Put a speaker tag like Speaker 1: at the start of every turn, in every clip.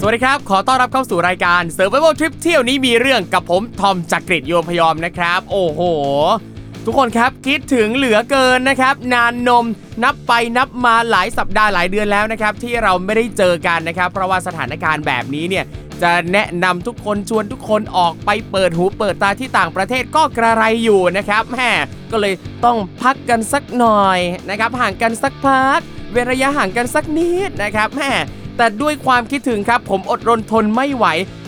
Speaker 1: สวัสดีครับ ขอต้อนรับเข้าสู่รายการ s u r v i v a l Trip เที่ยวนี้มีเรื่องกับผมทอมจากกรีฑโยมพยอมนะครับ โอ้โห ทุกคนครับคิดถึงเหลือเกินนะครับ นานนมนับไปนับมาหลายสัปดาห์หลายเดือนแล้วนะครับ ที่เราไม่ได้เจอกันนะครับ เพราะว่าสถานการณ์แบบนี้เนี่ย จะแนะนำทุกคนชวนทุกคนออกไปเปิดหูเปิดตาที่ต่างประเทศก็กระไรอยู่นะครับแหมก็เลยต้องพักกันสักหน่อยนะครับ ห่างกันสักพัก เว้นระยะห่างกันสักนิดนะครับแหมแต่ด้วยความคิดถึงครับ ผมอดรนทนไม่ไหว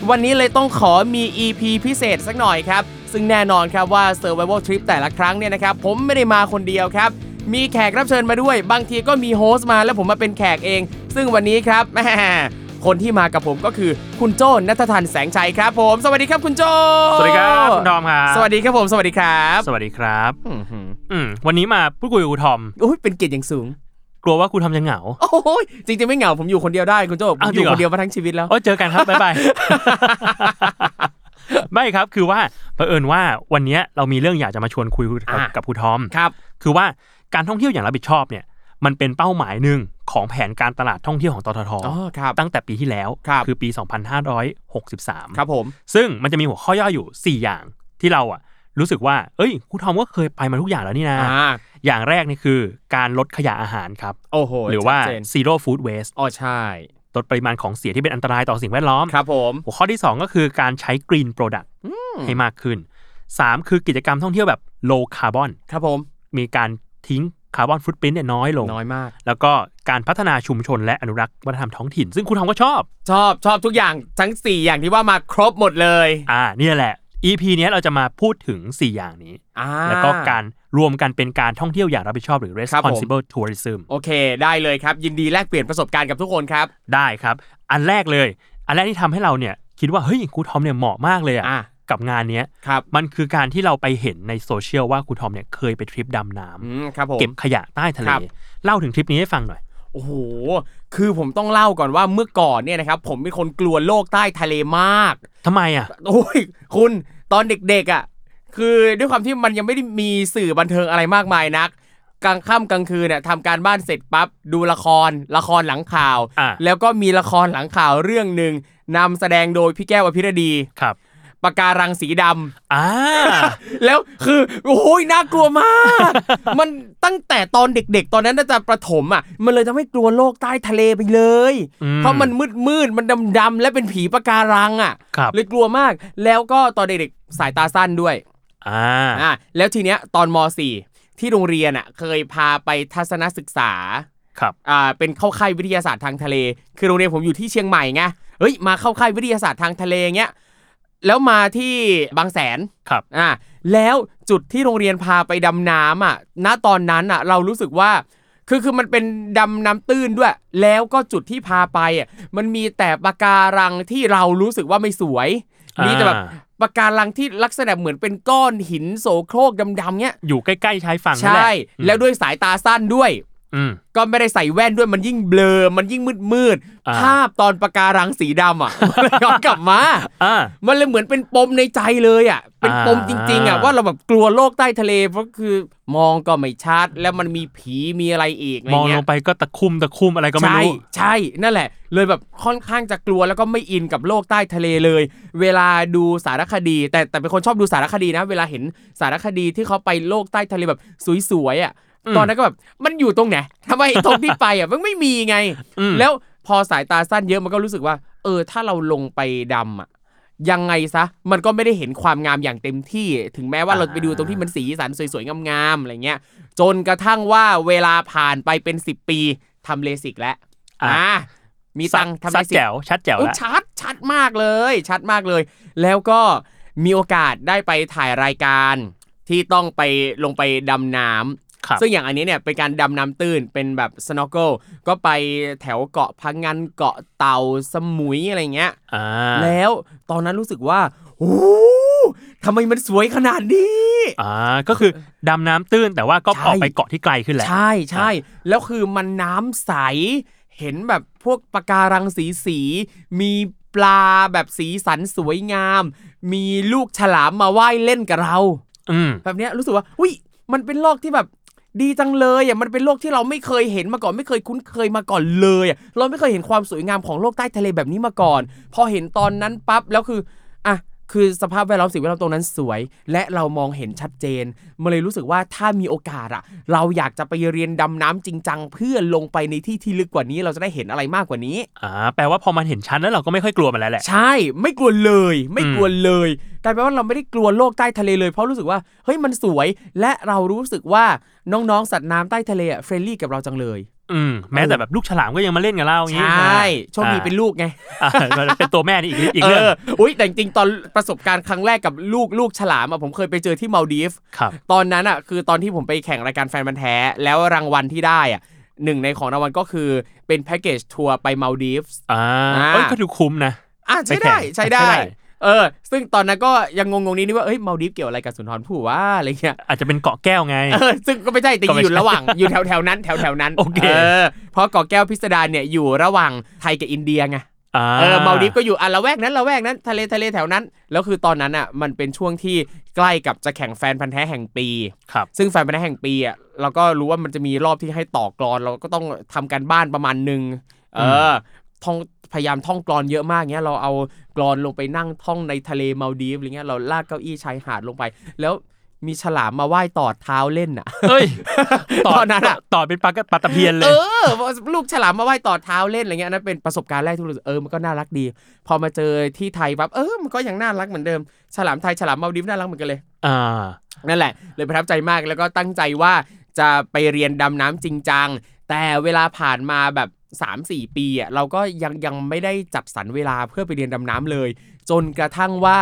Speaker 1: วันนี้เลยต้องขอมี EP พิเศษสักหน่อยครับ ซึ่งแน่นอนครับว่า Survival Trip แต่ละครั้งเนี่ยนะครับ ผมไม่ได้มาคนเดียวครับ มีแขกรับเชิญมาด้วย บางทีก็มีโฮสต์มาแล้วผมมาเป็นแขกเอง ซึ่งวันนี้ครับแหมคนที่มากับผมก็คือคุณโจ้นัททันแสงชัยครับ ผม สวัสดีครับคุณโจ้
Speaker 2: สวัสดีครับคุณทอมครับ
Speaker 1: สวัสดีครับผม สวัสดีครับ
Speaker 2: สวัสดีครับ
Speaker 1: อือหือ
Speaker 2: อืมวันนี้มาพูดคุยกับคุณทอม
Speaker 1: โอ้ยเป็นเกียรติอย่างสูง
Speaker 2: กลัวว่าคุณทอมจะเหงา
Speaker 1: โอ้ยจริงๆไม่เหงาผมอยู่คนเดียวได้คุณโจ้ผม
Speaker 2: อ้าว
Speaker 1: อยู่
Speaker 2: จริงเหรอ
Speaker 1: คนเดียวมาทั้งชีวิตแล้ว
Speaker 2: โอ้เจอกันครับ บ๊ายบาย ไม่ครับคือว่าเผอิญว่าวันเนี้ยเรามีเรื่องอยากจะมาชวนคุยกับ
Speaker 1: อ่ะ
Speaker 2: กับคุณทอม
Speaker 1: ครับ
Speaker 2: คือว่าการท่องเที่ยวอย่างรับผิดชอบเนี่ย มันเป็นเป้าหมายหนึ่งของแผนการตลาดท่องเที่ยวของตทท
Speaker 1: อ๋อครับ
Speaker 2: ตั้งแต่ปีที่แล้ว
Speaker 1: ครับ
Speaker 2: อปี 2563
Speaker 1: ครับผม
Speaker 2: ซึ่งมันจะมีหัวข้อย่ออยู่สี่อย่างที่เราอะรู้สึกว่า เอ้ยคุณทอมก็เคยไปมาทุกอย่างแล้วนี่นะ
Speaker 1: อ่า
Speaker 2: อย่างแรกนี่คือการลดขยะอาหารครับ
Speaker 1: โอ้โห
Speaker 2: หรือว่า
Speaker 1: ชัดเจน
Speaker 2: zero food waste
Speaker 1: อ๋อใช่
Speaker 2: ลดปริมาณของเสียที่เป็นอันตรายต่อสิ่งแวดล้อม
Speaker 1: ครับผม
Speaker 2: หัวข้อที่ 2 ก็คือการใช้ green product ให้มากขึ้น 3 คือกิจกรรมท่องเที่ยวแบบ low carbon
Speaker 1: ครับผม
Speaker 2: มีการทิ้งคาร์บอนฟุตปรินต์เนี่ยน้อยลง
Speaker 1: น้อยมาก
Speaker 2: แล้วก็การพัฒนาชุมชนและอนุรักษ์วัฒนธรรมท้องถิ่น ซึ่งคุณทอมก็ชอบ
Speaker 1: ชอบชอบทุกอย่างทั้ง 4 อย่างที่ว่ามาครบหมดเลย
Speaker 2: อ่าเนี่ยแหละ EP เนี้ยเราจะมาพูดถึง 4 อย่างนี้
Speaker 1: อ่า
Speaker 2: แล้วก็การรวมกันเป็นการท่องเที่ยวอย่างรับผิดชอบหรือ
Speaker 1: ครับผม
Speaker 2: responsible tourism
Speaker 1: โอเค ได้เลยครับ ยินดีแลกเปลี่ยนประสบการณ์กับทุกคนครับ
Speaker 2: ได้ครับ อันแรกเลย อันแรกที่ทำให้เราเนี่ยคิดว่า เฮ้ยครูทอมเนี่ยเหมาะมากเลย
Speaker 1: อ่ะ
Speaker 2: อะ่ะกับงานเนี้ย
Speaker 1: ครับ
Speaker 2: มันคือการที่เราไปเห็นในโซเชียลว่าครูทอมเนี่ยเคยไปทริปดำน้ำ
Speaker 1: อืมครับผม
Speaker 2: เก็บขยะใต้ทะเล
Speaker 1: ครับ
Speaker 2: เล่าถึงทริปนี้ให้ฟังหน่อย
Speaker 1: โอ้โห คือผมต้องเล่าก่อนว่าเมื่อก่อนเนี่ยนะครับผมเป็นคนกลัวโลกใต้ทะเลมาก
Speaker 2: ทำไมอะ่ะ
Speaker 1: โอ้ยคุณตอนเด็กๆอ่ะคือด้วยความที่มันยังไม่ได้มีสื่อบันเทิงอะไรมากมายนัก กลางค่ำกลางคืนเนี่ยทำการบ้านเสร็จปั๊บดูละครละครหลังข่าว
Speaker 2: อ่ะ
Speaker 1: แล้วก็มีละครหลังข่าวเรื่องหนึ่งนำแสดงโดยพี่แก้วอภิรดี
Speaker 2: ครับ
Speaker 1: ปะการังสีดำ
Speaker 2: อ่า
Speaker 1: แล้วคือโอ้ยน่ากลัวมาก มันตั้งแต่ตอนเด็ก ๆ ตอนนั้นน่าจะประถมอ่ะมันเลยทำให้กลัวโลกใต้ทะเลไปเลย
Speaker 2: อืม
Speaker 1: เพราะมันมืดมืดๆมันดำๆและเป็นผีปะการังอ่ะ
Speaker 2: ครับ
Speaker 1: เลยกลัวมากแล้วก็ตอนเด็กๆสายตาสั้นด้วย
Speaker 2: อ่า
Speaker 1: อ่ะแล้วทีเนี้ยตอนม .4 ที่โรงเรียนอ่ะเคยพาไปทัศนศึกษา
Speaker 2: ครับ
Speaker 1: อ่าเป็นเข้าค่ายวิทยาศาสตร์ทางทะเล คือโรงเรียนผมอยู่ที่เชียงใหม่ไงเฮ้ยมาเข้าค่ายวิทยาศาสตร์ทางทะเลเงี้ยแล้วมาที่บางแสน
Speaker 2: ครับ
Speaker 1: อ่ะแล้วจุดที่โรงเรียนพาไปดำน้ำอ่ะณตอนนั้นอ่ะเรารู้สึกว่า คือคือมันเป็นดำน้ำตื้นด้วย แล้วก็จุดที่พาไปอ่ะมันมีแต่ปะการังที่เรารู้สึกว่าไม่สวย
Speaker 2: อ่า
Speaker 1: มี
Speaker 2: มี
Speaker 1: แต่แบบปะการังที่ลักษณะเหมือนเป็นก้อนหินโสโครกดำๆเนี้ย
Speaker 2: อยู่ใกล้ๆชายฝั่ง
Speaker 1: ใช
Speaker 2: นั่นแหละ
Speaker 1: ่
Speaker 2: อืม
Speaker 1: แล้วด้วยสายตาสั้นด้วย
Speaker 2: อืม
Speaker 1: ก็ไม่ได้ใส่แว่นด้วยมันยิ่งเบลอ มันยิ่งมืดมืดๆ
Speaker 2: อ่า
Speaker 1: ภาพตอนปะการังสีดำอ่ะ มันย้อนกลับมา
Speaker 2: อ่า
Speaker 1: มันเลยเหมือนเป็นปมในใจเลยอ่ะ เป็นปม
Speaker 2: อ่า
Speaker 1: จริงๆอ่ะว่าเราแบบกลัวโลกใต้ทะเลเพราะคือมองก็ไม่ชัดแล้วมันมีผีมีอะไรอีกอะไร
Speaker 2: มอง
Speaker 1: เงี้
Speaker 2: ล
Speaker 1: ย
Speaker 2: งไปก็ตะคุ่มตะคุ่มอะไรก็ไม่
Speaker 1: ใช่
Speaker 2: รู้
Speaker 1: ใช่นั่นแหละ เลยแบบค่อนข้างจะกลัวแล้วก็ไม่อินกับโลกใต้ทะเลเลย เวลาดูสารคดี แต่แต่เป็นคนชอบดูสารคดีนะ เวลาเห็นสารคดีที่เขาไปโลกใต้ทะเลแบบสวยๆอ่ะ
Speaker 2: อืม
Speaker 1: ตอนนั้นก็แบบมันอยู่ตรงไหนทำไมตรงที่ไปอ่ะ มันไม่มีไง
Speaker 2: อืม
Speaker 1: แล้วพอสายตาสั้นเยอะมันก็รู้สึกว่า เออ ถ้าเราลงไปดำอ่ะยังไงซะมันก็ไม่ได้เห็นความงามอย่างเต็มที่ ถึงแม้ว่าเราจะไปดูตรงที่มันสีสันสวยๆงามๆอะไรเงี้ย จนกระทั่งว่าเวลาผ่านไปเป็น 10 ปีทำเลสิกแล้ว
Speaker 2: อ่ะ
Speaker 1: อ่ามีตังค์ทำเล
Speaker 2: ชัด
Speaker 1: สิก
Speaker 2: แจ๋วชัดแจ๋ว
Speaker 1: อุ๊ย
Speaker 2: แล้ว
Speaker 1: ชัดชัดมากเลย ชัดมากเลย แล้วก็มีโอกาสได้ไปถ่ายรายการที่ต้องไปลงไปดำน้
Speaker 2: ครับ
Speaker 1: ำซึ่งอย่างอันนี้เนี่ยเป็นการดำน้ำตื้นเป็นแบบ snorkel ก็ไปแถวเกาะพังงันเกาะเต่าสมุยอะไรเงี้ย
Speaker 2: อ่า
Speaker 1: แล้วตอนนั้นรู้สึกว่าโอ้โหทำไมมันสวยขนาดนี้
Speaker 2: อ่า ก็คือดำน้ำตื้นแต่ว่าก็
Speaker 1: ใช่
Speaker 2: ออกไปเกาะที่ไกลขึ้นแหละ
Speaker 1: ใช่ใช่แล้วคือมันน้ำใส เห็นแบบพวกปะการังสีสีๆมีปลาแบบสีสันสวยงาม มีลูกฉลามมาว่ายเล่นกับเรา
Speaker 2: อืม
Speaker 1: แบบเนี้ยรู้สึกว่าอุ้ยมันเป็นโลกที่แบบดีจังเลยอ่ะมันเป็นโลกที่เราไม่เคยเห็นมาก่อนไม่เคยคุ้นเคยมาก่อนเลยอ่ะเราไม่เคยเห็นความสวยงามของโลกใต้ทะเลแบบนี้มาก่อน พอเห็นตอนนั้นปั๊บแล้วคืออ่ะคือสภาพแวดล้อมสิ่งแวดล้อมตรงนั้นสวย และเรามองเห็นชัดเจนมันเลยรู้สึกว่าถ้ามีโอกาสอ่ะ เราอยากจะไปเรียนดำน้ำจริงจังเพื่อลงไปในที่ที่ลึกกว่านี้เราจะได้เห็นอะไรมากกว่านี้
Speaker 2: อ่า แปลว่าพอมันเห็นชั้นแล้วเราก็ไม่ค่อยกลัวมันแล้วแหละ
Speaker 1: ใช่ไม่กลัวเลยไม่กลัวเลยกลายเป็นว่าเราไม่ได้กลัวโลกใต้ทะเลเลยเพราะรู้สึกว่าเฮ้ยมันสวยและเรารู้สึกว่าน้องๆสัตว์น้ำใต้ทะเลอะเฟรนลี่กับเราจังเลย
Speaker 2: อืม แม้แต่แบบลูกฉลามก็ยังมาเล่นกับเราอย่าง
Speaker 1: ใช
Speaker 2: งี้
Speaker 1: ่โชคดีเป็นลูกไง
Speaker 2: อ่าเป็นตัวแม่นี่อีกอีก
Speaker 1: เอ
Speaker 2: เรื่อง
Speaker 1: ออุ้ยแต่จริงๆตอนประสบการณ์ครั้งแรกกับลูกลูกฉลามอะผมเคยไปเจอที่มาลดีฟ
Speaker 2: ครับ
Speaker 1: ตอนนั้นอ่ะคือตอนที่ผมไปแข่งรายการแฟนบันธุ์แท้ แล้วรางวัลที่ได้อ่ะหนึ่งในของรางวัลก็คือเป็นแพ็กเกจทัวร์ไปมาลดีฟ
Speaker 2: อ่า
Speaker 1: อ่า
Speaker 2: เอ้ยก็ดูคุ้มนะ
Speaker 1: อ่ะใช้ได้
Speaker 2: ไปแข่ง
Speaker 1: ใช้ได้
Speaker 2: ใช้ได้
Speaker 1: เออ ซึ่งตอนนั้นก็ยังงงๆนี้นี่ว่าเอ้ยมาดิฟเกี่ยวอะไรกับสุนทรภู่ว่าอะไรเงี้ย
Speaker 2: อาจจะเป็นเกาะแก้วไง
Speaker 1: เออซึ่งก็ไม่ใช่แต่
Speaker 2: ก็ไม่
Speaker 1: อยู่
Speaker 2: ใช่
Speaker 1: ระหว่าง อยู่แถวแถวๆนั้นแถวแถวๆนั้น
Speaker 2: โอเค
Speaker 1: อเพราะเกาะแก้วพิสดารเนี่ยอยู่ระหว่างไทยกับอินเดียไง
Speaker 2: อ่า
Speaker 1: เออมาดิฟก็อยู่อ่ะละแวกนั้นละแวกนั้นทะเลทะเลแถวนั้นแล้วคือตอนนั้นอ่ะมันเป็นช่วงที่ใกล้กับจะแข่งแฟนพันธ์แท้แห่งปี
Speaker 2: ครับ
Speaker 1: ซึ่งแฟนพันธ์แท้แห่งปีอ่ะเราก็รู้ว่ามันจะมีรอบที่ให้ต่อกลอนเราก็ต้องทำการบ้านประมาณหนึ่งเออท่องพยายามท่องกลอนเยอะมากเงี้ยเราเอากลอนลงไปนั่งท่องในทะเลมาลดีฟอะไรเงี้ยเราลากเก้าอี้ชายหาดลงไป แล้วมีฉลามมาว่ายตอดเท้าเล่นอ่ะ
Speaker 2: เอ้ย
Speaker 1: ตอนนั้นอะ
Speaker 2: ต่อเป็นปลากระปลาตะเพียนเล
Speaker 1: เอย อลูกฉลามมาว่ายตอดเท้าเล่นอะไรเงี้ยอันนั่นเป็นประสบการณ์แรกที่รู้สึกเออมันก็น่ารักดี พอมาเจอที่ไทยปั๊บเออมันก็ยังน่ารักเหมือนเดิมฉลามไทยฉลามมาลดีฟน่ารักเหมือนกันเลย
Speaker 2: อ่า
Speaker 1: นั่นแหละเลยประทับใจมากแล้วก็ตั้งใจว่าจะไปเรียนดำน้ำจริงจัง แต่เวลาผ่านมาแบบ 3-4 ปีอ่ะเราก็ยังยังไม่ได้จัดสรรเวลาเพื่อไปเรียนดำน้ำเลย จนกระทั่งว่า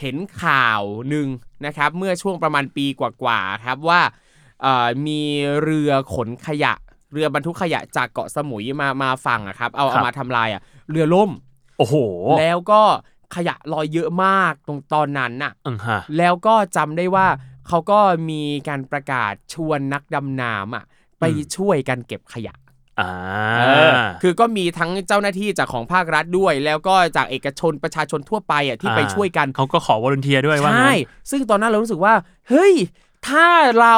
Speaker 1: เห็นข่าวหนึ่งนะครับ เมื่อช่วงประมาณปีกว่าๆครับว่าเอ่อมีเรือขนขยะ เรือบรรทุกขยะจากเกาะสมุยมามาฝั่งอะครับเอา
Speaker 2: ครั
Speaker 1: เอา
Speaker 2: บ
Speaker 1: มาทำลายอะเรือล่ม
Speaker 2: โอ้โห
Speaker 1: แล้วก็ขยะลอยเยอะมากตรงตอนนั้นน่ะ
Speaker 2: อือฮะ
Speaker 1: แล้วก็จำได้ว่าเขาก็มีการประกาศชวนนักดำน้ำอ่ะไป
Speaker 2: อืม
Speaker 1: ช่วยกันเก็บขยะ
Speaker 2: อ่า
Speaker 1: เออคือก็มีทั้งเจ้าหน้าที่จากของภาครัฐด้วย แล้วก็จากเอกชนประชาชนทั่วไปอ่ะที่ไปช่วยกัน
Speaker 2: เขาก็ขอวอลเนเทียด้วยว่า
Speaker 1: ใช่
Speaker 2: งั้น
Speaker 1: ซึ่งตอนนั้นเรารู้สึกว่า เฮ้ย ถ้าเรา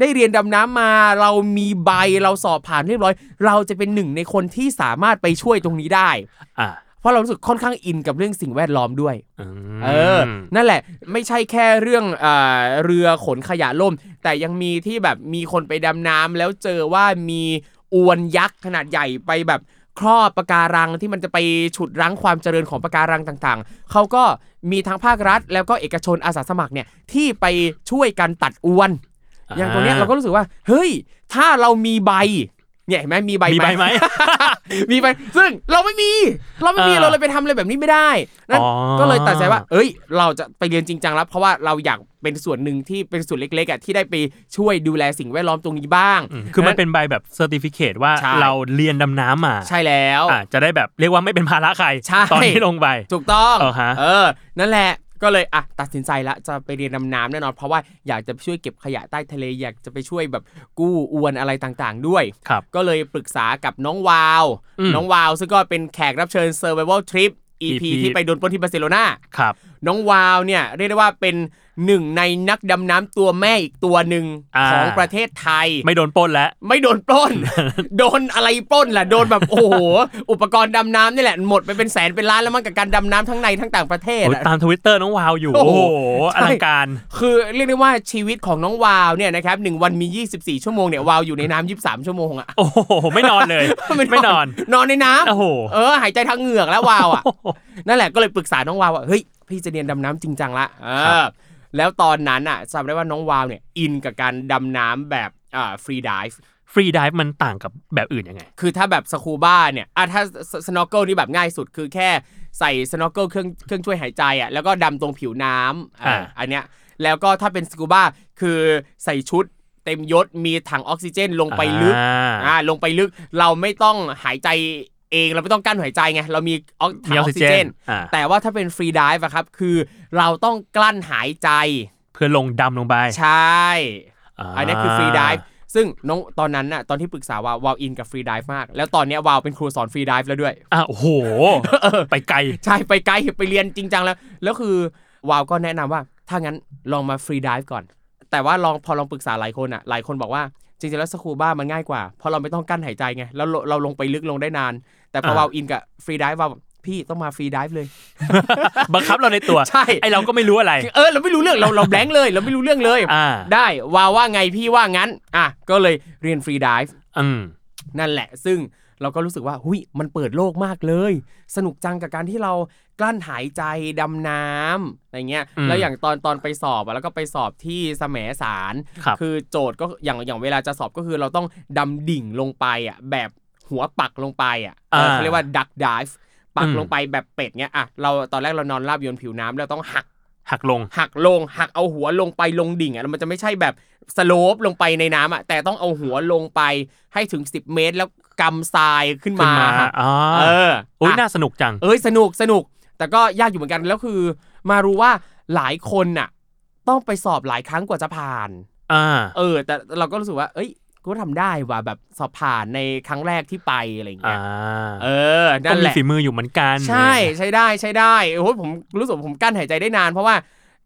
Speaker 1: ได้เรียนดำน้ำมา เรามีใบเราสอบผ่านเรียบร้อย เราจะเป็นหนึ่งในคนที่สามารถไปช่วยตรงนี้ได้
Speaker 2: อ่า
Speaker 1: เพราะเรารู้สึกค่อนข้างอินกับเรื่องสิ่งแวดล้อมด้วย
Speaker 2: อืม
Speaker 1: เออ นั่นแหละ ไม่ใช่แค่เรื่องเอ่อเรือขนขยะล่ม แต่ยังมีที่แบบมีคนไปดำน้ำแล้วเจอว่ามีอวนยักษ์ขนาดใหญ่ไปแบบครอบปะการังที่มันจะไปฉุดรั้งความเจริญของปะการังต่างๆ เขาก็มีทั้งภาครัฐ แล้วก็เอกชนอาสาสมัครเนี่ยที่ไปช่วยกันตัดอวน
Speaker 2: อ่า
Speaker 1: อย่างตรงเนี้ยเราก็รู้สึกว่า เฮ้ย ถ้าเรามีใบ เนี่ยเห็นไหมมีใบ
Speaker 2: มีใบไหม
Speaker 1: มีใบ ซึ่งเราไม่มี เราไม่มี
Speaker 2: เออ
Speaker 1: เราเลยไปทำอะไรแบบนี้ไม่ได้นั่น
Speaker 2: อ๋อ
Speaker 1: ก็เลยตัดใจว่า เอ้ย เราจะไปเรียนจริงจังแล้ว เพราะว่าเราอยากเป็นส่วนหนึ่งที่เป็นส่วนเล็กๆอ่ะที่ได้ไปช่วยดูแลสิ่งแวดล้อมตรงนี้บ้าง
Speaker 2: อืมคือมันเป็นใบแบบเซอร์ติฟิเคว่า
Speaker 1: ใช่
Speaker 2: เราเรียนดำน้ำมา
Speaker 1: ใช่แล้ว
Speaker 2: อ่าจะได้แบบเรียกว่าไม่เป็นภาระใคร
Speaker 1: ใช่
Speaker 2: ตอนที่ลงไป
Speaker 1: ถูกต้อง
Speaker 2: เออฮะ
Speaker 1: เออ นั่นแหละ ก็เลยอ่ะตัดสินใจละจะไปเรียนดำน้ำแน่นอน เพราะว่าอยากจะไปช่วยเก็บขยะใต้ทะเลอยากจะไปช่วยแบบกู้อวนอะไรต่างๆ ด้วย
Speaker 2: ครับ
Speaker 1: ก็เลยปรึกษากับน้องวาว
Speaker 2: อืม
Speaker 1: น้องวาว ซึ่งก็เป็นแขกรับเชิญ Survival Trip EP
Speaker 2: EP
Speaker 1: ที่ไปโดนปล้นที่บาร์เซโลนา
Speaker 2: ครับ
Speaker 1: น้องวาวเนี่ยเรียกได้ว่าเป็นหนึ่งในนักดำน้ำตัวแม่อีกตัวหนึ่ง
Speaker 2: อ่า
Speaker 1: ของประเทศไทย
Speaker 2: ไม่โดนปล้นแล้ว
Speaker 1: ไม่โดนป ล้น โดนอะไรปล้นล่ะ โดนแบบโอ้โห อุปกรณ์ดำน้ำนี่แหละ หมดไปเป็นแสนเป็นล้านแล้วมั้งกับการดำน้ำทั้งในทั้งต่างประเทศ
Speaker 2: โอ้ย
Speaker 1: อะ
Speaker 2: ตามทวิตเตอร์น้องวาวอยู่
Speaker 1: โอ้
Speaker 2: โอ้
Speaker 1: โห
Speaker 2: โห
Speaker 1: ใช่
Speaker 2: อลังการ
Speaker 1: คือเรียกได้ว่าชีวิตของน้องวาวเนี่ยนะครับหนึ่งวันมี 24 ชั่วโมงเนี่ยวาวอยู่ในน้ำ23 ชั่วโมงอะ
Speaker 2: โอ้โห ไม่นอนเลย ไม่นอน
Speaker 1: นอนในน้ำ
Speaker 2: โอ้โห
Speaker 1: เออ หายใจทางเหงือกแล้ววาวอ่ะ นั่นแหละก็เลยปรึกษาน้องวาวว่าเฮ้ยพี่จะเรียนดำน้ำจริงจังละเออแล้วตอนนั้นอ่ะจำได้ว่าน้องวาวเนี่ยอินกับการดำน้ำแบบอ่าฟรีดิฟ
Speaker 2: ฟรีดิฟมันต่างกับแบบอื่นยังไง
Speaker 1: คือถ้าแบบสคูบ้าเนี่ยอ่ะถ้าสโนเกิลนี่แบบง่ายสุดคือแค่ใส่สโนเกิลเครื่องเครื่องช่วยหายใจอ่ะแล้วก็ดำตรงผิวน้ำอ่า
Speaker 2: อ่า
Speaker 1: อันเนี้ยแล้วก็ถ้าเป็นสกูบ้าคือใส่ชุดเต็มยศมีถังออกซิเจนลงไปลึก
Speaker 2: อ่า
Speaker 1: อ่าลงไปลึกเราไม่ต้องหายใจเองเราไม่ต้องกั้นหายใจไงเรามีออกถัง
Speaker 2: มี
Speaker 1: อ
Speaker 2: อ
Speaker 1: อ
Speaker 2: อก กซิ
Speaker 1: ซิ
Speaker 2: เจน
Speaker 1: เจน
Speaker 2: อ่า
Speaker 1: แต่ว่าถ้าเป็นฟรีดิฟอะครับคือเราต้องกลั้นหายใจ
Speaker 2: เพื่อลงดำลงไป
Speaker 1: ใช่
Speaker 2: า
Speaker 1: อันนี้คือฟรีดิฟซึ่งน้องตอนนั้นน่ะตอนที่ปรึกษาวาววาวอินกับฟรีดิฟมาก แล้วตอนเนี้ยวาวเป็นครูสอนฟรีดิฟแล้วด้วย
Speaker 2: อ่ะโอ้โห ไป ไกล
Speaker 1: ใช่ไปไกลไปเรียนจริงจังแล้ว แล้วคือวาวก็แนะนำว่าถ้างั้นลองมาฟรีดิฟก่อน แต่ว่าลองพอลองปรึกษาหลายคนอ่ะหลายคนบอกว่าจริงๆแล้วสคูบ้ามันง่ายกว่าเพราะเราไม่ต้องกั้นหายใจไงแล้วเราเราลงไปลึกลงได้นาน แต่พอ
Speaker 2: อ่า
Speaker 1: วาวอินกับฟรีดิฟวาวบอกพี่ต้องมาฟรีดิฟเลย
Speaker 2: บังคับเราในตัว
Speaker 1: ใช่
Speaker 2: ไอเราก็ไม่รู้อะไร
Speaker 1: เออเราไม่รู้เรื่องเราเราแบงค์เลย เราไม่รู้เรื่องเลย
Speaker 2: อ่า
Speaker 1: ได้วาวว่าไงพี่ว่างั้นอ่ะก็เลยเรียนฟรีดิฟ
Speaker 2: อืม
Speaker 1: นั่นแหละ ซึ่งเราก็รู้สึกว่าหุยมันเปิดโลกมากเลย สนุกจังกับการที่เรากลั้นหายใจดำน้ำอะไรเงี้ย
Speaker 2: อืม
Speaker 1: แล้วอย่างตอนตอนไปสอบอะแล้วก็ไปสอบที่แสมสาร
Speaker 2: ครับ
Speaker 1: อโจทย์ก็อย่างอย่างเวลาจะสอบก็คือเราต้องดำดิ่งลงไปอ่ะแบบหัวปักลงไปอ่ะเออเขาเรียกว่าดักดิฟปักลงไปแบบเป็ดเงี้ยอ่ะเราตอนแรกเรานอนราบอยบนผิวน้ำเราต้องหัก
Speaker 2: หักลง
Speaker 1: หักลงหักเอาหัวลงไปลงดิ่งอ่ะมันจะไม่ใช่แบบสโลปลงไปในน้ำอ่ะแต่ต้องเอาหัวลงไปให้ถึง 10 เมตร แล้วกำทรายขึ้น
Speaker 2: ขึ้น
Speaker 1: มา
Speaker 2: มา
Speaker 1: ค่ะ
Speaker 2: อ๋อ
Speaker 1: เออ
Speaker 2: อุ้ย
Speaker 1: อ่ะ
Speaker 2: น่าสนุกจัง
Speaker 1: เอ้ยสนุกสนุก แต่ก็ยากอยู่เหมือนกันแล้วคือ มารู้ว่าหลายคนน่ะ ต้องไปสอบหลายครั้งกว่าจะผ่าน
Speaker 2: อ่า
Speaker 1: เออ แต่เราก็รู้สึกว่า เอ้ยกูก็ทำได้ว่ะแบบสอบผ่านในครั้งแรกที่ไปอะไรอย่างเงี้
Speaker 2: อ่าย
Speaker 1: เออนั่
Speaker 2: ก็
Speaker 1: น
Speaker 2: มี
Speaker 1: แหละ
Speaker 2: ฝีมืออยู่เหมือนกัน
Speaker 1: ใช่ใช้ได้ใช้ได้โอ้โหผมรู้สึกว่าผมกั้นหายใจได้นาน เพราะว่า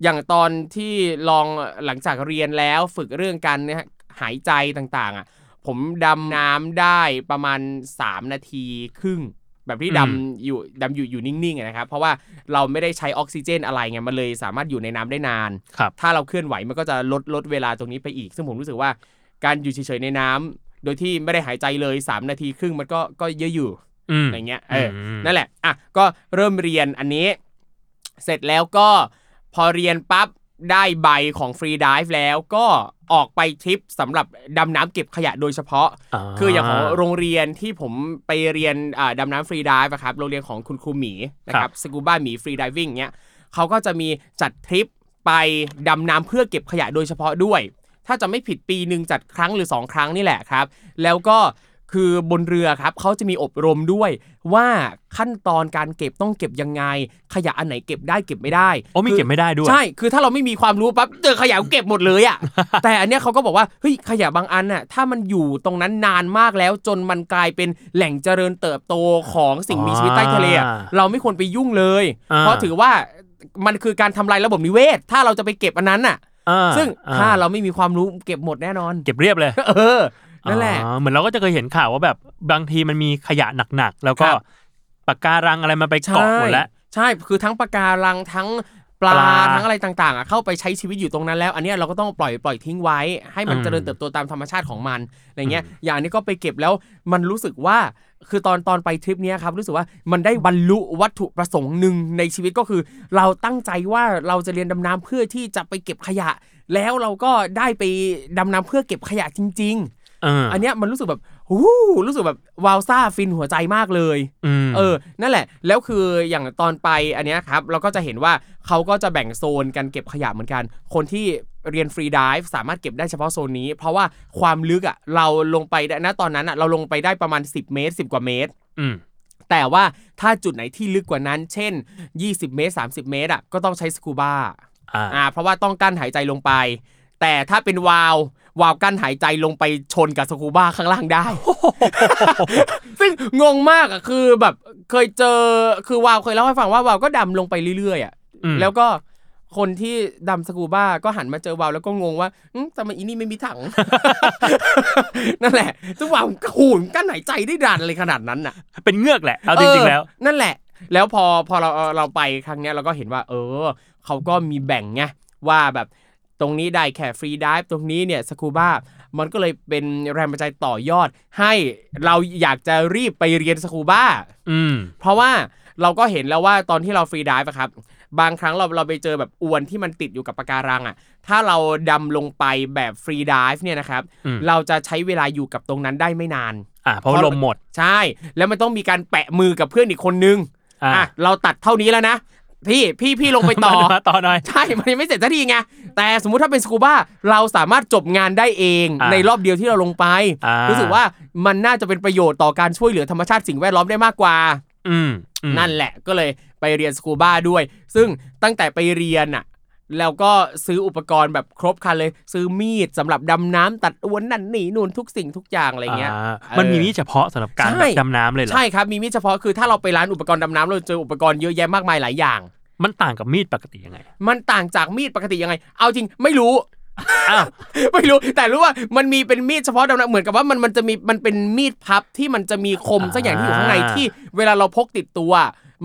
Speaker 1: อย่างตอนที่ลองหลังจากเรียนแล้วฝึกเรื่องการเนี่ยหายใจต่างๆอ่ะผมดำน้ำได้ประมาณ 3 นาทีครึ่ง แบบที่ดำอยู่ดำอยู่อยู่นิ่งๆอะนะครับ เพราะว่าเราไม่ได้ใช้ออกซิเจนอะไรไงมันเลยสามารถอยู่ในน้ำได้นาน
Speaker 2: ครับ
Speaker 1: ถ้าเราเคลื่อนไหวมันก็จะลดลดเวลาตรงนี้ไปอีก ซึ่งผมรู้สึกว่าการอยู่เฉยๆในน้ำโดยที่ไม่ได้หายใจเลย 3 นาทีครึ่งมันก็ก็เยอะอยู่
Speaker 2: อืม
Speaker 1: อะไรเงี้ย เอออ
Speaker 2: ม
Speaker 1: นั่นแหละ อ่ะ ก็เริ่มเรียนอันนี้ เสร็จแล้วก็พอเรียนปั๊บ ได้ใบของฟรีดิฟแล้วก็ออกไปทริปสำหรับดำน้ำเก็บขยะโดยเฉพาะ คืออย่างของโรงเรียนที่ผมไปเรียนอ่าดำน้ำฟรีดิฟครับ โรงเรียนของคุณครูหมีนะครับ สกูบ้าหมีฟรีดิวิ่งเนี้ยเขาก็จะมีจัดทริปไปดำน้ำเพื่อเก็บขยะโดยเฉพาะด้วย ถ้าจะไม่ผิดปีหนึ่งจัดครั้งหรือ 2 ครั้งนี่แหละครับ แล้วก็คือบนเรือครับเขาจะมีอบรมด้วย ว่าขั้นตอนการเก็บต้องเก็บยังไง ขยะอันไหนเก็บได้เก็บไม่ได้
Speaker 2: โอ้มีเก็บไม่ได้ด้วย
Speaker 1: ใช่ คือถ้าเราไม่มีความรู้ปั๊บเจอขยะกูเก็บหมดเลยอะ แต่อันเนี้ยเขาก็บอกว่าเฮ้ยขยะบางอันน่ะถ้ามันอยู่ตรงนั้นนานมากแล้วจนมันกลายเป็นแหล่งเจริญเติบโตของสิ่งมีชีวิตใต้ทะเลอะ
Speaker 2: อ่า
Speaker 1: เราไม่ควรไปยุ่งเลย
Speaker 2: อ่า
Speaker 1: เพราะถือว่ามันคือการทำลายระบบนิเวศ ถ้าเราจะไปเก็บอันนั้นน่ะ
Speaker 2: อ่า
Speaker 1: ซึ่ง
Speaker 2: อ่
Speaker 1: ถ้าเราไม่มีความรู้เก็บหมดแน่นอน
Speaker 2: เก็บเรียบเลย
Speaker 1: เออ นั่นแหละ
Speaker 2: อ๋อเหมือนเราก็จะเคยเห็นข่าวว่าแบบบางทีมันมีขยะหนักๆ แล้วก็
Speaker 1: ครับ
Speaker 2: ปากการังอะไรมาไป
Speaker 1: ใช่
Speaker 2: เกาะหมดแล้ว
Speaker 1: ใช่ คือทั้งปะการังทั้งปลา
Speaker 2: ปลา
Speaker 1: ทั้งอะไรต่างๆอ่ะเข้าไปใช้ชีวิตอยู่ตรงนั้นแล้ว อันเนี้ยเราก็ต้องปล่อยปล่อยทิ้งไว้ ให้มัน
Speaker 2: อืม
Speaker 1: เจริญเติบโตตามธรรมชาติของมันอะไรเงี้ย อย่างอันนี้ก็ไปเก็บแล้วมันรู้สึกว่า คือตอนตอนไปทริปเนี้ยครับรู้สึกว่ามันได้บรรลุวัตถุประสงค์หนึ่งในชีวิตก็คือ เราตั้งใจว่าเราจะเรียนดำน้ำเพื่อที่จะไปเก็บขยะ แล้วเราก็ได้ไปดำน้ำเพื่อเก็บขยะจริง ๆ
Speaker 2: เออ
Speaker 1: อันเนี้ยมันรู้สึกแบบหูรู้สึกแบบวาวซ่าฟินหัวใจมากเลย
Speaker 2: ม
Speaker 1: เออ นั่นแหละ แล้วคืออย่างตอนไปอันเนี้ยครับ เราก็จะเห็นว่าเขาก็จะแบ่งโซนกันเก็บขยะเหมือนกัน คนที่เรียนฟรีดิฟสามารถเก็บได้เฉพาะโซนนี้ เพราะว่าความลึกอะเราลงไปได้นะตอนนั้นอะเราลงไปได้ประมาณ 10 เมตร 10 กว่าเมตร
Speaker 2: อืม
Speaker 1: แต่ว่าถ้าจุดไหนที่ลึกกว่านั้น เช่น 20 เมตร 30 เมตรอ่ะก็ต้องใช้สกูบ้า
Speaker 2: อ่า
Speaker 1: อ่าเพราะว่าต้องกั้นหายใจลงไป แต่ถ้าเป็นวาล์ววาล์วกั้นหายใจลงไปชนกับสกูบ้าข้างล่างได้ ซึ่งงงมากอ่ะคือแบบเคยเจอคือวาล์วเคยเล่าให้ฟังว่าวาล์วก็ดำลงไปเรื่อยๆอ่ะ
Speaker 2: อืม
Speaker 1: แล้วก็คนที่ดำสกูบ้าก็หันมาเจอวาล์วแล้วก็งงว่าอืมทำไมอีนี่ไม่มีถัง นั่นแหละซึ่งวาล์วมันก็โหูนกั้นหายใจได้ดันอะไรขนาดนั้นอ่ะ
Speaker 2: เป็นเงือกแหละ เอาจริงๆแล้ว
Speaker 1: เออนั่นแหละ แล้วพอพอเราเราไปครั้งเนี้ยเราก็เห็นว่า เออ เขาก็มีแบ่งไงว่าแบบตรงนี้ได้แค่ฟรีดิฟตรงนี้เนี่ยสกูบ้ามันก็เลยเป็นแรงบันดาลใจต่อยอด ให้เราอยากจะรีบไปเรียนสกูบ้า
Speaker 2: อืม
Speaker 1: เพราะว่าเราก็เห็นแล้วว่าตอนที่เราฟรีไดิฟอะครับ บางครั้งเราเราไปเจอแบบอวนที่มันติดอยู่กับปะการังอะถ้าเราดำลงไปแบบฟรีดิฟเนี่ยนะครับ
Speaker 2: อืม
Speaker 1: เราจะใช้เวลาอยู่กับตรงนั้นได้ไม่นาน
Speaker 2: อ่าเพราะว่าลมหมด
Speaker 1: ใช่ แล้วมันต้องมีการแปะมือกับเพื่อนอีกคนนึง
Speaker 2: อ่า
Speaker 1: อ่ะ เราตัดเท่านี้แล้วนะ พี่ พี่ พี่ลงไปต่อ
Speaker 2: มามาต่อหน่อย
Speaker 1: ใช่ มันยังไม่เสร็จสักทีไง แต่สมมุติถ้าเป็นสกูบ้า เราสามารถจบงานได้เอง
Speaker 2: อ่า
Speaker 1: ในรอบเดียวที่เราลงไป
Speaker 2: อ่ารู้
Speaker 1: รู้สึกว่ามันน่าจะเป็นประโยชน์ต่อการช่วยเหลือธรรมชาติสิ่งแวดล้อมได้มากกว่า
Speaker 2: อืมอืม
Speaker 1: นั่นแหละ ก็เลยไปเรียนสกูบ้าด้วย ซึ่งตั้งแต่ไปเรียนอ่ะ แล้วก็ซื้ออุปกรณ์แบบครบครันเลย ซื้อมีดสำหรับดำน้ำตัดอวนนั่นนี่นู่นทุกสิ่งทุกอย่างอะไรเงี้ย
Speaker 2: า
Speaker 1: เออ
Speaker 2: มันมีนี่เฉพาะสำหรับการ
Speaker 1: ใช่
Speaker 2: แบบดำน้ำเลยเหรอ
Speaker 1: ใช่ครับ มีมีดเฉพาะคือถ้าเราไปร้านอุปกรณ์ดำน้ำเราเจออุปกรณ์เยอะแยะมากมายหลายอย่าง
Speaker 2: มันต่างกับมีดปกติยังไง
Speaker 1: มันต่างจากมีดปกติยังไง เอาจริงไม่รู้
Speaker 2: อ้าว
Speaker 1: ไม่รู้แต่รู้ว่ามันมีเป็นมีดเฉพาะดำน้ำเหมือนกับว่ามันมันจะมีมันเป็นมีดพับที่มันจะมีคมสักอย่างที่อยู่ข้างใน
Speaker 2: อ่า
Speaker 1: ที่เวลาเราพกติดตัว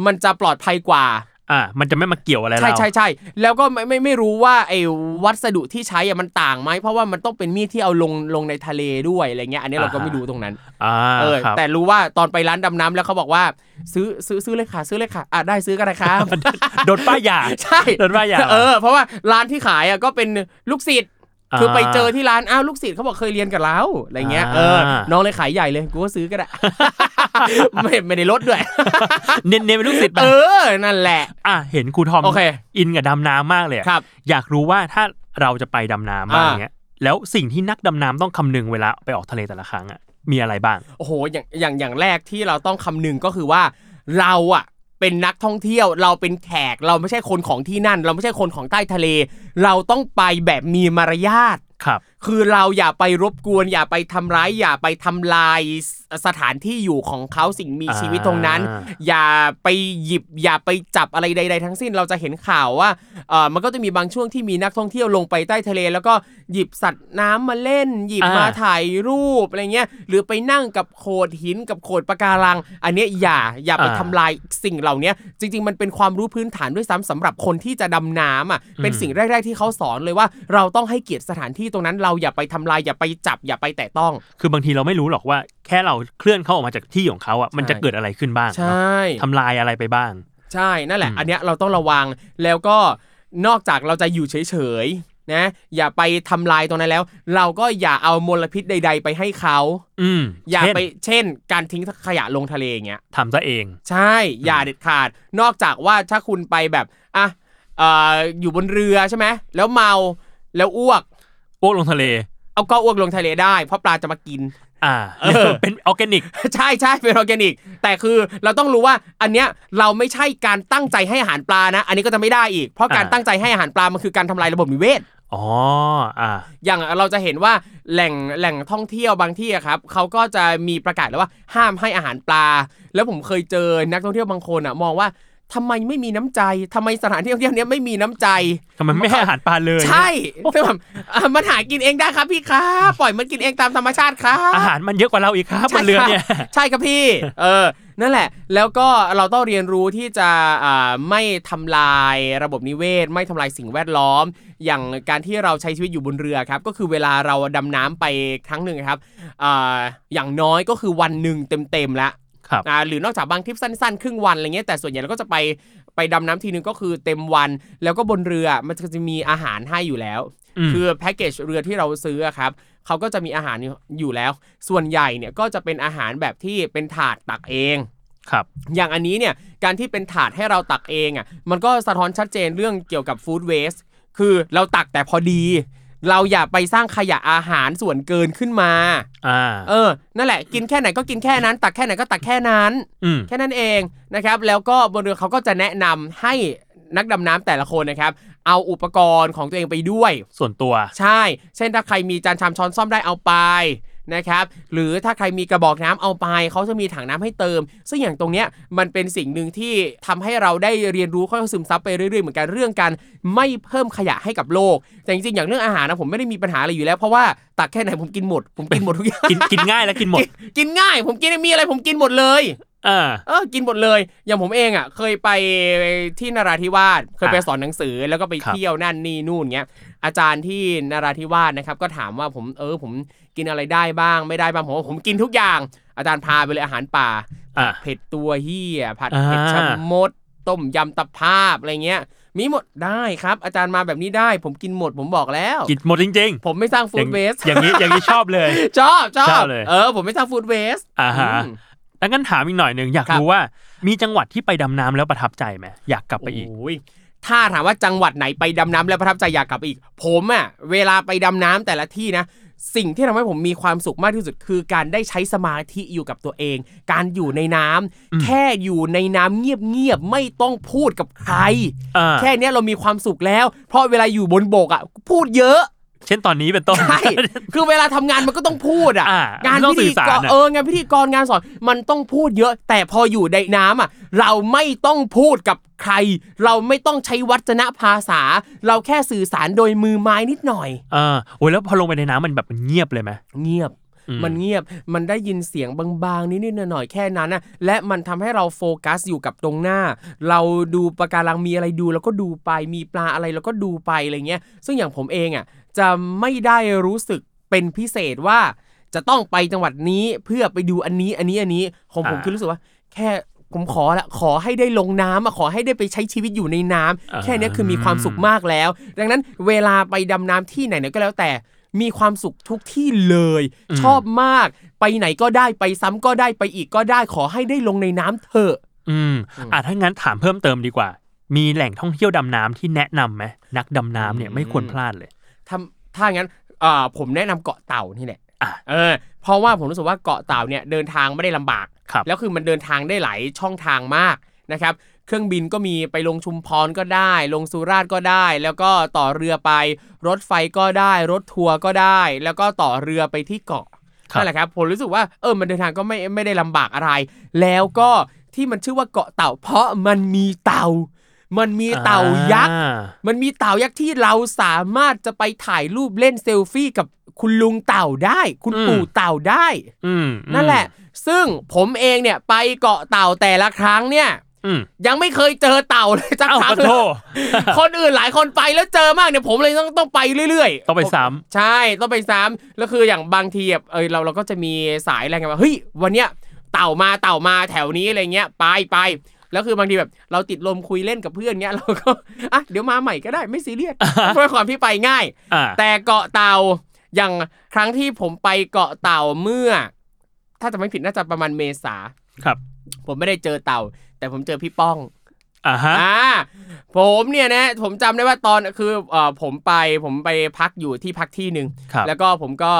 Speaker 1: มันจะปลอดภัยกว่า
Speaker 2: อ่า มันจะไม่มาเกี่ยวอะไรเรา
Speaker 1: ใช่ใช่ใช่แล้วก็ไม่ไม่ไม่รู้ว่าไอ้วัสดุที่ใช้อะมันต่างไหมเพราะว่ามันต้องเป็นมีดที่เอาลงลงในทะเลด้วยอะไรเงี้ยอันนี้เราก็ไม่รู้ตรงนั้น
Speaker 2: อ่า
Speaker 1: เออ
Speaker 2: ครับ
Speaker 1: แต่รู้ว่าตอนไปร้านดำน้ำแล้วเขาบอกว่า ซื้อซื้อซื้อเลยค่ะ ซื้อเลยค่ะอ่ะได้ซื้อกันนะครับ
Speaker 2: โดนป้ายยา
Speaker 1: ใช่
Speaker 2: โดนว่ายาว
Speaker 1: เออเพราะว่าร้านที่ขายอ่ะก็เป็นลูกศิษย์
Speaker 2: า
Speaker 1: คือไปเจอที่ร้านอ้าวลูกศิษย์เขาบอกเคยเรียนกับเราอะไรเงี้ย
Speaker 2: อ่า
Speaker 1: เออน้องเลยขายใหญ่เลยกูก็ซื้อก็ ได้ ไม่ไม่ได้ลดด้วย
Speaker 2: เน้นๆเป็นลูกศิษย์
Speaker 1: เอ
Speaker 2: ป่ะ
Speaker 1: อนั่นแหละ
Speaker 2: อ่ะเห็นครูทอม
Speaker 1: โอเค
Speaker 2: อินกับดำน้ำมากเลยอะ
Speaker 1: ครับ
Speaker 2: อยากรู้ว่าถ้าเราจะไปดำน้ำบ้างเนี้ย แล้วสิ่งที่นักดำน้ำต้องคำนึงเวลาไปออกทะเลแต่ละครั้งอ่ะมีอะไรบ้าง
Speaker 1: โอ้โหอย่างอย่างอย่างแรกที่เราต้องคำนึงก็คือว่าเราอะเป็นนักท่องเที่ยว เราเป็นแขกเราไม่ใช่คนของที่นั่น เราไม่ใช่คนของใต้ทะเล เราต้องไปแบบมีมารยาท
Speaker 2: ครับ
Speaker 1: คือเราอย่าไปรบกวน อย่าไปทำร้าย อย่าไปทำลายสสถานที่อยู่ของเขาสิ่งมี
Speaker 2: อ่า
Speaker 1: ชีวิตตรงนั้น อย่าไปหยิบ อย่าไปจับอะไรใด ๆ ทั้งสิ้นเราจะเห็นข่าวว่าเออมันก็จะมีบางช่วงที่มีนักท่องเที่ยวลงไปใต้ทะเล แล้วก็หยิบสัตว์น้ำมาเล่น หยิบ
Speaker 2: อ่าม
Speaker 1: มาถ่ายรูปอะไรเงี้ยหรือไปนั่งกับโขดหินกับโขดปะการัง อันเนี้ยอย่าอย่าไปทำลายสิ่งเหล่าเนี้ยจริง ๆ มันเป็นความรู้พื้นฐานด้วยซ้ำสำหรับคนที่จะดำน้ำอ่ะเป็นสิ่งแรก ๆ ที่เขาสอนเลยว่า เราต้องให้เกียรติสถานที่ตรงนั้น เราอย่าไปทำลายอย่าไปจับอย่าไปแตะต้อง
Speaker 2: คือบางทีเราไม่รู้หรอกว่า แค่เราเคลื่อนเขาออกมาจากที่ของเขาอ่ะมัน
Speaker 1: ใช่
Speaker 2: จะเกิดอะไรขึ้นบ้าง
Speaker 1: ใช
Speaker 2: เนาะ
Speaker 1: ่
Speaker 2: ทำลายอะไรไปบ้าง
Speaker 1: ใช่นั่นแหละ
Speaker 2: อืม
Speaker 1: อันเนี้ยเราต้องระวังแล้วก็นอกจากเราจะอยู่เฉยๆนะอย่าไปทำลายตรงนั้นแล้ว เราก็อย่าเอามลพิษใด ๆ ไปให้เขา
Speaker 2: อืม
Speaker 1: อย่า
Speaker 2: เช่น
Speaker 1: ไปเช่น การทิ้งขยะลงทะเลอย่างเงี้ย
Speaker 2: ทำซะเอง
Speaker 1: ใช่ อย่าเด็ดขาด นอกจากว่าถ้าคุณไปแบบอ่ะเอ่ออยู่บนเรือใช่ไหมแล้วเมาแล้วอ้วก
Speaker 2: โอ้ลงทะเล
Speaker 1: เอาก็อ้วกลงทะเลได้ เพราะปลาจะมากิน
Speaker 2: อ่า
Speaker 1: เออ
Speaker 2: เป็นออร์แกนิก
Speaker 1: ใช่ใช่เป็นออร์แกนิก แต่คือเราต้องรู้ว่าอันเนี้ยเราไม่ใช่การตั้งใจให้อาหารปลานะ อันนี้ก็จะไม่ได้อีก เพราะการ
Speaker 2: อ่า
Speaker 1: ตั้งใจให้อาหารปลามันคือการทำลายระบบนิเวศ
Speaker 2: อ๋ออ่า
Speaker 1: อย่างเราจะเห็นว่าแหล่งแหล่งท่องเที่ยวบางที่อะครับเขาก็จะมีประกาศแล้วว่าห้ามให้อาหารปลา แล้วผมเคยเจอนักท่องเที่ยวบางคนอะมองว่าทำไมไม่มีน้ำใจทำไมสถานที่ท่องเที่ยวเนี้ยไม่มีน้ำใจ
Speaker 2: ทำไมไม่ให้อาหารปลาเลย
Speaker 1: ใช่ เป็นแบบอ่ะมันหากินเองได้ครับพี่ครับปล่อยมันกินเองตามธรรมชาติครับ
Speaker 2: อาหารมันเยอะกว่าเราอีกครับบนเรือเนี่ย
Speaker 1: ใช่ครับใช่ครับพี่ เออ นั่นแหละ แล้วก็เราต้องเรียนรู้ที่จะอ่าไม่ทำลายระบบนิเวศ ไม่ทำลายสิ่งแวดล้อม อย่างการที่เราใช้ชีวิตอยู่บนเรือครับ ก็คือเวลาเราดำน้ำไปครั้งหนึ่งครับอ่าอย่างน้อยก็คือวันหนึ่งเต็มๆละ
Speaker 2: ครับ
Speaker 1: อ่าหรือนอกจากบางทริปสั้นๆ ครึ่งวันอะไรเงี้ยแต่ส่วนใหญ่เราก็จะไปไปดำน้ำทีนึงก็คือเต็มวัน แล้วก็บนเรือมันจะมีอาหารให้อยู่แล้ว
Speaker 2: อืม
Speaker 1: คือแพ็กเกจเรือที่เราซื้ออะครับเขาก็จะมีอาหารอยู่อยู่แล้ว ส่วนใหญ่เนี่ยก็จะเป็นอาหารแบบที่เป็นถาดตักเอง
Speaker 2: ครับ
Speaker 1: อย่างอันนี้เนี่ยการที่เป็นถาดให้เราตักเองอ่ะมันก็สะท้อนชัดเจนเรื่องเกี่ยวกับฟู้ดเวสคือเราตักแต่พอดี เราอย่าไปสร้างขยะอาหารส่วนเกินขึ้นมา
Speaker 2: อ่า
Speaker 1: เออ นั่นแหละ กินแค่ไหนก็กินแค่นั้น ตักแค่ไหนก็ตักแค่นั้น
Speaker 2: อืม
Speaker 1: แค่นั้นเองนะครับ แล้วก็บนเรือเขาก็จะแนะนำให้นักดำน้ำแต่ละคนนะครับ เอาอุปกรณ์ของตัวเองไปด้วย
Speaker 2: ส่วนตัว
Speaker 1: ใช่ เช่นถ้าใครมีจานชามช้อนซ่อมได้เอาไปนะครับ หรือถ้าใครมีกระบอกน้ำเอาไป เขาจะมีถังน้ำให้เติม ซึ่งอย่างตรงเนี้ยมันเป็นสิ่งหนึ่งที่ทำให้เราได้เรียนรู้ค่อยๆซึมซับไปเรื่อยๆเหมือนกันเรื่องการไม่เพิ่มขยะให้กับโลก แต่จริงๆอย่างเรื่องอาหารนะผมไม่ได้มีปัญหาอะไรอยู่แล้ว เพราะว่าตักแค่ไหนผมกินหมด ผมกินหมดทุกอย่าง
Speaker 2: กินกินง่ายและกินหมด
Speaker 1: กินง่าย ผมกินมีอะไรผมกินหมดเลย
Speaker 2: อ่า
Speaker 1: เออกินหมดเลย อย่างผมเองอ่ะ เคยไปที่นราธิวาสเคยไป
Speaker 2: อ่ะ
Speaker 1: สอนหนังสือแล้วก็ไป
Speaker 2: ครับ
Speaker 1: เที่ยวนั่นนี่นู่นเงี้ยอาจารย์ที่นราธิวาสนะครับ ก็ถามว่าผมเออผมกินอะไรได้บ้างไม่ได้บ้างผมว่าผมกินทุกอย่าง อาจารย์พาไปเลยอาหารป่า
Speaker 2: อ่ะ
Speaker 1: เผ็ดตัวเฮียผัด
Speaker 2: อ่า
Speaker 1: เผ็ดชะมด ต้มยำตับภาพอะไรเงี้ย มีหมดได้ครับ อาจารย์มาแบบนี้ได้ ผมกินหมดผมบอกแล้ว
Speaker 2: กินหมดจริง
Speaker 1: ผมไม่สร้าง
Speaker 2: ๆ
Speaker 1: ฟู
Speaker 2: อย่า
Speaker 1: ด
Speaker 2: ง
Speaker 1: เวส
Speaker 2: อย่างนี้อย่างนี้ชอบเลย
Speaker 1: ชอบชอ
Speaker 2: ชอ
Speaker 1: บบ
Speaker 2: เลย
Speaker 1: เออผมไม่สร้างฟูดเวส
Speaker 2: อ่าฮะแล้วงั้นถามอีกหน่อยหนึ่งอยาก
Speaker 1: ครับ
Speaker 2: รู้ว่า มีจังหวัดที่ไปดำน้ำแล้วประทับใจไหมอยากกลับไปอีก
Speaker 1: โอ้ยถ้าถามว่าจังหวัดไหนไปดำน้ำแล้วประทับใจอยากกลับไปอีก ผมอะเวลาไปดำน้ำแต่ละที่นะ สิ่งที่ทำให้ผมมีความสุขมากที่สุด คือการได้ใช้สมาธิอยู่กับตัวเอง การอยู่ในน้ำแค่อยู่ในน้ำเงียบๆไม่ต้องพูดกับใคร
Speaker 2: อ่า
Speaker 1: แค่เนี้ยเรามีความสุขแล้ว เพราะเวลาอยู่บนบกอะพูดเยอะ
Speaker 2: เช่นตอนนี้เป็นต้น
Speaker 1: ใช่ คือเวลาทำงานมันก็ต้องพูดอ่ะ
Speaker 2: อ่าง
Speaker 1: าน
Speaker 2: ต้อง
Speaker 1: พิธี
Speaker 2: สื่อสาร
Speaker 1: กร
Speaker 2: อะ
Speaker 1: เอองานพิธีกรงานสอนมันต้องพูดเยอะ แต่พออยู่ในน้ำอ่ะ เราไม่ต้องพูดกับใคร เราไม่ต้องใช้วัจนภาษา เราแค่สื่อสารโดยมือไม้นิดหน่อย
Speaker 2: เออโอ้ยแล้วพอลงไปในน้ำมันแบบมันเงียบเลยไหม
Speaker 1: เงียบ
Speaker 2: อืม
Speaker 1: มันเงียบ มันได้ยินเสียงบางๆ นิดๆหน่อยๆแค่นั้นนะและมันทำให้เราโฟกัสอยู่กับตรงหน้า เราดูปะการังมีอะไรดูแล้วก็ดูไป มีปลาอะไรแล้วก็ดูไปอะไรเงี้ย ซึ่งอย่างผมเองอ่ะจะไม่ได้รู้สึกเป็นพิเศษว่า จะต้องไปจังหวัดนี้เพื่อไปดูอันนี้อันนี้อันนี้ของผม
Speaker 2: อ่า
Speaker 1: คือรู้สึกว่า แค่ผมขอละขอให้ได้ลงน้ำอะขอให้ได้ไปใช้ชีวิตอยู่ในน้
Speaker 2: อ่า
Speaker 1: ำแค่เนี้ยคือมีความสุขมากแล้ว ดังนั้นเวลาไปดำน้ำที่ไหนๆก็แล้วแต่ มีความสุขทุกที่เลย
Speaker 2: อืม
Speaker 1: ชอบมาก ไปไหนก็ได้ไปซ้ำก็ได้ไปอีกก็ได้ขอให้ได้ลงในน้ำเถอะ
Speaker 2: อืมอ่ะถ้างั้นถามเพิ่มเติมดีกว่า มีแหล่งท่องเที่ยวดำน้ำที่แนะนำไหมนักดำน้ำเนี่ยไม่ควรพลาดเลย
Speaker 1: ถ้าถ้างั้นเอ่อผมแนะนำเกาะเต่านี่แหละ
Speaker 2: อ่ะ
Speaker 1: เออ เพราะว่าผมรู้สึกว่าเกาะเต่าเนี่ยเดินทางไม่ได้ลำบาก
Speaker 2: ครับ
Speaker 1: แล้วคือมันเดินทางได้หลายช่องทางมากนะครับ เครื่องบินก็มีไปลงชุมพรก็ได้ ลงสุราษฎร์ก็ได้ แล้วก็ต่อเรือไป รถไฟก็ได้ รถทัวร์ก็ได้ แล้วก็ต่อเรือไปที่เกาะ
Speaker 2: ครับ
Speaker 1: นั่นแหละครับผมรู้สึกว่าเออมันเดินทางก็ไม่ไม่ได้ลำบากอะไร แล้วก็ที่มันชื่อว่าเกาะเต่า เพราะมันมีเต่า มันมีเต่ายักษ
Speaker 2: อ่า
Speaker 1: มันมีเต่ายักษ์ที่เราสามารถจะไปถ่ายรูปเล่นเซลฟี่กับคุณลุงเต่าได้ คุณ
Speaker 2: อืม
Speaker 1: ปู่เต่าได้
Speaker 2: อืม
Speaker 1: นั่นแหละ ซึ่งผมเองเนี่ยไปเกาะเต่าแต่ละครั้งเนี่ย
Speaker 2: อืม
Speaker 1: ยังไม่เคยเจอเต่าเลยสัก
Speaker 2: เอ้า
Speaker 1: ครั้
Speaker 2: ข
Speaker 1: ง
Speaker 2: อโทษ
Speaker 1: คนอื่นหลายคนไปแล้วเจอมากเนี่ยผมเลยต้องต้องไปเรื่อยๆ
Speaker 2: ต้องไปซ้ำ
Speaker 1: ใช่ต้องไปซ้ำแล้วคืออย่างบางทีแบบเอยเราเราก็จะมีสายอะไรายงานว่าเฮ้ยวันเนี้ยเต่ามาเต่ามาแถวนี้อะไรเงี้ยไปไปแล้วคือบางทีแบบเราติดลมคุยเล่นกับเพื่อนเงี้ย เราก็อ่ะเดี๋ยวมาใหม่ก็ได้ไม่ซีเรียส เพราะความที่ไปง่าย
Speaker 2: อ่า
Speaker 1: แต่เกาะเต่าอย่างครั้งที่ผมไปเกาะเต่าเมื่อ ถ้าจะไม่ผิดน่าจะประมาณเมษา
Speaker 2: ครับ
Speaker 1: ผมไม่ได้เจอเต่า แต่ผมเจอพี่ป้อง
Speaker 2: อ่าฮะ
Speaker 1: อ่าผมเนี่ยนะผมจำได้ว่าตอนคือเอ่อผมไปผมไปพักอยู่ที่พักที่หนึ่ง
Speaker 2: ครับ
Speaker 1: แล้วก็ผมก็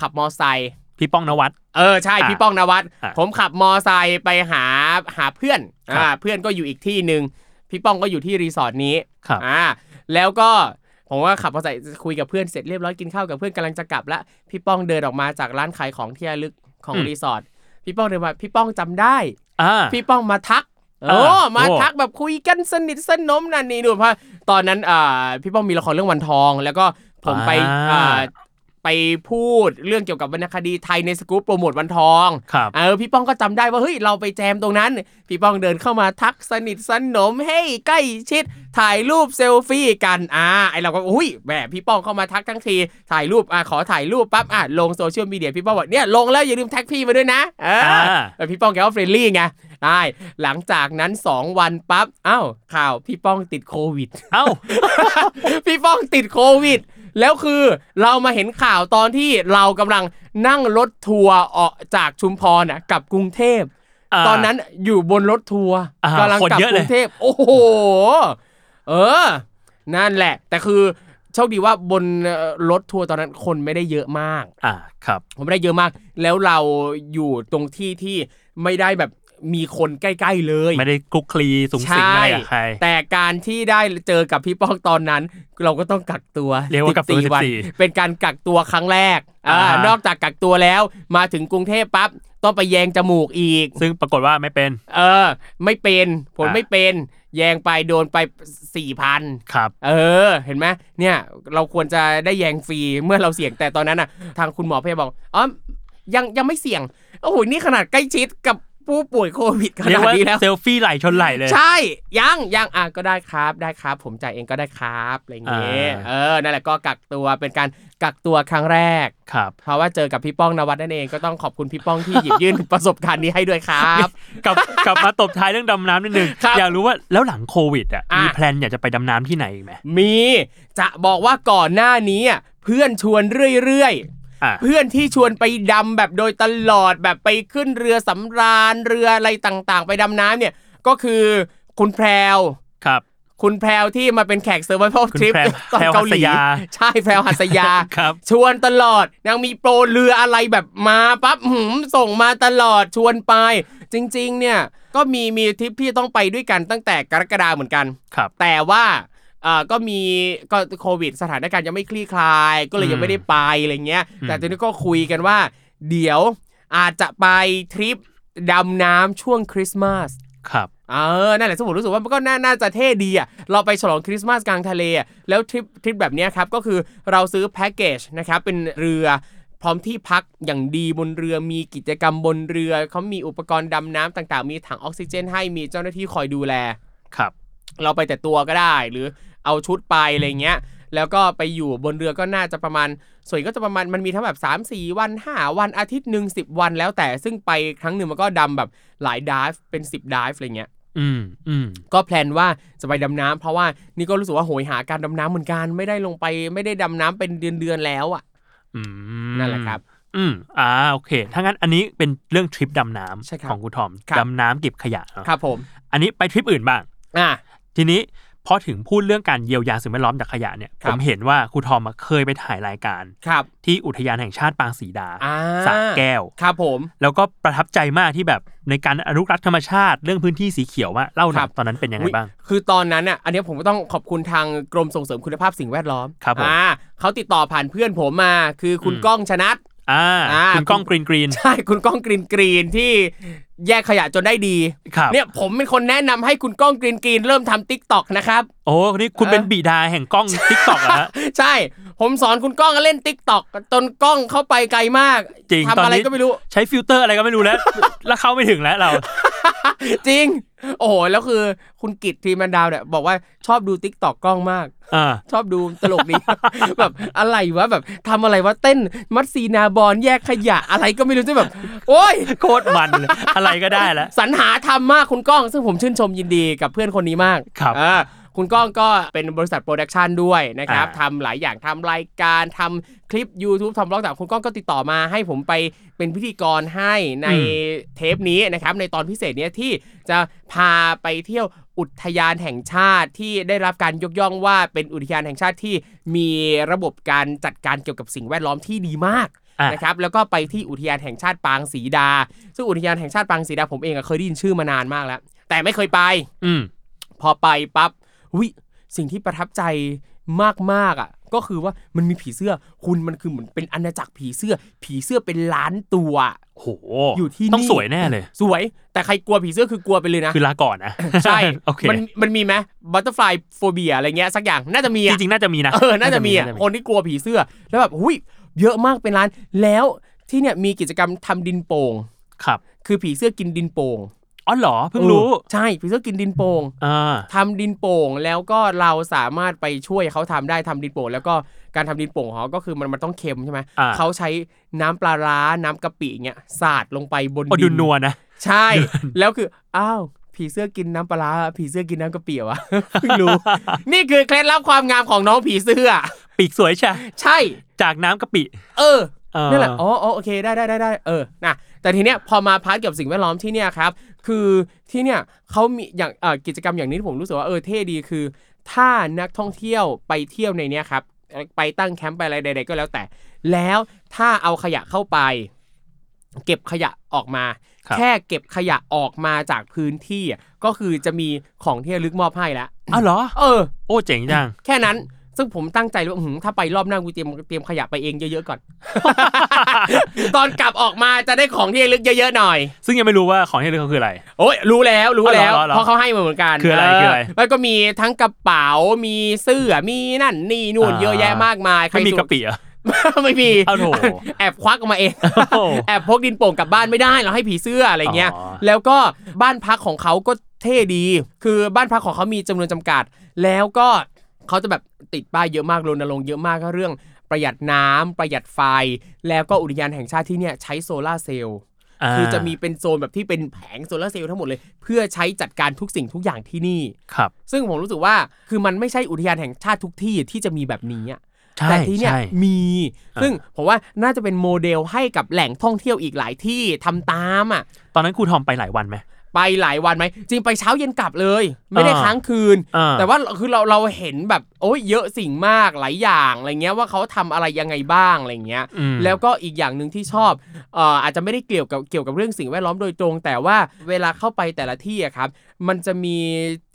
Speaker 1: ขับมอไซค์
Speaker 2: พี่ป้องนวัด
Speaker 1: เออใช่
Speaker 2: อ่ะ
Speaker 1: พี่ป้องนวัด
Speaker 2: อ่ะ
Speaker 1: ผมขับมอไซค์ไปหาหาเพื่อน
Speaker 2: ครับ
Speaker 1: อ่าเพื่อนก็อยู่อีกที่หนึ่งพี่ป้องก็อยู่ที่รีสอร์ทนี้
Speaker 2: ครับ
Speaker 1: อ่าแล้วก็ผมก็ขับมอไซค์คุยกับเพื่อนเสร็จเรียบร้อยกินข้าวกับเพื่อนกำลังจะกลับละพี่ป้องเดินออกมาจากร้านขายของที่ระลึกของรีสอร์ทพี่ป้องเดินมาพี่ป้องจำได้
Speaker 2: อ่า
Speaker 1: พี่ป้องมาทัก
Speaker 2: เอ
Speaker 1: โอ้
Speaker 2: อ
Speaker 1: มา
Speaker 2: โอ้
Speaker 1: ทักแบบคุยกันสนิทสนมนั่นนี่ดูเพราะตอนนั้นอ่าพี่ป้องมีละครเรื่องวันทอง แล้วก็ผมไปอ่าไปพูดเรื่องเกี่ยวกับวรรณคดีไทยในสกู๊ปโปรโมทวันทอง
Speaker 2: ครับ
Speaker 1: เออพี่ป้องก็จำได้ว่าเฮ้ยเราไปแจมตรงนั้น พี่ป้องเดินเข้ามาทักสนิทสนมให้ใกล้ชิดถ่ายรูปเซลฟี่กันอ่าไอเราก็อุ้ยแหมพี่ป้องเข้ามาทักทั้งทีถ่ายรูปอ่ะขอถ่ายรูปปั๊บอ่ะลงโซเชียลมีเดียพี่ป้องบอกเนี่ยลงแล้วอย่าลืมแท็กพี่มาด้วยนะเออ
Speaker 2: อ่า
Speaker 1: แต่พี่ป้องแกก็เฟรนลี่ไงได้หลังจากนั้น 2 วันปั๊บอ้าวข่าวพี่ป้องติดโควิด
Speaker 2: เอ้า
Speaker 1: พี่ป้องติดโควิด แล้วคือเรามาเห็นข่าวตอนที่เรากำลังนั่งรถทัวร์ออกจากชุมพรน่ะกลับกรุงเทพ
Speaker 2: า
Speaker 1: ตอนนั้นอยู่บนรถทัวร์
Speaker 2: อ่าก
Speaker 1: ำลังกลับ
Speaker 2: คนเยอะ
Speaker 1: ก
Speaker 2: เลย
Speaker 1: รุงเทพโอ้โห เออ นั่นแหละ แต่คือ โชคดีว่าบนเอ่อรถทัวร์ตอนนั้นคนไม่ได้เยอะมาก
Speaker 2: อ่าครับ
Speaker 1: ผมไม่ได้เยอะมาก แล้วเราอยู่ตรงที่ที่ไม่ได้แบบมีคนใกล้ ๆ เลย
Speaker 2: ไม่ได้คลุกคลีสูงสิง
Speaker 1: ช่
Speaker 2: อะไรกับใคร
Speaker 1: แต่การที่ได้เจอกับพี่ป้องตอนนั้น เราก็ต้องกักตัว
Speaker 2: เรียกว่ากักตัว
Speaker 1: 14
Speaker 2: 14
Speaker 1: เป็นการกักตัวครั้งแรก
Speaker 2: อ่า
Speaker 1: อ่านอกจากกักตัวแล้วมาถึงกรุงเทพปั๊บต้องไปแยงจมูกอีก
Speaker 2: ซึ่งปรากฏว่าไม่เป็น
Speaker 1: เออ ไม่เป็นผล
Speaker 2: อ่า
Speaker 1: ไม่เป็นแยงไปโดนไปสี่พัน
Speaker 2: ครับ
Speaker 1: เออ เห็นไหมเนี่ย เราควรจะได้แยงฟรีเมื่อเราเสี่ยงแต่ตอนนั้นอ่ะ ทางคุณหมอพยาบาลบอกอ๋อยังยังไม่เสี่ยงโอ้โหนี่ขนาดใกล้ชิดกับผู้ป่วยโควิดข
Speaker 2: เรีย
Speaker 1: นาก ด
Speaker 2: ว่า
Speaker 1: นี้แล้ว
Speaker 2: เซลฟี่ไหลชนไหลเลย
Speaker 1: ใช่ ยังยังอ่ะก็ได้ครับได้ครับ ผมจ่ายเองก็ได้ครับอะไรอย่างเงี้ย
Speaker 2: อ่า
Speaker 1: เออนั่นแหละก็กักตัวเป็นการกักตัวครั้งแรก
Speaker 2: ครับ
Speaker 1: เพราะว่าเจอกับพี่ป้องนวัดนั่นเองก็ต้องขอบคุณพี่ป้องที่หยิบยื่น ประสบการณ์นี้ให้ด้วยครับ
Speaker 2: กลับ กลับมาตบท้ายเรื่องดำน้ำนิดนึง
Speaker 1: ครับ
Speaker 2: อยากรู้ว่าแล้วหลังโควิดอ่ะ
Speaker 1: อ่ะ
Speaker 2: มีแพลนอยากจะไปดำน้ำที่ไหนอีกไหม
Speaker 1: มีจะบอกว่าก่อนหน้านี้อ่ะเพื่อนชวนเรื่อยๆ
Speaker 2: อ่ะ
Speaker 1: เพื่อนที่ชวนไปดำแบบโดยตลอดแบบไปขึ้นเรือสำราญเรืออะไรต่างๆ ไปดำน้ำเนี่ยก็คือคุณแพรว
Speaker 2: ครับ
Speaker 1: คุณแพรวที่มาเป็นแขกเซอร์ไวพล
Speaker 2: คุณ
Speaker 1: ทริป
Speaker 2: แพรว
Speaker 1: ตอน
Speaker 2: แพรว
Speaker 1: เกาหลี
Speaker 2: หัสยา
Speaker 1: ใช่แพรวหัสยา
Speaker 2: ครับ
Speaker 1: ชวนตลอดนางมีโปรเรืออะไรแบบมาปั๊บหืมส่งมาตลอดชวนไป จริง ๆ เนี่ยก็มีมีทริปที่ต้องไปด้วยกันตั้งแต่กรกฎาเหมือนกัน
Speaker 2: ครับ
Speaker 1: แต่ว่าเอ่อก็มีก็โควิดสถานการณ์ยังไม่คลี่คลาย ก็เลย
Speaker 2: อืม
Speaker 1: ยังไม่ได้ไปอะไรเงี้ย
Speaker 2: อืม
Speaker 1: แต่ตอนนี้ก็คุยกันว่า เดี๋ยวอาจจะไปทริปดำน้ำช่วงคริสต์มาส
Speaker 2: ครับ
Speaker 1: เออ นั่นแหละสมมติรู้สึกว่ามันก็น่าน่าจะเท่ดีอ่ะ เราไปฉลองคริสต์มาสกลางทะเลอ่ะแล้วทริปทริปแบบเนี้ยครับ ก็คือเราซื้อแพ็กเกจนะครับ เป็นเรือพร้อมที่พักอย่างดีบนเรือ มีกิจกรรมบนเรือ เขามีอุปกรณ์ดำน้ำต่างๆ มีถังออกซิเจนให้ มีเจ้าหน้าที่คอยดูแล
Speaker 2: ครับ
Speaker 1: เราไปแต่ตัวก็ได้ หรือเอาชุดไปอะไรเงี้ย แล้วก็ไปอยู่บนเรือก็น่าจะประมาณ ส่วนใหญ่ก็จะประมาณมันมีทั้งแบบ3 4 วัน 5 วันอาทิตย์หนึ่ง10 วันแล้วแต่ซึ่งไปครั้งหนึ่งมันก็ดำแบบหลายดิฟเป็น 10ดิฟอะไรเงี้ย
Speaker 2: อืมอืม
Speaker 1: ก็แพลนว่าจะไปดำน้ำเพราะว่านี่ก็รู้สึกว่าโหยหาการดำน้ำเหมือนกันไม่ได้ลงไปไม่ได้ดำน้ำเป็นเดือนๆแล้วอ่ะ
Speaker 2: อืม
Speaker 1: นั่นแหละครับ
Speaker 2: อืมอ่าโอเค ถ้างั้นอันนี้เป็นเรื่องทริปดำน้
Speaker 1: ใช่ครับ
Speaker 2: ำของคุณทอม
Speaker 1: ครับ
Speaker 2: ดำน้ำเก็บขยะเนอะ
Speaker 1: ครับผม
Speaker 2: อันนี้ไปทริปอื่นบ้าง
Speaker 1: อ่ะ
Speaker 2: ทีนี้พอถึงพูดเรื่องการเยียวยาสิ่งแวดล้อมจากขยะเนี่ย
Speaker 1: ค
Speaker 2: ผ
Speaker 1: รับ
Speaker 2: มเห็นว่าครูทอมอะเคยไปถ่ายรายการ
Speaker 1: ครับ
Speaker 2: ที่อุทยานแห่งชาติปางสีดา
Speaker 1: อ่า
Speaker 2: สระแก้ว
Speaker 1: ครับผม
Speaker 2: แล้วก็ประทับใจมากที่แบบในการอนุรักษ์ธรรมชาติเรื่องพื้นที่สีเขียวว่าเล่าหน่
Speaker 1: ครั
Speaker 2: อย
Speaker 1: บ
Speaker 2: ตอนนั้นเป็นยังไงบ้าง
Speaker 1: อุ๊ยคือตอนนั้นอ่ะ อันเนี้ยผมก็ต้องขอบคุณทางกรมส่งเสริมคุณภาพสิ่งแวดล้อม
Speaker 2: ครับผม
Speaker 1: อ่าเขาติดต่อผ่านเพื่อนผมมา คือคุณ
Speaker 2: อืม
Speaker 1: ก้องชนัด
Speaker 2: อ่า
Speaker 1: อ่า
Speaker 2: คุณกล้องกรีนกรีน
Speaker 1: ใช่ คุณก้องกรีนกรีนที่แยกขยะจนได้ดี
Speaker 2: ครับ
Speaker 1: เนี่ยผมเป็นคนแนะนำให้คุณก้องกรีนกรีนเริ่มทำติ๊กต็อกนะครับ
Speaker 2: โอ้นี่คุณเป็นบิดาแห่งกล้องทิกตอกเหรอฮะ
Speaker 1: ใช่ ผมสอนคุณก้องเล่นติ๊กต็อกจนกล้องเข้าไปไกลมาก
Speaker 2: จริง
Speaker 1: ทำ
Speaker 2: ตอน
Speaker 1: อะไร
Speaker 2: นี้
Speaker 1: ก็ไม่รู้
Speaker 2: ใช้ฟิลเตอร์อะไรก็ไม่รู้แล้ว แล้วเข้าไม่ถึงแล้วเรา
Speaker 1: จริง โอ้โห แล้วคือคุณกิตทีมันดาวเนี่ยบอกว่าชอบดูติ๊กต็อกกล้องมาก
Speaker 2: อ่า
Speaker 1: ชอบดูตลกดี แบบอะไรวะแบบทำอะไรวะเต้นมัดซีนาบอลแยกขยะอะไรก็ไม่รู้ที่แบบ โอ้ย
Speaker 2: โคตรมันเลยอะไรก็ได้แล้ว
Speaker 1: สรรหาทำมากคุณก้อง ซึ่งผมชื่นชมยินดีกับเพื่อนคนนี้มาก
Speaker 2: ครับ
Speaker 1: เออคุณก้องก็เป็นบริษัทโปรดักชันด้วยนะครับ
Speaker 2: อ่า
Speaker 1: ทำหลายอย่างทำรายการทำคลิป YouTube ทำบล็อกต่างคุณก้องก็ติดต่อมาให้ผมไปเป็นพิธีกรให้ในเทปนี้นะครับ ในตอนพิเศษเนี้ยที่จะพาไปเที่ยวอุทยานแห่งชาติที่ได้รับการยกย่องว่าเป็นอุทยานแห่งชาติที่มีระบบการจัดการเกี่ยวกับสิ่งแวดล้อมที่ดีมาก
Speaker 2: อ่ะ
Speaker 1: นะครับแล้วก็ไปที่อุทยานแห่งชาติปางศรีดา ซึ่งอุทยานแห่งชาติปางศรีดาผมเองอะเคยได้ยินชื่อมานานมากแล้ว แต่ไม่เคยไป
Speaker 2: อืม
Speaker 1: พอไปปั๊บวิสิ่งที่ประทับใจมากๆอ่ะ ก็คือว่ามันมีผีเสื้อคุณมันคือเหมือนเป็นอาณาจักรผีเสื้อ ผีเสื้อเป็นล้านตัว
Speaker 2: โห
Speaker 1: อยู่ที่
Speaker 2: ต้อง
Speaker 1: นี่
Speaker 2: สวยแน่เลย
Speaker 1: สวย แต่ใครกลัวผีเสื้อคือกลัวไปเลยนะ
Speaker 2: คือลาก่อนนะ
Speaker 1: ใช่
Speaker 2: โอเค
Speaker 1: มันมันมีไหมบัตเตอร์ฟลายโฟเบียอะไรเงี้ยสักอย่างน่าจะมี
Speaker 2: จ
Speaker 1: อะ
Speaker 2: ริงๆ น่าจะมีนะ
Speaker 1: เออ น่าจะมีอ่ะ
Speaker 2: น่า
Speaker 1: คนที่กลัวผีเสื้อ แล้วแบบหุยเยอะมากเป็นร้าน แล้วที่เนี่ยมีกิจกรรมทำดินโป่ง
Speaker 2: ครับ
Speaker 1: คือผีเสื้อกินดินโป่ง
Speaker 2: อ๋อเหรอเพิ่ง
Speaker 1: เอ
Speaker 2: รู้
Speaker 1: อใช่ ผีเสื้อกินดินโป่ง
Speaker 2: อ่า
Speaker 1: ทำดินโป่ง แล้วก็เราสามารถไปช่วยเขาทำได้ทำดินโป่ง แล้วก็การทำดินโป่งของเขาก็คือมันมันต้องเค็มใช่ไหม
Speaker 2: อ่า
Speaker 1: เขาใช้น้ำปลาร้า น้ำกะปิเงี้ย สาดลงไปบน
Speaker 2: โอ
Speaker 1: ดิ
Speaker 2: ดูนัวนะ
Speaker 1: ใช่ แล้วคือ อ้าว ผีเสื้อกินน้ำปลาร้า ผีเสื้อกินน้ำกะปิเหรอวะ เพิ่ง รู้ นี่คือเคล็ดลับความงามของน้องผีเสื้อ
Speaker 2: ปีกสวยใช่
Speaker 1: ใช่
Speaker 2: จากน้ำกะปิ
Speaker 1: เออ
Speaker 2: เออ
Speaker 1: นั่นแหละ อ๋ออ๋อโอเค ได้ได้ได้ได้เออ นะ แต่ทีเนี้ย พอมาพาร์ทเกี่ยวกับสิ่งแวดล้อมที่เนี่ยครับ คือที่เนี่ยเขามี อย่างเอ่อกิจกรรมอย่างนี้ที่ผมรู้สึกว่า เออ เท่ดีคือ ถ้านักท่องเที่ยวไปเที่ยวในเนี้ยครับ ไปตั้งแคมป์ไปอะไรใดๆก็แล้วแต่ แล้วถ้าเอาขยะเข้าไป เก็บขยะออกมา
Speaker 2: ครับ
Speaker 1: แค่เก็บขยะออกมาจากพื้นที่อะก็คือจะมีของที่ระลึกมอบให้แล้ว
Speaker 2: อ้าวเหรอ
Speaker 1: เออ
Speaker 2: โอ้เจ๋ง จัง
Speaker 1: แค่นั้น ซึ่งผมตั้งใจเลยว่าอื้อหือถ้าไปรอบหน้ากูเตรียมเตรียมขยะไปเองเยอะๆก่อน ตอนกลับออกมาจะได้ของที่ระลึกเยอะๆหน่อย
Speaker 2: ซึ่งยังไม่รู้ว่าของที่ระลึกเขาคืออะไร
Speaker 1: โอ้ยรู้แล้วรู้แล้ว
Speaker 2: อ๋อเหรอเหรอ
Speaker 1: เพราะเขาให้มาเหมือนกัน
Speaker 2: คืออะไร
Speaker 1: เ
Speaker 2: คืออะไร
Speaker 1: แล้วก็มีทั้งกระเป๋ามีเสื้อมีนั่นนี่นู่นเยอะแยะมากมายใคร
Speaker 2: ไม่มี
Speaker 1: สู
Speaker 2: กะปิเหรอ่ะ
Speaker 1: ไม่มี
Speaker 2: อ้าวโถ
Speaker 1: แอบควักออกมาเอง
Speaker 2: โอ้
Speaker 1: แอบพกดินโป่งกลับบ้านไม่ได้เราให้ผีเสื้ออะไรเงี้ย
Speaker 2: อ๋อ
Speaker 1: แล้วก็บ้านพักของเขาก็เท่ดี คือบ้านพักของเขามีจำนวนจำกัด แล้วก็เขาจะแบบติดป้ายเยอะมากรณรงค์เยอะมากก็เรื่อง ประหยัดน้ำประหยัดไฟ แล้วก็อุทยานแห่งชาติที่เนี่ยใช้โซลาร์เซลล์ คือจะมีเป็นโซนแบบที่เป็นแผงโซลาร์เซลล์ทั้งหมดเลย เพื่อใช้จัดการทุกสิ่งทุกอย่างที่นี่
Speaker 2: ครับ
Speaker 1: ซึ่งผมรู้สึกว่าคือมันไม่ใช่อุทยานแห่งชาติทุกที่ที่จะมีแบบนี้อะ
Speaker 2: ใช่
Speaker 1: แต่ที่เนี่ย
Speaker 2: ใช่
Speaker 1: มี
Speaker 2: อ่า
Speaker 1: ซึ่งผมว่าน่าจะเป็นโมเดลให้กับแหล่งท่องเที่ยวอีกหลายที่ทำตามอ่ะ
Speaker 2: ตอนนั้นครูทอมไปหลายวันไหม
Speaker 1: ไปหลายวันไหมจริงไปเช้าเย็นกลับเลย ไม่ได้
Speaker 2: อ่า
Speaker 1: ค้างคืน
Speaker 2: อ่า
Speaker 1: แต่ว่าคือเราเราเห็นแบบโอ้ยเยอะสิ่งมากหลายอย่างอะไรเงี้ยว่าเขาทำอะไรยังไงบ้างอะไรเงี้ย
Speaker 2: อืม
Speaker 1: แล้วก็อีกอย่างหนึ่งที่ชอบเอ่ออาจจะไม่ได้เกี่ยวกับเกี่ยวกับเรื่องสิ่งแวดล้อมโดยตรง แต่ว่าเวลาเข้าไปแต่ละที่อะครับ มันจะมี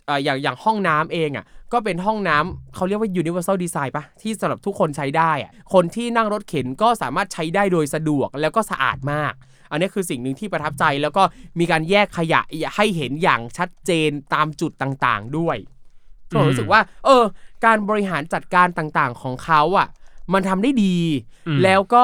Speaker 1: เอ่ออย่างอย่างห้องน้ำเองอ่ะก็เป็นห้องน้ำเขาเรียกว่า universal design ปะที่สำหรับทุกคนใช้ได้อะคนที่นั่งรถเข็นก็สามารถใช้ได้โดยสะดวกแล้วก็สะอาดมาก อันนี้คือสิ่งหนึ่งที่ประทับใจแล้วก็มีการแยกขยะให้เห็นอย่างชัดเจนตามจุดต่างๆ ด้วยก็ผมรู้สึกว่า เออ การบริหารจัดการต่างๆของเขาอ่ะ มันทำได้ดี
Speaker 2: อืม
Speaker 1: แล้วก็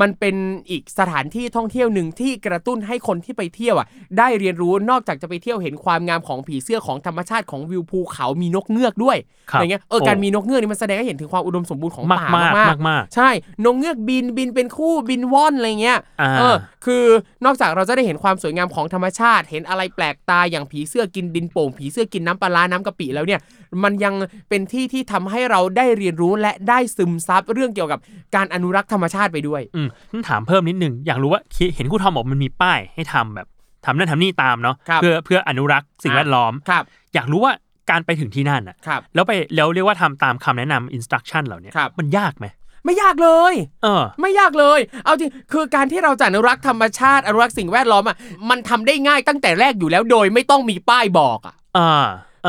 Speaker 1: มันเป็นอีกสถานที่ท่องเที่ยวหนึ่งที่กระตุ้นให้คนที่ไปเที่ยวอ่ะ ได้เรียนรู้นอกจากจะไปเที่ยวเห็นความงามของผีเสื้อของธรรมชาติของวิวภูเขามีนกเงือกด้วย
Speaker 2: คบ
Speaker 1: อะไรเงี้ยเออการมีนกเงือกนี่มันแสดงให้เห็นถึงความอุดมสมบูรณ์ของ
Speaker 2: มา
Speaker 1: ป่าม
Speaker 2: กาก
Speaker 1: มาก
Speaker 2: มากมาก
Speaker 1: ๆใช่นกเงือกบินบินเป็นคู่บินว่อนอะไรเงี้ย
Speaker 2: อ่า
Speaker 1: เออ คือนอกจากเราจะได้เห็นความสวยงามของธรรมชาติ เห็นอะไรแปลกตาอย่างผีเสื้อกินดินโป่ง ผีเสื้อกินน้ำปลาร้าน้ำกะปิแล้วเนี่ย มันยังเป็นที่ที่ทำให้เราได้เรียนรู้และได้ซึมซับเรื่องเกี่ยวกับการอนุรักษ์ธรรมชาติไปด้วย
Speaker 2: อืมงั้นถามเพิ่มนิดนึง อยากรู้ว่าเขียเห็นครูทอมบอกมันมีป้ายให้ทำแบบทำนั่นทำนี่ตามเนาะ
Speaker 1: ครับ
Speaker 2: เพื่อเพื่ออนุรักษ์สิ่ง
Speaker 1: อ่ะ
Speaker 2: แวดล้อม
Speaker 1: ครับ
Speaker 2: อยากรู้ว่าการไปถึงที่นั่นอ่ะ
Speaker 1: ครับ
Speaker 2: แล้วไปแล้วเรียกว่าทำตามคำแนะนำอินสต u c ชั่นเหล่าเนี้ย
Speaker 1: ครับ
Speaker 2: มันยากไหม
Speaker 1: ไม่ยากเลย
Speaker 2: เออ
Speaker 1: ไม่ยากเลย เอาจริง คือการที่เราจะอนุรักษ์ธรรมชาติ อนุรักษ์สิ่งแวดล้อมอ่ะ มันทำได้ง่ายตั้งแต่แรกอยู่แล้วโดยไม่ต้องมีป้ายบอกอ่ะ
Speaker 2: อ่า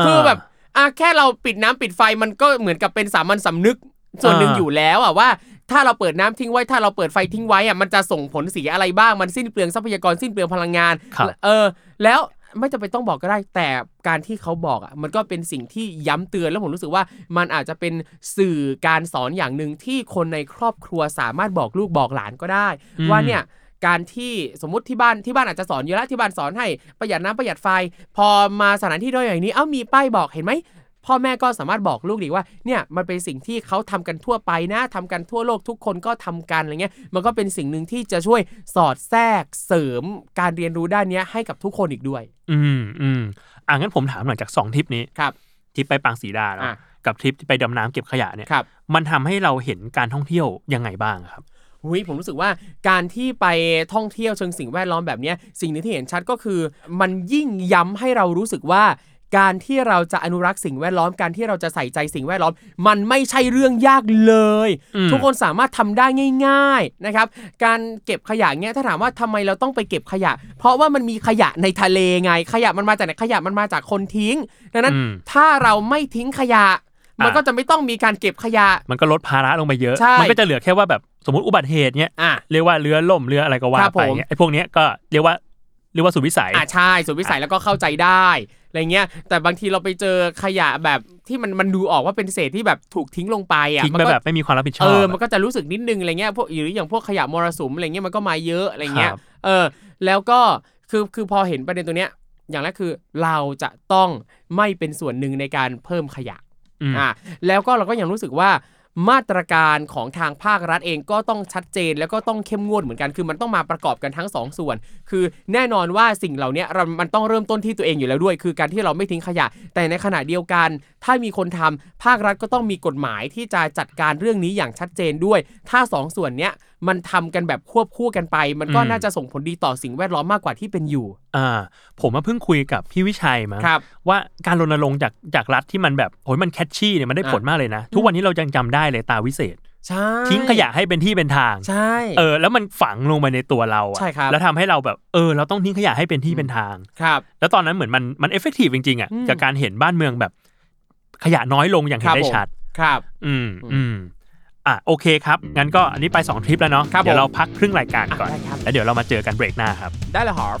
Speaker 2: า
Speaker 1: คือแบบอ่ะแค่เราปิดน้ำปิดไฟมันก็เหมือนกับเป็นสามัญสำนึกส่วนหนึ่ง
Speaker 2: อ่า
Speaker 1: อยู่แล้วอ่ะว่า ถ้าเราเปิดน้ำทิ้งไว้ถ้าเราเปิดไฟทิ้งไว้อ่ะมันจะส่งผลเสียอะไรบ้างมันสิ้นเปลืองทรัพยากรสิ้นเปลืองพลังงาน
Speaker 2: ครับ
Speaker 1: เออ แล้วไม่จำเป็นต้องบอกก็ได้ แต่การที่เขาบอกอ่ะมันก็เป็นสิ่งที่ย้ำเตือนแล้วผมรู้สึกว่ามันอาจจะเป็นสื่อการสอนอย่างหนึ่งที่คนในครอบครัวสามารถบอกลูกบอกหลานก็ได้
Speaker 2: อืม
Speaker 1: ว่าเนี่ยการที่สมมติที่บ้านที่บ้านอาจจะสอนเยอะแล้วที่บ้านสอนให้ประหยัดน้ำประหยัดไฟ พอมาสถานที่ด้อยอย่างนี้เอ้ามีป้ายบอกเห็นไหมพ่อแม่ก็สามารถบอกลูกดีว่าเนี่ยมันเป็นสิ่งที่เขาทำกันทั่วไปนะทำกันทั่วโลกทุกคนก็ทำกันอะไรเงี้ยมันก็เป็นสิ่งหนึ่งที่จะช่วยสอดแทรกเสริมการเรียนรู้ด้านเนี้ยให้กับทุกคนอีกด้วย
Speaker 2: อืมอืมอ่ะงั้นผมถามหน่อยจากสองทริปนี้
Speaker 1: ครับ
Speaker 2: ทริปไปปางสีดา
Speaker 1: อ่ะ
Speaker 2: เนาะกับทริปที่ไปดำน้ำเก็บขยะเนี่ย
Speaker 1: ครับ
Speaker 2: มันทำให้เราเห็นการท่องเที่ยวยังไงบ้างครับ
Speaker 1: หุยผมรู้สึกว่าการที่ไปท่องเที่ยวเชิงสิ่งแวดล้อมแบบเนี้ยสิ่งหนึ่งที่เห็นชัดก็คือ มันยิ่งย้ำให้เรารู้สึกว่า การที่เราจะอนุรักษ์สิ่งแวดล้อมการที่เราจะใส่ใจสิ่งแวดล้อม มันไม่ใช่เรื่องยากเลย
Speaker 2: อืม
Speaker 1: ทุกคนสามารถทำได้ง่าย ๆนะครับ การเก็บขยะเนี้ยถ้าถามว่าทำไมเราต้องไปเก็บขยะ เพราะว่ามันมีขยะในทะเลไง ขยะมันมาจากไหนขยะมันมาจากคนทิ้ง ดังนั้น
Speaker 2: อืม
Speaker 1: ถ้าเราไม่ทิ้งขยะ มัน
Speaker 2: อ่ะ
Speaker 1: ก็จะไม่ต้องมีการเก็บขยะ
Speaker 2: มันก็ลดภาระลงไปเยอะ
Speaker 1: ใช่
Speaker 2: มัก็จะเหลือแค่ว่าแบบสมมติอุบัติเหตุเนี่ย
Speaker 1: อ่ะ
Speaker 2: เรียกว่าเรือล่มเรืออะไรก็ว่า
Speaker 1: ครับ
Speaker 2: ไป
Speaker 1: ผม
Speaker 2: เนี่ยไอ้พวกเนี้ยก็เรียกว่าเรียกว่าสุดวิสัย
Speaker 1: อ่าใช่ส่วนวิสัยแล้วก็เข้าใจได้อะไรเงี้ยแต่บางทีเราไปเจอขยะแบบที่มันมันดูออกว่าเป็นเศษที่แบบถูกทิ้งลงไปอ่ะ
Speaker 2: ทิ้ง
Speaker 1: มั
Speaker 2: ไป
Speaker 1: ก็
Speaker 2: แบบไม่มีความรับผิดช
Speaker 1: เอ
Speaker 2: อบ
Speaker 1: อมันก็จะรู้สึกนิดนึงอะไรเงี้ยพวกหรืออย่างพวกขยะมรสุมอะไรเงี้ยมันก็มาเยอะอะไรเงี้ย
Speaker 2: ครับ
Speaker 1: เออแล้วก็คือคือพอเห็นประเด็นตัวเนี้ยอย่างแรกคือเราจะต้องไม่เป็นส่วนหนึ่งในการเพิ่มขยะ
Speaker 2: ม
Speaker 1: อ่ะแล้วก็เราก็ยังรู้สึกว่ามาตรการของทางภาครัฐเองก็ต้องชัดเจนแล้วก็ต้องเข้มงวดเหมือนกันคือมันต้องมาประกอบกันทั้งสองส่วน คือแน่นอนว่าสิ่งเหล่าเนี้ยเรามันต้องเริ่มต้นที่ตัวเองอยู่แล้วด้วย คือการที่เราไม่ทิ้งขยะ แต่ในขณะเดียวกัน ถ้ามีคนทำภาครัฐก็ต้องมีกฎหมายที่จะจัดการเรื่องนี้อย่างชัดเจนด้วย ถ้าสองส่วนเนี้ย มันทำกันแบบควบคู่กันไป มันก็
Speaker 2: อืม
Speaker 1: น่าจะส่งผลดีต่อสิ่งแวดล้อมมากกว่าที่เป็นอยู่
Speaker 2: อ่าผมมาเพิ่งคุยกับพี่วิชัยมา
Speaker 1: ครับ
Speaker 2: ว่าการรณรงค์จากจากรัฐที่มันแบบโอ้ยมันแคชชี่เนี่ยมันได้ผล
Speaker 1: อ่ะ
Speaker 2: มากเลยนะ ทุกวันนี้เรายังจำได้เลยตาวิเศษ
Speaker 1: ใช่
Speaker 2: ทิ้งขยะให้เป็นที่เป็นทาง
Speaker 1: ใช่
Speaker 2: เออแล้วมันฝังลงไปในตัวเราอะ
Speaker 1: ใช่ครับ
Speaker 2: แล้วทำให้เราแบบเออเราต้องทิ้งขยะให้เป็นที่เป็นทาง
Speaker 1: ครับ
Speaker 2: แล้วตอนนั้นเหมือนมันมันเอฟเฟกตีฟจริงๆอ่ะ
Speaker 1: อืม
Speaker 2: กับการเห็นบ้านเมืองแบบ ขยะน้อยลงอย่าง
Speaker 1: ค
Speaker 2: เห็
Speaker 1: รั
Speaker 2: นได้
Speaker 1: ผม
Speaker 2: ชัด
Speaker 1: ครับ
Speaker 2: อืมอืมอ่ะโอเคครับ งั้นก็อันนี้ไป 2 ทริปแล้วเนาะ
Speaker 1: ครับผม
Speaker 2: เดี๋ยวเราพักครึ่งรายการก่อน
Speaker 1: อ่ะได้ครับ
Speaker 2: แล้วเดี๋ยวเรามาเจอกันเบรกหน้าครับ
Speaker 1: ได้เลยฮอฟ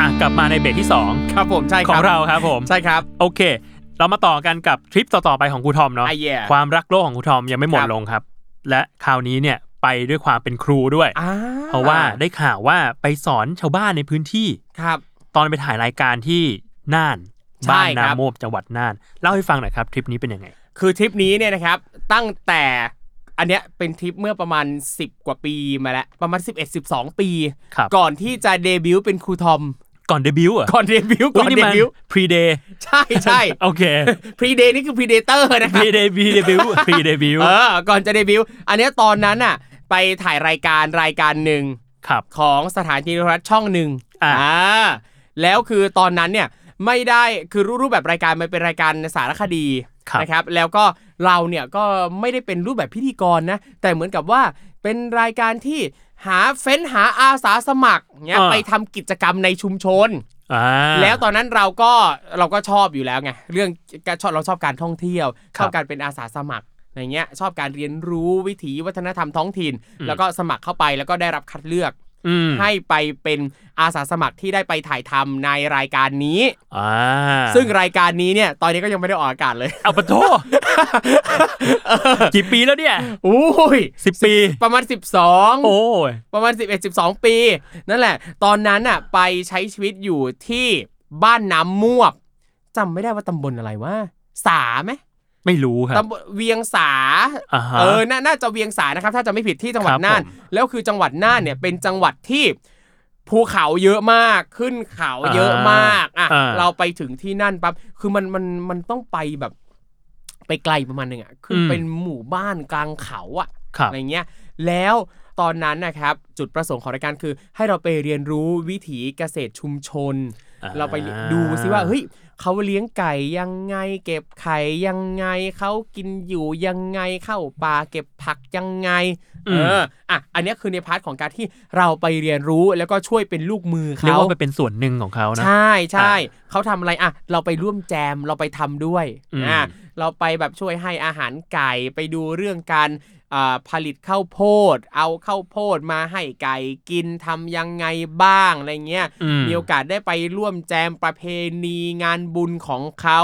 Speaker 2: อ่ะกลับมาในเบรกที่ 2
Speaker 1: ครับผมใช่ค
Speaker 2: ข
Speaker 1: บ
Speaker 2: องเราครับผม
Speaker 1: ใช่ครับ
Speaker 2: โอเค เรามาต่อกันกับทริปต่อๆไปของครูทอมเนาะ
Speaker 1: อ่ะ yeah
Speaker 2: ความรักโลกของครูทอมยังไม่หม
Speaker 1: ค
Speaker 2: ด
Speaker 1: รับ
Speaker 2: ลงครับ และคราวนี้เนี่ยไปด้วยความเป็นครูด้วย
Speaker 1: อ่า
Speaker 2: เพราะว่าได้ข่าวว่าไปสอนชาวบ้านในพื้นที่
Speaker 1: ครับ
Speaker 2: ตอนไปถ่ายรายการที่น่าน
Speaker 1: ใช่
Speaker 2: บ้าน
Speaker 1: ค
Speaker 2: นา
Speaker 1: รับ
Speaker 2: โมบจังหวัดน่านเล่าให้ฟังหน่อยครับทริปนี้เป็นยังไง
Speaker 1: คือทริปนี้เนี่ยนะครับตั้งแต่อันเนี้ยเป็นทริปเมื่อประมาณ 10 กว่าปีมาแล้ว ประมาณ 11 12 ปี
Speaker 2: ครับ
Speaker 1: ก่อนที่จะเดบิวต์เป็นครูทอม
Speaker 2: ก่อนเดบิวต์เหรอ่ะ
Speaker 1: ก่อนเดบิวต์ก่อนเดบิวต์
Speaker 2: พรีเดย์
Speaker 1: ใช่ใช่
Speaker 2: โอเค
Speaker 1: พรีเดย์นี่คือพรีเดเตอร์นะค
Speaker 2: พ
Speaker 1: รับ
Speaker 2: รีเดบิวต์ พรีเดบิวต์
Speaker 1: เออ ก่อนจะเดบิวต์อันเนี้ยตอนนั้นน่ะไปถ่ายรายการรายการหนึ่ง
Speaker 2: ครับ
Speaker 1: ของสถานีโทรทัศน์ช่องหนึ่ง
Speaker 2: อ่า
Speaker 1: แล้วคือตอนนั้นเนี่ยไม่ได้คือรูรูปแบบรายการมันเป็นรายการสารคดีนะครับ แล้วก็เราเนี่ยก็ไม่ได้เป็นรูปแบบพิธีกรนะ แต่เหมือนกับว่าเป็นรายการที่หาเฟ้นหาอาสาสมัครเนี่ยไปทำกิจกรรมในชุมชน
Speaker 2: อ่า
Speaker 1: แล้วตอนนั้นเราก็เราก็ชอบอยู่แล้วไงเรื่องการชอบเราชอบการท่องเที่ยว
Speaker 2: ค
Speaker 1: ช
Speaker 2: รับ
Speaker 1: อบการเป็นอาสาสมัครอะไรเงี้ยชอบการเรียนรู้วิถีวัฒนธรรมท้องถิ่น
Speaker 2: อืม
Speaker 1: แล้วก็สมัครเข้าไปแล้วก็ได้รับคัดเลือก
Speaker 2: อืม
Speaker 1: ให้ไปเป็นอาสาสมัครที่ได้ไปถ่ายทำในรายการนี้
Speaker 2: อ่า
Speaker 1: ซึ่งรายการนี้เนี่ยตอนนี้ก็ยังไม่ได้ออกอากาศเลย
Speaker 2: เอา ปะโทกี่ปีแล้วเนี่ย
Speaker 1: อุ้ย
Speaker 2: สิบปี
Speaker 1: ประมาณ 12
Speaker 2: โอ้ย
Speaker 1: ประมาณ 11 12 ปี นั่นแหละ ตอนนั้นน่ะไปใช้ชีวิตอยู่ที่บ้านน้ำมวบจำไม่ได้ว่าตำบลอะไรว่า สาไหม
Speaker 2: ไม่รู้ครับ
Speaker 1: ตำบลเวียงสา
Speaker 2: อ่าฮะ
Speaker 1: เออนาน่าจะเวียงสานะครับ ถ้าจะไม่ผิดที่จังหวัด
Speaker 2: ครับ
Speaker 1: น่าน
Speaker 2: ผม
Speaker 1: แล้วคือจังหวัดน่านเนี่ยเป็นจังหวัดที่ภูเขาเยอะมากขึ้นเขาเยอะมากอ่ะ
Speaker 2: อ่า
Speaker 1: เราไปถึงที่นั่นปั๊บคือมันมันมันต้องไปแบบ ไปไกลประมาณหนึ่งอ่ะคืออ
Speaker 2: ม
Speaker 1: เป็นหมู่บ้านกลางเขาอ่ะ
Speaker 2: ครับ
Speaker 1: อะไรเงี้ย แล้วตอนนั้นนะครับจุดประสงค์ของรายการคือ ให้เราไปเรียนรู้วิถีเกษตรชุมชน
Speaker 2: อ่า
Speaker 1: เราไปดูซิว่าเฮ้ยเขาเลี้ยงไก่ยังไง เก็บไข่ยังไงเขากินอยู่ยังไงเข้าป่าเก็บผักยังไงเอออ่ะอันเนี้ยคือในพาร์ทของการที่เราไปเรียนรู้แล้วก็ช่วยเป็นลูกมือ
Speaker 2: เรียก
Speaker 1: เขา
Speaker 2: ว่าไปเป็นส่วนหนึ่งของเขานะ
Speaker 1: ใช่ใช่เขาทำอะไรอ่ะเราไปร่วมแจมเราไปทำด้วย
Speaker 2: อืม
Speaker 1: อ่ะเราไปแบบช่วยให้อาหารไก่ไปดูเรื่องการ อ่าผลิตข้าวโพด เอาข้าวโพดมาให้ไก่กินทำยังไงบ้างอะไรเงี้ย
Speaker 2: อืม
Speaker 1: มีโอกาสได้ไปร่วมแจมประเพณีงานบุญของเขา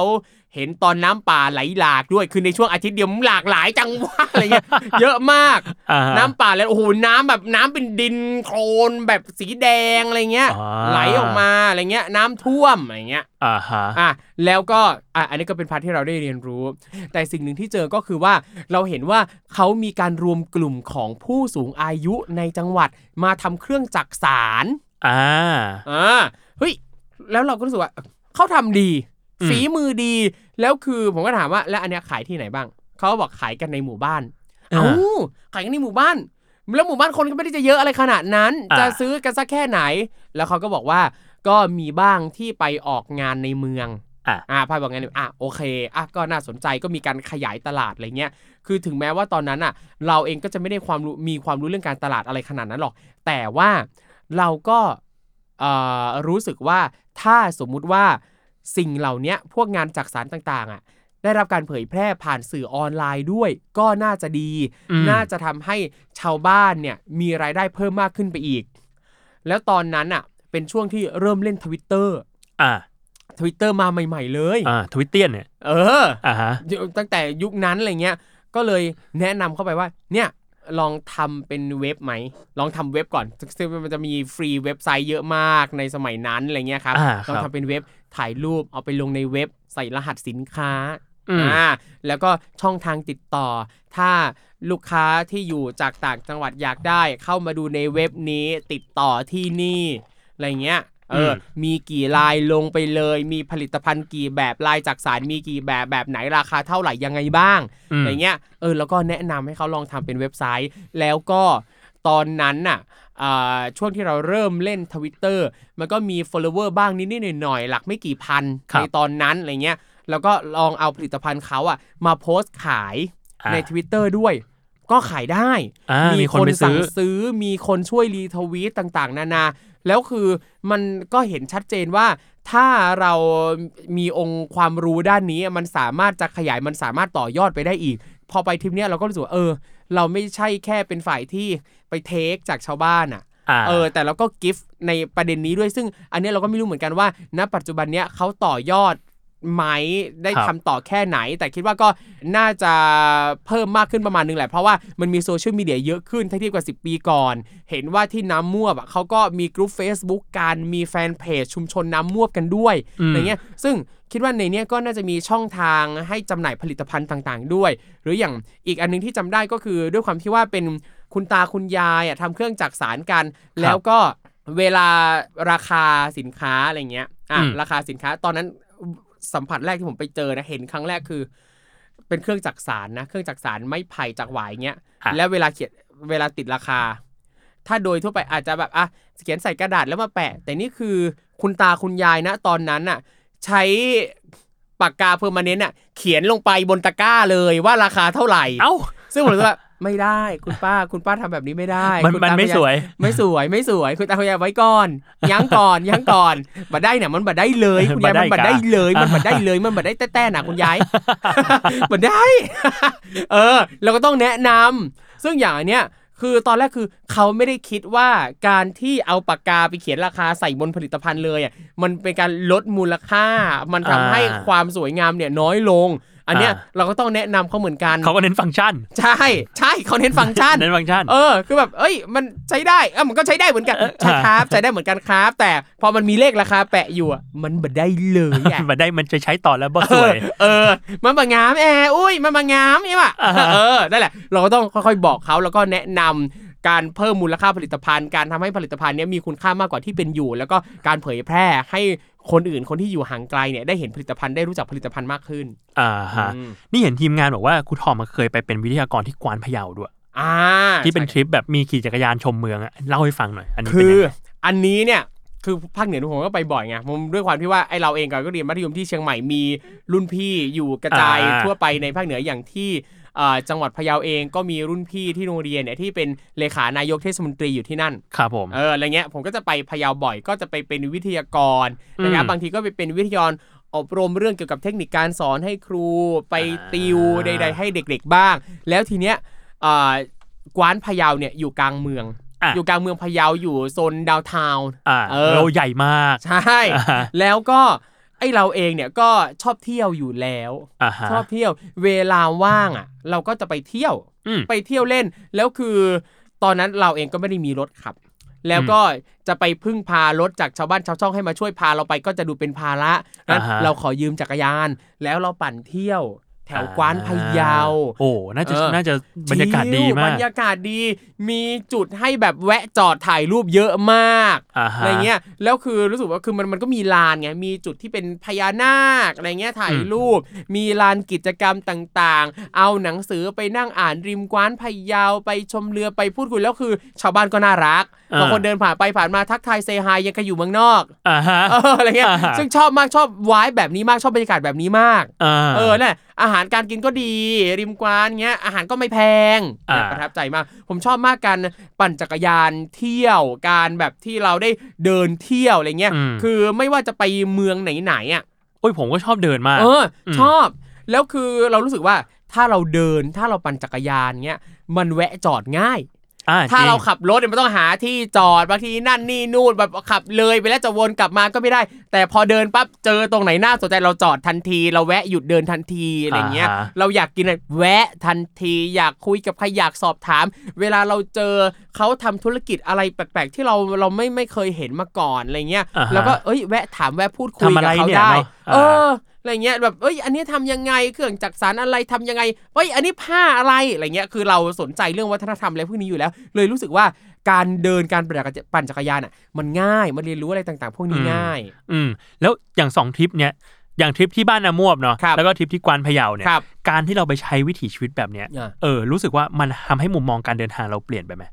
Speaker 1: เห็นตอนน้ำป่าไหลหลากด้วย คือในช่วงอาทิตย์เดียวมันหลากหลายจังวะ อะไร เงี้ย เยอะมาก
Speaker 2: อ่าฮะ
Speaker 1: น้ำป่าแล้วโอ้โหน้ำแบบน้ำเป็นดินโคลนแบบสีแดงอะไรเงี้ย
Speaker 2: อ่า
Speaker 1: ไหลออกมาอะไรเงี้ย น้ำท่วมอะไรเงี้ย
Speaker 2: อ่าฮะ
Speaker 1: อ่ะแล้วก็อ่ะอันนี้ก็เป็นพาร์ทที่เราได้เรียนรู้ แต่สิ่งหนึ่งที่เจอก็คือว่าเราเห็นว่าเขามีการรวมกลุ่มของผู้สูงอายุในจังหวัดมาทำเครื่องจักสาร
Speaker 2: อ่า
Speaker 1: อ่าเฮ้ยแล้วเราก็รู้สึกว่าเขาทำดี
Speaker 2: อืม
Speaker 1: ฝีมือดี แล้วคือผมก็ถามว่า แล้วอันเนี้ยขายที่ไหนบ้าง เขาบอกขายกันในหมู่บ้าน เอ้าขายกันในหมู่บ้าน แล้วหมู่บ้านคนก็ไม่ได้จะเยอะอะไรขนาดนั้น
Speaker 2: อ่า
Speaker 1: จะซื้อกันสักแค่ไหน แล้วเขาก็บอกว่าก็มีบ้างที่ไปออกงานในเมือง
Speaker 2: อ่ะ
Speaker 1: อ่าพายบอกไงเนี่ยอ่ะโอเคอ่ะก็น่าสนใจก็มีการขยายตลาดอะไรเงี้ยคือถึงแม้ว่าตอนนั้นอ่ะ เราเองก็จะไม่ได้ความรู้มีความรู้เรื่องการตลาดอะไรขนาดนั้นหรอก แต่ว่าเราก็เอ่อรู้สึกว่าถ้าสมมุติว่าสิ่งเหล่าเนี้ยพวกงานจักสารต่างๆอ่ะได้รับการเผยแพร่ผ่านสื่อออนไลน์ด้วย ก็น่าจะดี
Speaker 2: อืม
Speaker 1: น่าจะทำให้ชาวบ้านเนี่ยมีรายได้เพิ่มมากขึ้นไปอีก แล้วตอนนั้นอ่ะ เป็นช่วงที่เริ่มเล่นทวิตเตอร์
Speaker 2: อ่า
Speaker 1: ทวิตเตอร์มาใหม่ ๆ เลย
Speaker 2: อ่าทวิตเตียนเนี่ย
Speaker 1: เออ
Speaker 2: อ่าฮะ
Speaker 1: ตั้งแต่ยุคนั้นอะไรเงี้ย ก็เลยแนะนำเข้าไปว่า เนี่ย ลองทำเป็นเว็บไหม ลองทำเว็บก่อนซึ่งมันจะมีฟรีเว็บไซต์เยอะมากในสมัยนั้นอะไรเงี้ยครับ
Speaker 2: อ่าค
Speaker 1: ล
Speaker 2: รับ
Speaker 1: องทำเป็นเว็บ ถ่ายรูป เอาไปลงในเว็บ ใส่รหัสสินค้า
Speaker 2: อืม
Speaker 1: อ่า แล้วก็ช่องทางติดต่อ ถ้าลูกค้าที่อยู่จากต่างจังหวัดอยากได้ เข้ามาดูในเว็บนี้ ติดต่อที่นี่ อะไรเงี้ย เอออ
Speaker 2: ม
Speaker 1: มีกี่ลายลงไปเลย มีผลิตภัณฑ์กี่แบบลายจากสารมีกี่แบบแบบไหนราคาเท่าไหร่ยังไงบ้าง
Speaker 2: อืม
Speaker 1: อะไรเงี้ย เออ แล้วก็แนะนำให้เขาลองทำเป็นเว็บไซต์ แล้วก็ตอนนั้นน่ะอ่าช่วงที่เราเริ่มเล่นทวิตเตอร์มันก็มี follower บ้างนิดๆหน่อยๆ หลักไม่กี่พัน
Speaker 2: ครับ
Speaker 1: ในตอนนั้นอะไรเงี้ย แล้วก็ลองเอาผลิตภัณฑ์เขาอ่ะมาโพสต์ขาย
Speaker 2: อ่า
Speaker 1: ใน Twitter ด้วย ก็ขายได้
Speaker 2: อ่ามี
Speaker 1: มี
Speaker 2: คนไปซื้
Speaker 1: สั่ง
Speaker 2: อ
Speaker 1: ซื้อ มีคนช่วยรีทวีตต่างๆ นานา แล้วคือมันก็เห็นชัดเจนว่า ถ้าเรามีองค์ความรู้ด้านนี้มันสามารถจะขยายมันสามารถต่อยอดไปได้อีก พอไปทริปเนี้ยเราก็รู้สึกว่าเออ เราไม่ใช่แค่เป็นฝ่ายที่ไปเทคจากชาวบ้านอ่ะ
Speaker 2: อ่า
Speaker 1: เออแต่เราก็กิฟต์ในประเด็นนี้ด้วยซึ่ง อันเนี้ยเราก็ไม่รู้เหมือนกันว่า ณ ปัจจุบันเนี้ยเขาต่อยอดไหมได้
Speaker 2: ครั
Speaker 1: ทำ
Speaker 2: บ
Speaker 1: ต่อแค่ไหน แต่คิดว่าก็น่าจะเพิ่มมากขึ้นประมาณนึงแหละ เพราะว่ามันมีโซเชียลมีเดียเยอะขึ้นถ้าเทียบกับ 10 ปีก่อน เห็นว่าที่น้ำมั่วบอะเขาก็มีกลุ่ม Facebook การมีแฟนเพจชุมชนน้ำมั่วบกันด้วยอะไรเงี้ยซึ่งคิดว่าในเนี้ยก็น่าจะมีช่องทางให้จำหน่ายผลิตภัณฑ์ต่างๆ ด้วย หรืออย่างอีกอันนึงที่จำได้ก็คือด้วยความที่ว่าเป็น คุณตาคุณยายอ่ะทำเครื่องจักสารกัน แล้วก็เวลาราคาสินค้าอะไรเงี้ยอ่ะ
Speaker 2: อืม
Speaker 1: ราคาสินค้าตอนนั้นสัมผัสแรกที่ผมไปเจอนะเห็นครั้งแรกคือ เป็นเครื่องจักสารนะเครื่องจักสารไม้ไผ่จากหวายเงี้ยแล้วเวลาเขียนเวลาติดราคา ถ้าโดยทั่วไปอาจจะแบบอ่ะเขียนใส่กระดาษแล้วมาแปะ แต่นี่คือคุณตาคุณยายนะ ตอนนั้นน่ะ ใช้ปากกาเพอร์มาเนนต์น่ะเขียนลงไปบนตะกร้าเลยว่าราคาเท่าไหร่
Speaker 2: เอ้า
Speaker 1: ซึ่งผมรู้สึกว่า ไม่ได้คุณป้าคุณป้าทำแบบนี้ไม่ได้
Speaker 2: มัน
Speaker 1: คุณ
Speaker 2: มัน
Speaker 1: ตา
Speaker 2: ไม่
Speaker 1: คุณา
Speaker 2: สวย
Speaker 1: ไม่สวยไม่สวย คุณตาคุณยายไว้ก่อนยั้งก่อนยั้งก่อนบัดได้เนี่ยมันบัดได้ เลยคุณยายมัน
Speaker 2: บั
Speaker 1: บั
Speaker 2: ด
Speaker 1: ด
Speaker 2: ได้
Speaker 1: ได้
Speaker 2: อีกอ่ะ
Speaker 1: เลยมันบัดได้เลยมันบัดได้แต้ๆนะคุณยาย บัดได้ เออเราก็ต้องแนะนำซึ่งอย่างอันเนี้ยคือตอนแรกคือเขาไม่ได้คิดว่าการที่เอาปากกาไปเขียนราคาใส่บนผลิตภัณฑ์เลยอ่ะมันเป็นการลดมูลค่า มันทำให้
Speaker 2: อ่า
Speaker 1: ความสวยงามเนี่ยน้อยลง อันเนี้ย
Speaker 2: อ่า
Speaker 1: เราก็ต้องแนะนำเขาเหมือนกัน
Speaker 2: เขาก็เน้นฟังก์ชัน
Speaker 1: ใช่ใช่เขาเน้นฟังก์ชัน
Speaker 2: เน้นฟังก์ชัน
Speaker 1: เออ คือแบบ เอ้ย มันใช้ได้เออมันก็ใช้ได้เหมือนกันใช่ครับใช้ได้เหมือนกันครับ แต่พอมันมีเลขราคาแปะอยู่อะมันบัดได้เลยอะ
Speaker 2: มันได้มันจะใช้ต่อแล้วบ่
Speaker 1: เอ
Speaker 2: สว
Speaker 1: อย เออ มันบางงามแอร์อุ้ย มันบางงามใช่ปะ
Speaker 2: อ่าฮะ
Speaker 1: เออ นั่นแหละ เราก็ต้องค่อยๆ บอกเขาแล้วก็แนะนำการเพิ่มมูลค่าผลิตภัณฑ์ การทำให้ผลิตภัณฑ์เนี้ยมีคุณค่ามากกว่าที่เป็นอยู่ แล้วก็การเผยแพร่ให้คนอื่น คนที่อยู่ห่างไกลเนี่ยได้เห็นผลิตภัณฑ์ได้รู้จักผลิตภัณฑ์มากขึ้น
Speaker 2: อ่าฮะ
Speaker 1: อืม
Speaker 2: นี่เห็นทีมงานบอกว่าครูทอมเคยไปเป็นวิทยากรที่กวานพะเยาด้วย
Speaker 1: อ่า
Speaker 2: ที่เป็นทริปแบบมีขี่จักรยานชมเมืองอะเล่าให้ฟังหน่อย อันนี้
Speaker 1: คื
Speaker 2: เป็
Speaker 1: อ
Speaker 2: นยังไง
Speaker 1: อันนี้เนี่ยคือภาคเหนือผมก็ไปบ่อยไงผมด้วยความที่ว่าไอเราเองก่อนก็เรียนมัธยมที่เชียงใหม่มีรุ่นพี่อยู่กระจาย
Speaker 2: อ่า
Speaker 1: ทั่วไปในภาคเหนืออย่างที่เอ่อจังหวัดพะเยาเองก็มีรุ่นพี่ที่โรงเรียนเนี่ยที่เป็นเลขานายกเทศมนตรีอยู่ที่นั่น
Speaker 2: ครับผม
Speaker 1: เอออะไรเงี้ยผมก็จะไปพะเยาบ่อยก็จะไปเป็นวิทยากรนะครับ
Speaker 2: อืม
Speaker 1: บางทีก็ไปเป็นวิทยากรอบรมเรื่องเกี่ยวกับเทคนิคการสอนให้ครูไปติว
Speaker 2: อ่า
Speaker 1: ใด ๆ ให้เด็กๆบ้าง แล้วทีเนี้ยเอ่อกวานพะเยาเนี่ยอยู่กลางเมือง
Speaker 2: อ่ะ
Speaker 1: อยู่กลางเมืองพะเยาอยู่โซนดาวน์ทาวน์
Speaker 2: อ่า
Speaker 1: เออ
Speaker 2: เราใหญ่มาก
Speaker 1: ใช่
Speaker 2: อ่าฮะ
Speaker 1: แล้วก็ไอเราเองเนี่ยก็ชอบเที่ยวอยู่แล้ว
Speaker 2: อ่าฮะ
Speaker 1: ชอบเที่ยวเวลาว่างอ่ะ เราก็จะไปเที่ยว
Speaker 2: อืม
Speaker 1: ไปเที่ยวเล่น แล้วคือตอนนั้นเราเองก็ไม่ได้มีรถขับ แล้วก็จะไปพึ่งพารถจากชาวบ้านชาวช่องให้มาช่วยพาเราไปก็จะดูเป็นภาระนั้น
Speaker 2: อ่าฮะ
Speaker 1: เราขอยืมจักรยาน แล้วเราปั่นเที่ยว แถวกวานพะเยา
Speaker 2: โอ้น่าจะ
Speaker 1: เออ
Speaker 2: น่าจะบรรยากาศดี
Speaker 1: ชิลบ
Speaker 2: มาร ก
Speaker 1: รยากาศดีมีจุดให้แบบแวะจอดถ่ายรูปเยอะมาก
Speaker 2: อ่าฮะ
Speaker 1: อะไรเงี้ยแล้วคือรู้สึกว่าคือมันมันก็มีลานไงมีจุดที่เป็นพญานาคอะไรเงี้ยถ่ายรูป มีลานกิจกรรมต่างๆ เอาหนังสือไปนั่งอ่านริมกว้านพะเยาไปชมเรือไปพูดคุยแล้วคือ ชาวบ้านก็น่ารัก
Speaker 2: อ่า
Speaker 1: บางคนเดินผ่านไปผ่านมาทักทายเซฮายยังก็อยู่เมืองนอก
Speaker 2: อ่าฮะ
Speaker 1: เอออะไรเงี้ย
Speaker 2: อ่าฮะ
Speaker 1: ซึ่งชอบมากชอบวายแบบนี้มากชอบบรรยากาศแบบนี้มาก
Speaker 2: อ่า
Speaker 1: เออเนี่ยอาหารการกินก็ดี ริมกวานเงี้ยอาหารก็ไม่แพง
Speaker 2: อ่า
Speaker 1: เนี่ยประทับใจมาก ผมชอบมากการปั่นจักรยานเที่ยวการแบบที่เราได้เดินเที่ยวอะไรเงี้ยคือไม่ว่าจะไปเมืองไหนๆอ่ะ
Speaker 2: โอ้ยผมก็ชอบเดินมาก
Speaker 1: เอออ ชอบ แล้วคือเรารู้สึกว่าถ้าเราเดินถ้าเราปั่นจักรยานเงี้ยมันแวะจอดง่าย
Speaker 2: อ่า
Speaker 1: ถ้า
Speaker 2: จง
Speaker 1: เราขับรถเนี่ยมันต้องหาที่จอดบางทีนั่นนี่นู่นแบบขับเลยไปแล้วจะวนกลับมาก็ไม่ได้ แต่พอเดินปั๊บเจอตรงไหนน่าสนใจเราจอดทันที เราแวะหยุดเดินทันทีอะไรเงี้ย
Speaker 2: าฮะ
Speaker 1: เราอยากกินอะไรแวะทันทีอยากคุยกับใครอยากสอบถาม เวลาเราเจอเขาทำธุรกิจอะไรแปลกๆ ที่เราเราไม่ไม่เคยเห็นมาก่อนอะไรเงี้ย
Speaker 2: อ่าฮะ
Speaker 1: แล้วก็เอ้ยแวะถามแวะพูดคุย
Speaker 2: ทำอะ
Speaker 1: กับ
Speaker 2: ไร
Speaker 1: เขา
Speaker 2: เนี่ย
Speaker 1: ได้
Speaker 2: เนอะอ่า
Speaker 1: เอออะไรเงี้ยแบบเอ้ยอันนี้ทำยังไงเครื่องจักสารอะไรทำยังไงเอ้ยอันนี้ผ้าอะไรอะไรเงี้ยคือเราสนใจเรื่องวัฒนธรรมอะไรพวกนี้อยู่แล้ว เลยรู้สึกว่าการเดินการปั่นจักรยานอ่ะมันง่ายมันเรียนรู้อะไรต่างๆ พวกนี้ง่าย
Speaker 2: อืมแล้วอย่างสองทริปเนี่ยอย่างทริปที่บ้านนามวบเนาะ
Speaker 1: ครับ
Speaker 2: แล้วก็ทริปที่กวานพะเยาเนี่ย
Speaker 1: ครับ
Speaker 2: การที่เราไปใช้วิถีชีวิตแบบเนี้ย
Speaker 1: อ่ะ
Speaker 2: เออรู้สึกว่ามันทำให้มุมมองการเดินทางเราเปลี่ยนไปไหม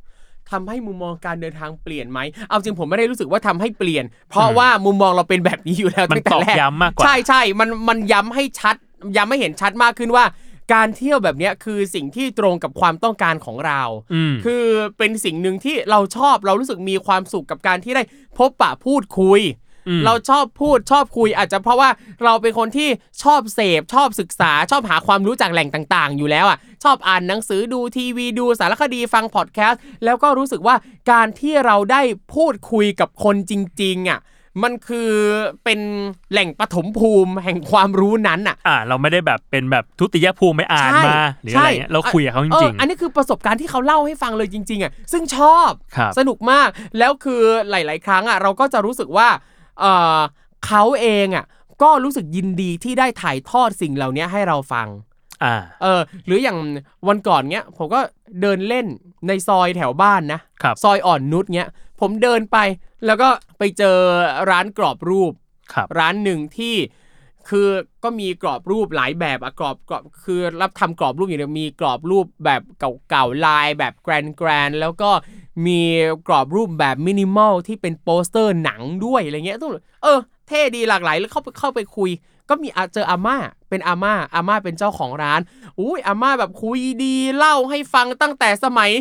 Speaker 1: ทำให้มุมมองการเดินทางเปลี่ยนไหม เอาจริงผมไม่ได้รู้สึกว่าทำให้เปลี่ยน เพราะว่ามุมมองเราเป็นแบบนี้อยู่แล้ว
Speaker 2: มัน
Speaker 1: ตั้งแต่แร
Speaker 2: ตอก กย้ำมากกว่า
Speaker 1: ใช่ใช่มันมันย้ำให้ชัด ย้ำให้เห็นชัดมากขึ้นว่า การเที่ยวแบบเนี้ยคือสิ่งที่ตรงกับความต้องการของเรา
Speaker 2: อืม
Speaker 1: คือเป็นสิ่งหนึ่งที่เราชอบเรารู้สึกมีความสุขกับการที่ได้พบปะพูดคุย
Speaker 2: อืม
Speaker 1: เราชอบพูดชอบคุยอาจจะเพราะว่าเราเป็นคนที่ชอบเสพชอบศึกษาชอบหาความรู้จากแหล่งต่างๆ อยู่แล้วอ่ะชอบอ่านหนังสือดูทีวีดูสารคดีฟังพอดแคสต์แล้วก็รู้สึกว่าการที่เราได้พูดคุยกับคนจริงๆอ่ะมันคือเป็นแหล่งปฐมภูมิแห่งความรู้นั้นอ่ะ
Speaker 2: อ่า เราไม่ได้แบบเป็นแบบทุติยภูมิไปอ่าน
Speaker 1: ใช่
Speaker 2: มาหรืออะไร
Speaker 1: ใช่
Speaker 2: เงี้ยเราคุยกับเขาจ
Speaker 1: อ
Speaker 2: ริ
Speaker 1: อง อันนี้คือประสบการณ์ที่เขาเล่าให้ฟังเลยจริง ๆอ่ะซึ่งชอบ
Speaker 2: ครับ
Speaker 1: สนุกมากแล้วคือหลาย ๆ ครั้งอ่ะเราก็จะรู้สึกว่าเอ่อเขาเองอ่ะก็รู้สึกยินดีที่ได้ถ่ายทอดสิ่งเหล่านี้ให้เราฟัง
Speaker 2: ๆ อ่า
Speaker 1: เออหรืออย่างวันก่อนเนี้ยผมก็เดินเล่นในซอยแถวบ้านนะ
Speaker 2: ครับ
Speaker 1: ซอยอ่อนนุชเนี้ยผมเดินไปแล้วก็ไปเจอร้านกรอบรูป
Speaker 2: ครับ
Speaker 1: ร้านหนึ่งที่คือก็มีกรอบรูปหลายแบบอะกรอบกรอบคือรับทำกรอบรูปอยู่เนี่ยมีกรอบรูปแบบเก่าๆลายแบบแกรนแกรนแล้วก็มีกรอบรูปแบบมินิมอลที่เป็นโปสเตอร์หนังด้วยอะไรเงี้ยต้องเออเท่ดีหลากหลายแล้วเข้าไปเข้าไปคุย ก็มีอ่ะเจออาม่าเป็นอาม่าอาม่าเป็นเจ้าของร้านอุ้ยอาม่าแบบคุยดีเล่าให้ฟังตั้งแต่สมัย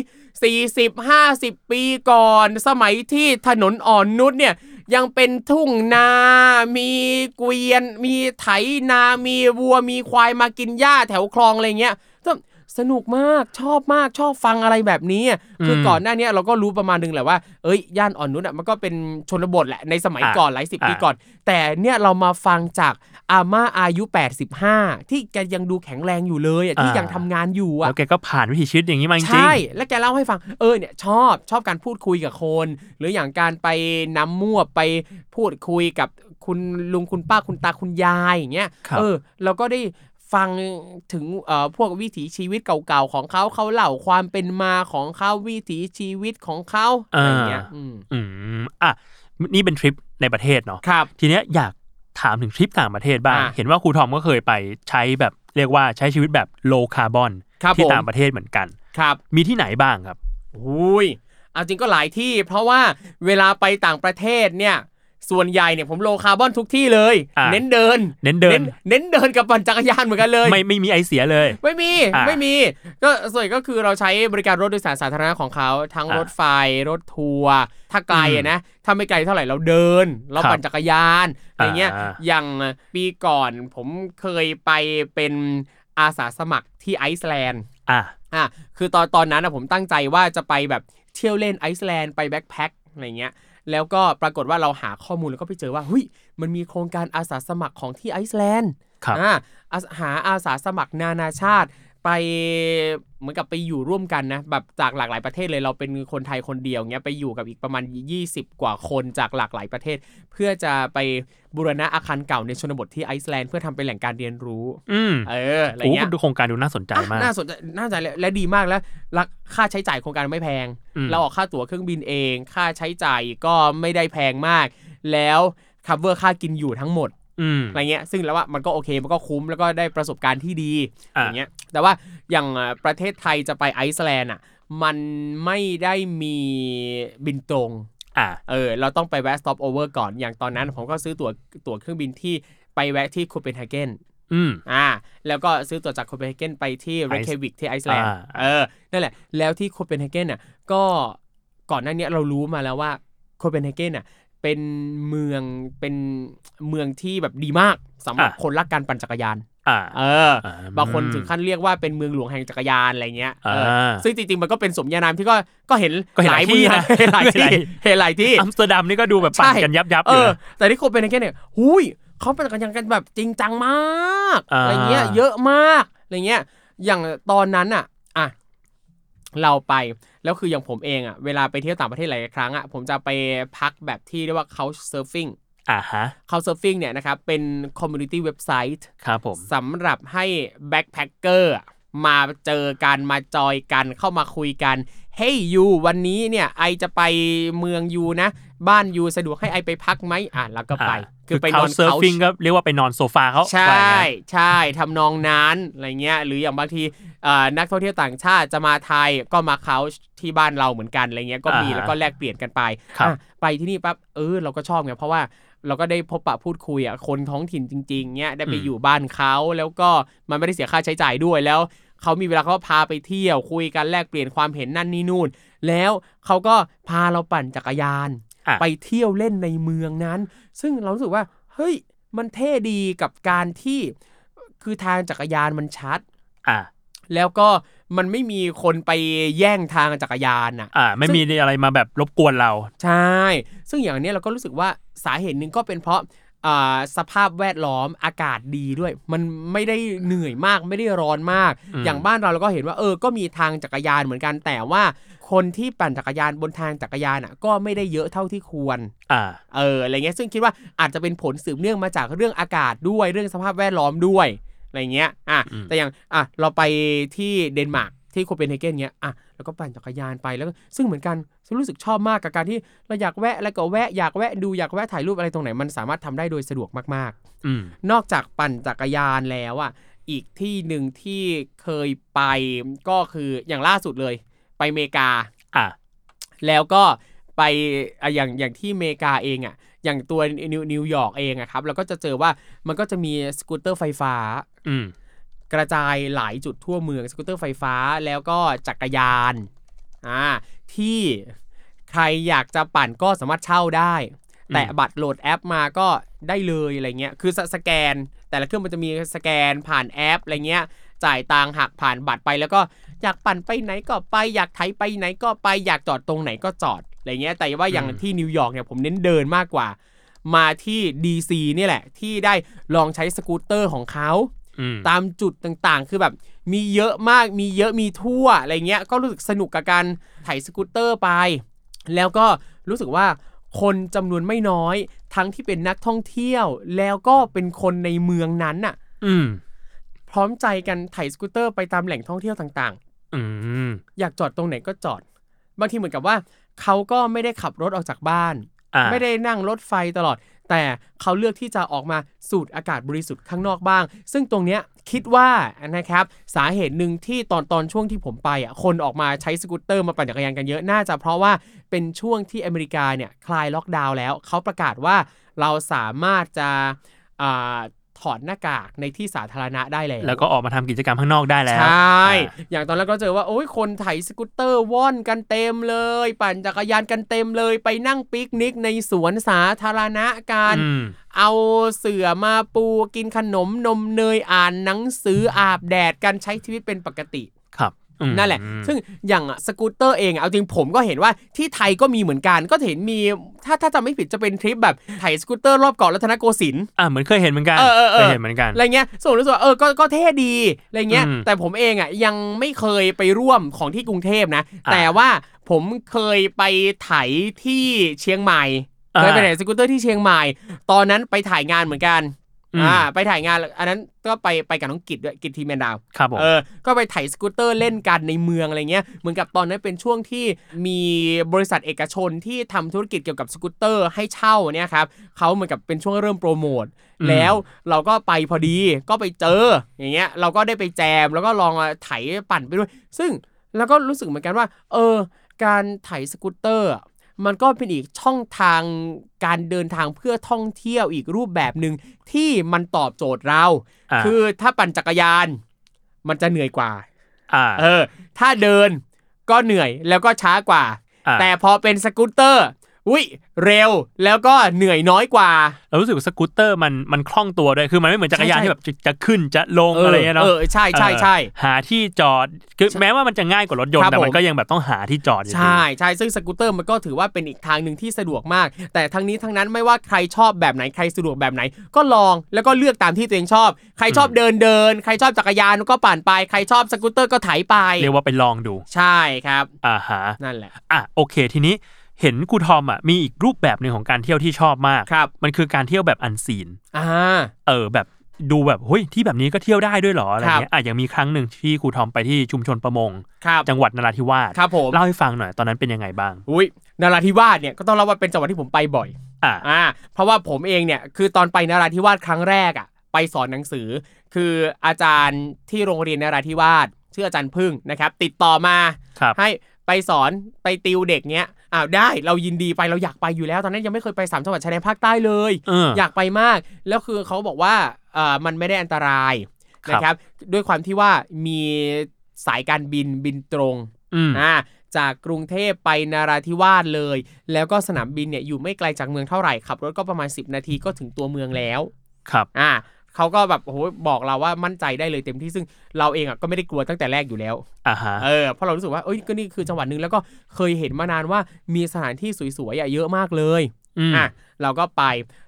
Speaker 1: 40-50 ปีก่อน สมัยที่ถนนอ่อนนุชเนี่ย ยังเป็นทุ่งนา มีเกวียน มีไถนา มีวัว มีควายมากินหญ้าแถวคลองอะไรเงี้ยซึ่งสนุกมาก ชอบมาก ชอบฟังอะไรแบบนี้อะคือ
Speaker 2: ม
Speaker 1: ก่อนหน้าเนี้ยเราก็รู้ประมาณนึงแหละว่า เอ้ย ย่านอ่อนนุชอ่ะ มันก็เป็นชนบทแหละ ในสมัย
Speaker 2: อ่ะ
Speaker 1: ก่อนหลายสิบปี
Speaker 2: อ่ะ
Speaker 1: ก่อน แต่เนี่ยเรามาฟังจากอาม่าอายุ 85 ที่แกยังดูแข็งแรงอยู่เลยอะที่ยังทำงานอยู่อ่ะ
Speaker 2: แล้วแกก็ผ่านวิถีชีวิตอย่างนี้มาจริง
Speaker 1: ใช่ แล้วแกเล่าให้ฟัง เออเนี่ยชอบชอบการพูดคุยกับคน หรืออย่างการไปน้ำมั่วไปพูดคุยกับคุณลุงคุณป้าคุณตาคุณยายอย่างเงี้ย
Speaker 2: ๆครับ
Speaker 1: เออเราก็ได้ฟังถึงเอ่อพวกวิถีชีวิตเก่าๆของเขาเขาเล่าความเป็นมาของเขาวิถีชีวิตของเขาอะไรอย่างเงี้ย
Speaker 2: อ่า
Speaker 1: อืม
Speaker 2: อืมอ่ะนี่เป็นทริปในประเทศเนาะ
Speaker 1: ครับ
Speaker 2: ทีเนี้ยอยากถามถึงทริปต่างประเทศบ้าง
Speaker 1: อ่ะ
Speaker 2: เห็นว่าครูทอมก็เคยไปใช้แบบเรียกว่าใช้ชีวิตแบบโลคาร์บอน
Speaker 1: ครับ
Speaker 2: ที่
Speaker 1: ผม
Speaker 2: ต่างประเทศเหมือนกัน
Speaker 1: ครับ
Speaker 2: มีที่ไหนบ้างครับ
Speaker 1: อุ้ยเอาจริงก็หลายที่ เพราะว่าเวลาไปต่างประเทศเนี่ย ส่วนใหญ่เนี่ยผมโลคาร์บอนทุกที่เลย
Speaker 2: อ่ะ
Speaker 1: เน้นเดิน
Speaker 2: เน้นเดิน
Speaker 1: เน้นเดินกับปั่นจักรยานเหมือนกันเลย
Speaker 2: ไม่ไม่มีไอเสียเลย
Speaker 1: ไม่มี
Speaker 2: อ่า
Speaker 1: ไม่มีก็ส่วนใหญ่ก็คือเราใช้บริการรถโดยสารสาธารณะของเขาทั้ง
Speaker 2: อ่าร
Speaker 1: ถไฟรถทัวร์ถ้าไกลอะนะถ้าไม่ไกลเท่าไหร่เราเดิน เรา
Speaker 2: ครับ
Speaker 1: ปั่นจักรยานอะไรเงี้ย
Speaker 2: อ่า
Speaker 1: อย่างปีก่อนผมเคยไปเป็นอาสาสมัครที่ไอซ์แลนด์
Speaker 2: อ่ะ
Speaker 1: อ่ะคือตอนตอนนั้นนะผมตั้งใจว่าจะไปแบบเที่ยวเล่นไอซ์แลนด์ไปแบ็คแพ็คอะไรเงี้ย แล้วก็ปรากฏว่าเราหาข้อมูลแล้วก็ไปเจอว่าเฮ้ยมันมีโครงการอาสาสมัครของที่ไอซ์แลนด์
Speaker 2: ครับ
Speaker 1: อ่ะอาสหาอาสาสมัครนานาชาติ ไปเหมือนกับไปอยู่ร่วมกันนะแบบจากหลากหลายประเทศเลยเราเป็นคนไทยคนเดียวเงี้ยไปอยู่กับอีกประมาณ 20 กว่าคนจากหลากหลายประเทศ เพื่อจะไปบูรณะอาคารเก่าในชนบทที่ไอซ์แลนด์เพื่อทำเป็นแหล่งการเรียนรู้
Speaker 2: อืม
Speaker 1: เอออะไร
Speaker 2: โอ้
Speaker 1: เงี้ย
Speaker 2: ดูโครงการดูน่าสนใจมาก
Speaker 1: อ่ะน่าสนใจน่าสนใจและและดีมากแล้วรักค่าใช้จ่ายโครงการไม่แพง
Speaker 2: อืม
Speaker 1: เราออกค่าตั๋วเครื่องบินเอง ค่าใช้จ่ายก็ไม่ได้แพงมาก แล้ว cover ค่ากินอยู่ทั้งหมด
Speaker 2: อืม
Speaker 1: อะไรเงี้ย ซึ่งแล้วว่ามันก็โอเค มันก็คุ้ม แล้วก็ได้ประสบการณ์ที่ดี
Speaker 2: อ่ะ
Speaker 1: อย่างเงี้ย แต่ว่าอย่างเอ่อประเทศไทยจะไปไอซ์แลนด์อ่ะ มันไม่ได้มีบินตรง
Speaker 2: อ่ะ
Speaker 1: เออ เราต้องไปแวะ stop over ก่อน อย่างตอนนั้นผมก็ซื้อตั๋วตั๋วเครื่องบินที่ไปแวะที่โคเปนเฮเกน
Speaker 2: อืม
Speaker 1: อ่าแล้วก็ซื้อตั๋วจากโคเปนเฮเกนไปที่เรค e ควิกที่ไอซ์แลนด์
Speaker 2: อ่า
Speaker 1: เออนั่นแหละ แล้วที่โคเปนเฮเกนน่ะก็ก่อนหน้าเนี้ยเรารู้มาแล้วว่าโคเปนเฮเกนน่ะเป็นเมืองเป็นเมืองที่แบบดีมากสำหรับคนรักการปั่นจักรยาน
Speaker 2: อ่า
Speaker 1: เอออ
Speaker 2: า
Speaker 1: บางคนถึงขั้นเรียกว่าเป็นเมืองหลวงแห่งจักรยานอะไรเงี้ยเอออา ซึ่งจริงๆ มันก็เป็นสมญานามที่ก็ก็เห็น
Speaker 2: ก็เห็นหลายที่
Speaker 1: เมือง
Speaker 2: นะ
Speaker 1: เห็นหลายที่
Speaker 2: เห็นหลายที่
Speaker 1: เห็นหลายที่
Speaker 2: อัมสเตอร์ดัมนี่ก็ดูแบบ
Speaker 1: ใช่
Speaker 2: ปั่นกันยับยับ
Speaker 1: เอ
Speaker 2: อยู่
Speaker 1: อ
Speaker 2: นะ
Speaker 1: แต่ที่โคเปนเฮเกนเนี่ยหุยเขาเป็นกันยังกันแบบจริงจังมาก
Speaker 2: อ่า
Speaker 1: อะไรเงี้ยเยอะมากอะไรเงี้ยอย่างตอนนั้นอ่ะอ่ะเราไปแล้วคืออย่างผมเองอ่ะเวลาไปเที่ยวต่างประเทศหลายครั้งอ่ะผมจะไปพักแบบที่เรียกว่า couch surfing
Speaker 2: อ่าฮะ
Speaker 1: couch surfing เนี่ยนะครับเป็น community website
Speaker 2: ครับผม
Speaker 1: สำหรับให้แบ็คแพคเกอร์มาเจอกันมาจอยกันเข้ามาคุยกัน เฮ้ยยูวันนี้เนี่ยไอจะไปเมืองยูนะ บ้านยูสะดวกให้ไอไปพักไหมอ่ะแล้วก็ไป
Speaker 2: า
Speaker 1: คือไปน
Speaker 2: เขา
Speaker 1: อน
Speaker 2: เซิร์ฟ
Speaker 1: เขา
Speaker 2: ฟิงก็เรียกว่าไปนอนโซฟาเขาว่า
Speaker 1: ใช่
Speaker 2: งั้น
Speaker 1: ใช่ทำนองนั้นอะไรเงี้ยหรืออย่างบางทีเอ่อนักท่องเที่ยวต่างชาติจะมาไทยก็มาเขาที่บ้านเราเหมือนกันอะไรเงี้ยก็มี
Speaker 2: อ่าฮะ
Speaker 1: แล้วก็แลกเปลี่ยนกันไป
Speaker 2: ครับ
Speaker 1: อ่ะไปที่นี่ปั๊บเออเราก็ชอบไงเพราะว่า เราก็ได้พบปะพูดคุยอ่ะคนท้องถิ่นจริง ๆเนี้ยได้ไป
Speaker 2: อืม
Speaker 1: อยู่บ้านเขาแล้วก็มันไม่ได้เสียค่าใช้จ่ายด้วยแล้วเขามีเวลาเขาก็พาไปเที่ยวคุยกันแลกเปลี่ยนความเห็นนั่นนี่นู่น แล้วเขาก็พาเราปั่นจักรยาน
Speaker 2: อ่ะ
Speaker 1: ไปเที่ยวเล่นในเมืองนั้น ซึ่งเรารู้สึกว่า เฮ้ย มันเท่ดีกับการที่ คือทางจักรยานมันชัด
Speaker 2: อ่า
Speaker 1: แล้วก็มันไม่มีคนไปแย่งทางจักรยานอ่ะ
Speaker 2: อ่า ไม่มีอะไรมาแบบรบกวนเรา
Speaker 1: ใช่ ซึ่งอย่างเนี้ยเราก็รู้สึกว่าสาเหตุหนึ่งก็เป็นเพราะอ่าสภาพแวดล้อมอากาศดีด้วย มันไม่ได้เหนื่อยมากไม่ได้ร้อนมาก
Speaker 2: อืม
Speaker 1: อย่างบ้านเราเราก็เห็นว่าเออก็มีทางจักรยานเหมือนกัน แต่ว่าคนที่ปั่นจักรยานบนทางจักรยานอ่ะก็ไม่ได้เยอะเท่าที่ควร
Speaker 2: อ่า
Speaker 1: เอออะไรเงี้ยซึ่งคิดว่าอาจจะเป็นผลสืบเนื่องมาจากเรื่องอากาศด้วยเรื่องสภาพแวดล้อมด้วยอะไรเงี้ยอ่ะ
Speaker 2: อืม
Speaker 1: แต่อย่างอ่ะเราไปที่เดนมาร์กที่โคเปนเฮเกนเงี้ยอ่ะแล้วก็ปั่นจักรยานไปแล้วก็ซึ่งเหมือนกันรู้สึกชอบมากกับการที่เราอยากแวะแล้วก็แวะอยากแวะดูอยากแวะถ่ายรูปอะไรตรงไหนมันสามารถทำได้โดยสะดวกมาก
Speaker 2: อืม
Speaker 1: ๆ นอกจากปั่นจักรยานแล้วอ่ะอีกที่หนึ่งที่เคยไปก็คืออย่างล่าสุดเลยไปอเมริกา
Speaker 2: อ่า
Speaker 1: แล้วก็ไปอ่ะอย่างอย่างที่อเมริกาเองอ่ะอย่างตัวนิวนิวยอร์กเองอะครับเราก็จะเจอว่ามันก็จะมีสกูตเตอร์ไฟฟ้า
Speaker 2: อืม
Speaker 1: กระจายหลายจุดทั่วเมืองสกูตเตอร์ไฟฟ้าแล้วก็จักรยานอ่าที่ใครอยากจะปั่นก็สามารถเช่าได้
Speaker 2: อืม
Speaker 1: แต่บัตรโหลดแอปมาก็ได้เลยอะไรเงี้ยคือสสแกน แต่ละเครื่องมันจะมีสแกนผ่านแอปอะไรเงี้ยจ่ายตังค์หักผ่านบัตรไปแล้วก็อยากปั่นไปไหนก็ไป อยากไถไปไหนก็ไปอยากจอดตรงไหนก็จอดอะไรเงี้ยแต่ว่าอย่างที่นิวยอร์กเนี่ยผมเน้นเดินมากกว่า มาที่ DC นี่แหละ ที่ได้ลองใช้สกูตเตอร์ของเขา
Speaker 2: อืม
Speaker 1: ตามจุดต่างๆ คือแบบมีเยอะมาก มีเยอะมีทั่วอะไรเงี้ย ก็รู้สึกสนุกกับการถ่ายสกูตเตอร์ไป แล้วก็รู้สึกว่าคนจำนวนไม่น้อย ทั้งที่เป็นนักท่องเที่ยว แล้วก็เป็นคนในเมืองนั้นน่ะ
Speaker 2: อืม
Speaker 1: พร้อมใจกันถ่ายสกูตเตอร์ไปตามแหล่งท่องเที่ยวต่าง
Speaker 2: อืม
Speaker 1: ๆ อยากจอดตรงไหนก็จอด บางทีเหมือนกับว่า เขาก็ไม่ได้ขับรถออกจากบ้าน
Speaker 2: อ่า
Speaker 1: ไม่ได้นั่งรถไฟตลอด แต่เขาเลือกที่จะออกมาสูดอากาศบริสุทธิ์ข้างนอกบ้าง ซึ่งตรงเนี้ยคิดว่านะครับสาเหตุหนึ่งที่ตอนตอนช่วงที่ผมไปอ่ะคนออกมาใช้สกูตเตอร์มาปั่นจักรยานกันเยอะน่าจะเพราะว่าเป็นช่วงที่อเมริกาเนี่ยคลายล็อกดาวน์แล้ว เขาประกาศว่าเราสามารถจะอ่าถอดหน้ากากในที่สาธารณะได้แล้ว
Speaker 2: แล้วก็ออกมาทำกิจกรรมข้างนอกได้แล้ว
Speaker 1: ใช่
Speaker 2: อ่า
Speaker 1: อย่างตอนแรกก็เจอว่าโอ้ยคนไถสกูตเตอร์ว่อนกันเต็มเลย ปั่นจักรยานกันเต็มเลย ไปนั่งปิกนิกในสวนสาธารณะกัน
Speaker 2: อืม
Speaker 1: เอาเสื่อมาปูกินขนมนมเนยอ่านหนังสืออาบแดดกันใช้ชีวิตเป็นปกติ
Speaker 2: ครับอืม
Speaker 1: นั่นแหละ ซึ่งอย่างสกูตเตอร์เองอะเอาจริงผมก็เห็นว่าที่ไทยก็มีเหมือนกัน ก็เห็นมีถ้าถ้าจำไม่ผิดจะเป็นทริปแบบไถสกูตเตอร์รอบเกาะรัตนโกสินทร์
Speaker 2: อ่าเหมือนเคยเห็นเหมือนกัน
Speaker 1: เออเออเออ
Speaker 2: ยเห็นเหมือนกัน
Speaker 1: อะไรเงี้ยส่วนรู้สึกว่าเออก็ก็เท่ดี อะไรเงี้ย
Speaker 2: อืม
Speaker 1: แต่ผมเองอ่ะยังไม่เคยไปร่วมของที่กรุงเทพนะ
Speaker 2: อ่า
Speaker 1: แต่ว่าผมเคยไปไถที่เชียงใหม่
Speaker 2: อ่า
Speaker 1: เคยไปไถสกูตเตอร์ที่เชียงใหม่ ตอนนั้นไปถ่ายงานเหมือนกัน
Speaker 2: อืม
Speaker 1: อ่า ไปถ่ายงาน อันนั้นก็ไปไปกับน้องกิจด้วย กิจทีแมนดาว
Speaker 2: ครับผม
Speaker 1: เออ ก็ไปไถสกูตเตอร์เล่นกันในเมืองอะไรเงี้ย เหมือนกับตอนนั้นเป็นช่วงที่มีบริษัทเอกชนที่ทำธุรกิจเกี่ยวกับสกูตเตอร์ให้เช่าเนี่ยครับเขาเหมือนกับเป็นช่วงเริ่มโปรโมท
Speaker 2: อืม
Speaker 1: แล้วเราก็ไปพอดี ก็ไปเจอ อย่างเงี้ย เราก็ได้ไปแจม แล้วก็ลองไถปั่นไปด้วย ซึ่งแล้วก็รู้สึกเหมือนกันว่า เออ การไถสกูตเตอร์อะมันก็เป็นอีกช่องทางการเดินทางเพื่อท่องเที่ยวอีกรูปแบบหนึ่งที่มันตอบโจทย์เรา
Speaker 2: า
Speaker 1: คือถ้าปั่นจักรยาน มันจะเหนื่อยกว่า
Speaker 2: อ่า
Speaker 1: เออ ถ้าเดินก็เหนื่อยแล้วก็ช้ากว่า
Speaker 2: อ่า
Speaker 1: แต่พอเป็นสกูตเตอร์ อุ้ยเร็วแล้วก็เหนื่อยน้อยกว่า
Speaker 2: เรารู้สึกว่าสกูตเตอร์มันมันคล่องตัวด้วยคือมันไม่เหมือนจักรยาน
Speaker 1: ใช่ใช่
Speaker 2: ที่แบบจะจะขึ้นจะลง
Speaker 1: เออ
Speaker 2: อะไรเงี้ยเนาะ
Speaker 1: เออใช่ใช่ใช่
Speaker 2: เออหาที่จอดคือแม้ว่ามันจะง่ายกว่ารถยน
Speaker 1: ครั
Speaker 2: ต์
Speaker 1: บ
Speaker 2: แต่มั
Speaker 1: ผ
Speaker 2: น
Speaker 1: ม
Speaker 2: ก็ยังแบบต้องหาที่จอดอยู่ดี
Speaker 1: ใช่ใช่ซึ่งสกูตเตอร์มันก็ถือว่าเป็นอีกทางหนึ่งที่สะดวกมาก แต่ทั้งนี้ทั้งนั้นไม่ว่าใครชอบแบบไหนใครสะดวกแบบไหน ก็ลองแล้วก็เลือกตามที่ตัวเองชอบ ใครชอบเดินเดิน ใครชอบจักรยานก็ปั่นไปใครชอบสกูตเตอร์ก็ไถไป
Speaker 2: เรียกว่าไปลองดู
Speaker 1: ใช่ครับ
Speaker 2: อ่าฮะ
Speaker 1: นั่นแหละ
Speaker 2: อ่ะโอเค ทีนี้เห็นครูทอมอ่ะมีอีกรูปแบบหนึ่งของการเที่ยวที่ชอบมาก
Speaker 1: ครับ
Speaker 2: มันคือการเที่ยวแบบอันซีน
Speaker 1: อ่า
Speaker 2: เออแบบดูแบบเฮ้ยที่แบบนี้ก็เที่ยวได้ด้วยเหรออะไร
Speaker 1: ครับ
Speaker 2: เงี้ยอ่ะอย่างมีครั้งหนึ่งที่ครูทอมไปที่ชุมชนประมง
Speaker 1: ครับ
Speaker 2: จังหวัดนราธิวาส
Speaker 1: ครับผม
Speaker 2: เล่าให้ฟังหน่อยตอนนั้นเป็นยังไงบ้าง
Speaker 1: อุ้ยนราธิวาสเนี่ยก็ต้องเล่าว่าเป็นจังหวัดที่ผมไปบ่อย
Speaker 2: อ่ะ
Speaker 1: อ่าเพราะว่าผมเองเนี่ยคือตอนไปนราธิวาสครั้งแรกอ่ะไปสอนหนังสือ คืออาจารย์ที่โรงเรียนนราธิวาสชื่ออาจารย์พึ่งนะครับ ติดต่อมา
Speaker 2: ครับ
Speaker 1: ให้ไปสอนไปติวเด็กเนี้ยอ้าวได้เรายินดีไปเราอยากไปอยู่แล้ว ตอนนั้นยังไม่เคยไปสามจังหวัดชายแดนภาคใต้เลย
Speaker 2: เออ
Speaker 1: อ
Speaker 2: อ
Speaker 1: ยากไปมาก แล้วคือเขาบอกว่าเอ่อมันไม่ได้อันตราย
Speaker 2: ครับ
Speaker 1: นะครับ ด้วยความที่ว่ามีสายการบินบินตรง
Speaker 2: อืม
Speaker 1: อ่าจากกรุงเทพไปนาราธิวาสเลย แล้วก็สนามบินเนี่ยอยู่ไม่ไกลจากเมืองเท่าไหร่ขับรถก็ประมาณ 10 นาทีก็ถึงตัวเมืองแล้ว
Speaker 2: ครับ
Speaker 1: อ่าเขาก็แบบโอ้โหบอกเราว่ามั่นใจได้เลยเต็มที่ซึ่งเราเองอ่ะก็ไม่ได้กลัวตั้งแต่แรกอยู่แล้ว
Speaker 2: อ่าฮะ
Speaker 1: เออเพราะเรารู้สึกว่าเอ้ยก็นี่คือจังหวัดหนึ่งแล้วก็เคยเห็นมานานว่ามีสถานที่สวยๆอ่ะเยอะมากเลย
Speaker 2: อืม
Speaker 1: อ่ะเราก็ไป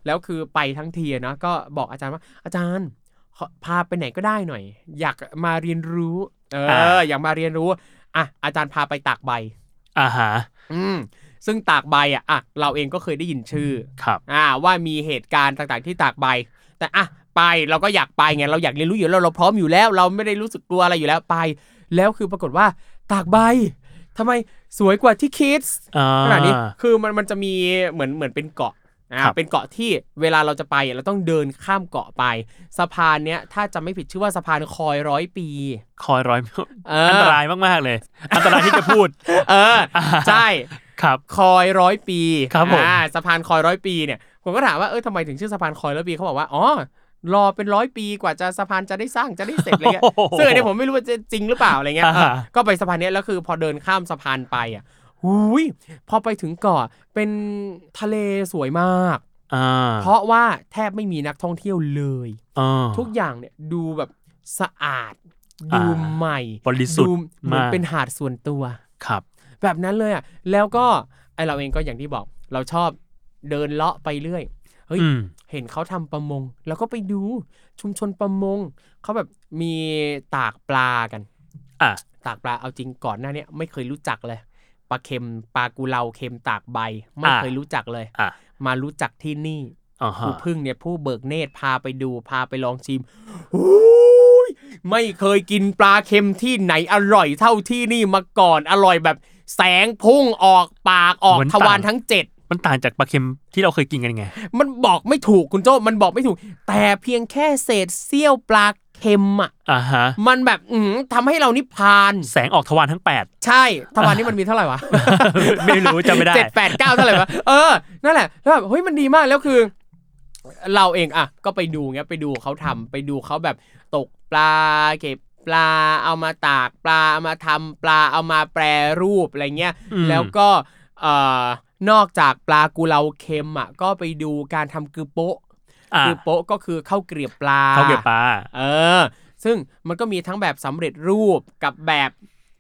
Speaker 1: แล้วคือไปทั้งทีอะนะก็บอกอาจารย์ว่าอาจารย์ขอพาไปไหนก็ได้หน่อย อยากมาเรียนรู้เออ
Speaker 2: อ่า
Speaker 1: อยากมาเรียนรู้อ่ะอาจารย์พาไปตากใบ
Speaker 2: อ่าฮะ
Speaker 1: อืมซึ่งตากใบอ่ะอ่ะเราเองก็เคยได้ยินชื่อ
Speaker 2: ครับ
Speaker 1: อ่าว่ามีเหตุการณ์ต่างๆที่ตากใบ แต่อ่ะไปเราก็อยากไปไงเราอยากเรียนรู้อยู่แล้วเราพร้อมอยู่แล้ว เราไม่ได้รู้สึกกลัวอะไรอยู่แล้วไป แล้วคือปรากฏว่าตากใบทำไมสวยกว่าที่คิด
Speaker 2: อ่า
Speaker 1: ขนาดนี้คือมันมันจะมีเหมือนเหมือนเป็นเกาะอ่า
Speaker 2: ครับ
Speaker 1: เป็นเกาะที่เวลาเราจะไปอ่ะเราต้องเดินข้ามเกาะไป สะพานเนี้ยถ้าจะไม่ผิดชื่อว่าสะพานคอยร้อยปี
Speaker 2: คอย ร้อย
Speaker 1: เอออั
Speaker 2: อันตรายมากๆเลย อันตรายที่จะพูด
Speaker 1: เออใช่
Speaker 2: ครับ
Speaker 1: คอยร้อยปี
Speaker 2: ครับผม
Speaker 1: อ่าสะพานคอยร้อยปีเนี่ยผมก็ถามว่าเออทำไมถึงชื่อสะพานคอยร้อยปีเขาบอกว่าอ๋อรอเป็นร้อยปีกว่าจะสะพานจะได้สร้างจะได้เสร็จอะไรเงี้ยซึ่งอันนี้ผมไม่รู้ว่าจะจริงหรือเปล่าอะไรเงี้ย
Speaker 2: อ่าฮะ
Speaker 1: เออก็ไปสะพานเนี้ยแล้วคือพอเดินข้ามสะพานไปอ่ะหุยพอไปถึงเกาะเป็นทะเลสวยมาก
Speaker 2: อ่า
Speaker 1: เพราะว่าแทบไม่มีนักท่องเที่ยวเลย
Speaker 2: อ่า
Speaker 1: ทุกอย่างเนี่ยดูแบบสะอาด ดู
Speaker 2: อ่า
Speaker 1: ใหม่
Speaker 2: บริสุทธิ์
Speaker 1: ดูเหมือน
Speaker 2: มาก
Speaker 1: เป็นหาดส่วนตัว
Speaker 2: ครับ
Speaker 1: แบบนั้นเลยอ่ะ แล้วก็ไอเราเองก็อย่างที่บอก เราชอบเดินเลาะไปเรื่อย เฮ้ย
Speaker 2: อืม
Speaker 1: เห็นเขาทำประมง แล้วก็ไปดูชุมชนประมง เขาแบบมีตากปลากัน
Speaker 2: อ่ะ
Speaker 1: ตากปลาเอาจริงก่อนหน้าเนี้ยไม่เคยรู้จักเลย ปลาเค็มปลากุเลาเค็มตากใบ ไม่
Speaker 2: อ่ะ
Speaker 1: เคยรู้จักเลย
Speaker 2: อ่ะ
Speaker 1: มารู้จักที่นี่
Speaker 2: อ่า
Speaker 1: ค
Speaker 2: ฮะ
Speaker 1: รูพึ่งเนี่ยผู้เบิกเนตรพาไปดูพาไปลองชิมอุ๊ยไม่เคยกินปลาเค็มที่ไหนอร่อยเท่าที่นี่มาก่อนอร่อยแบบแสงพุ่งออกปากออก
Speaker 2: เหมือน
Speaker 1: ทวาร
Speaker 2: ต่าง
Speaker 1: ทั้งเจ็ด
Speaker 2: มันต่างจากปลาเค็มที่เราเคยกินกันยังไง
Speaker 1: มันบอกไม่ถูกคุณโจ้มันบอกไม่ถูก แต่เพียงแค่เศษเสี้ยวปลาเค็มอ่ะ
Speaker 2: อ่าฮะ
Speaker 1: มันแบบอือหือทำให้เรานิพพาน
Speaker 2: แสงออกทวารทั้งแปด
Speaker 1: ใช่ทวารนี่มันมีเท่าไหร่วะ
Speaker 2: ไม่รู้จำไม่ได้
Speaker 1: เจ็ดแปดเก้าเท่าไหร่วะเออ นั่นแหละแล้วแบบเฮ้ยมันดีมากแล้วคือ เราเองอ่ะก็ไปดูเงี้ยไปดูเขาทำไปดูเขาแบบตกปลาเก็บปลาเอามาตากปลาเอามาทำปลาเอามาแปรรูปอะไรเงี้ย
Speaker 2: อืม
Speaker 1: แล้วก็เอ่อนอกจากปลากุเลาเค็มอ่ะก็ไปดูการทำกือโปะ
Speaker 2: อ่ะ
Speaker 1: กือโปะก็คือข้าวเกรียบปลา
Speaker 2: เขาวเก็บปลา
Speaker 1: เออ ซึ่งมันก็มีทั้งแบบสำเร็จรูปกับแบบ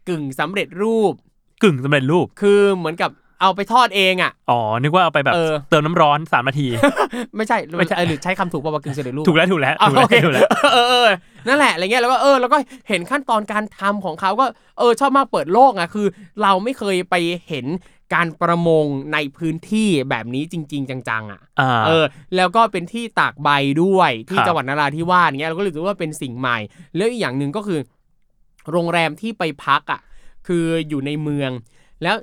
Speaker 1: กึ่งสำเร็จรูป
Speaker 2: กึ่งสำเร็จรูป
Speaker 1: คือเหมือนกับเอาไปทอดเองอ่ะ
Speaker 2: อ๋อ นึกว่าเอาไปแบบ
Speaker 1: เออ
Speaker 2: เติมน้ำร้อนสามนาที
Speaker 1: ไม่ใช่หรือเออหรือใช้คำถูกป่าวว่ากึ่งสำเร็จรูป
Speaker 2: ถูกแล้วถูกแล้ว
Speaker 1: อ่ะ
Speaker 2: ถูก
Speaker 1: โอเค
Speaker 2: แล้วถูกแล้ว
Speaker 1: เออเออนั่นแหละอะไรเงี้ยแล้วก็เออแล้วก็เห็นขั้นตอนการทำของเขาก็เออชอบมากเปิดโลกอ่ะคือ เราไม่เคยไปเห็นการประมงในพื้นที่แบบนี้จริง ๆ จังๆอ่ะ
Speaker 2: อ่า
Speaker 1: เออแล้วก็เป็นที่ตากใบด้วยที่
Speaker 2: ครับ
Speaker 1: จังหวัดนราธิวาสเงี้ยเราก็รู้สึกว่าเป็นสิ่งใหม่ แล้วอีกอย่างหนึ่งก็คือ โรงแรมที่ไปพักอ่ะคืออยู่ในเมือง แล้ว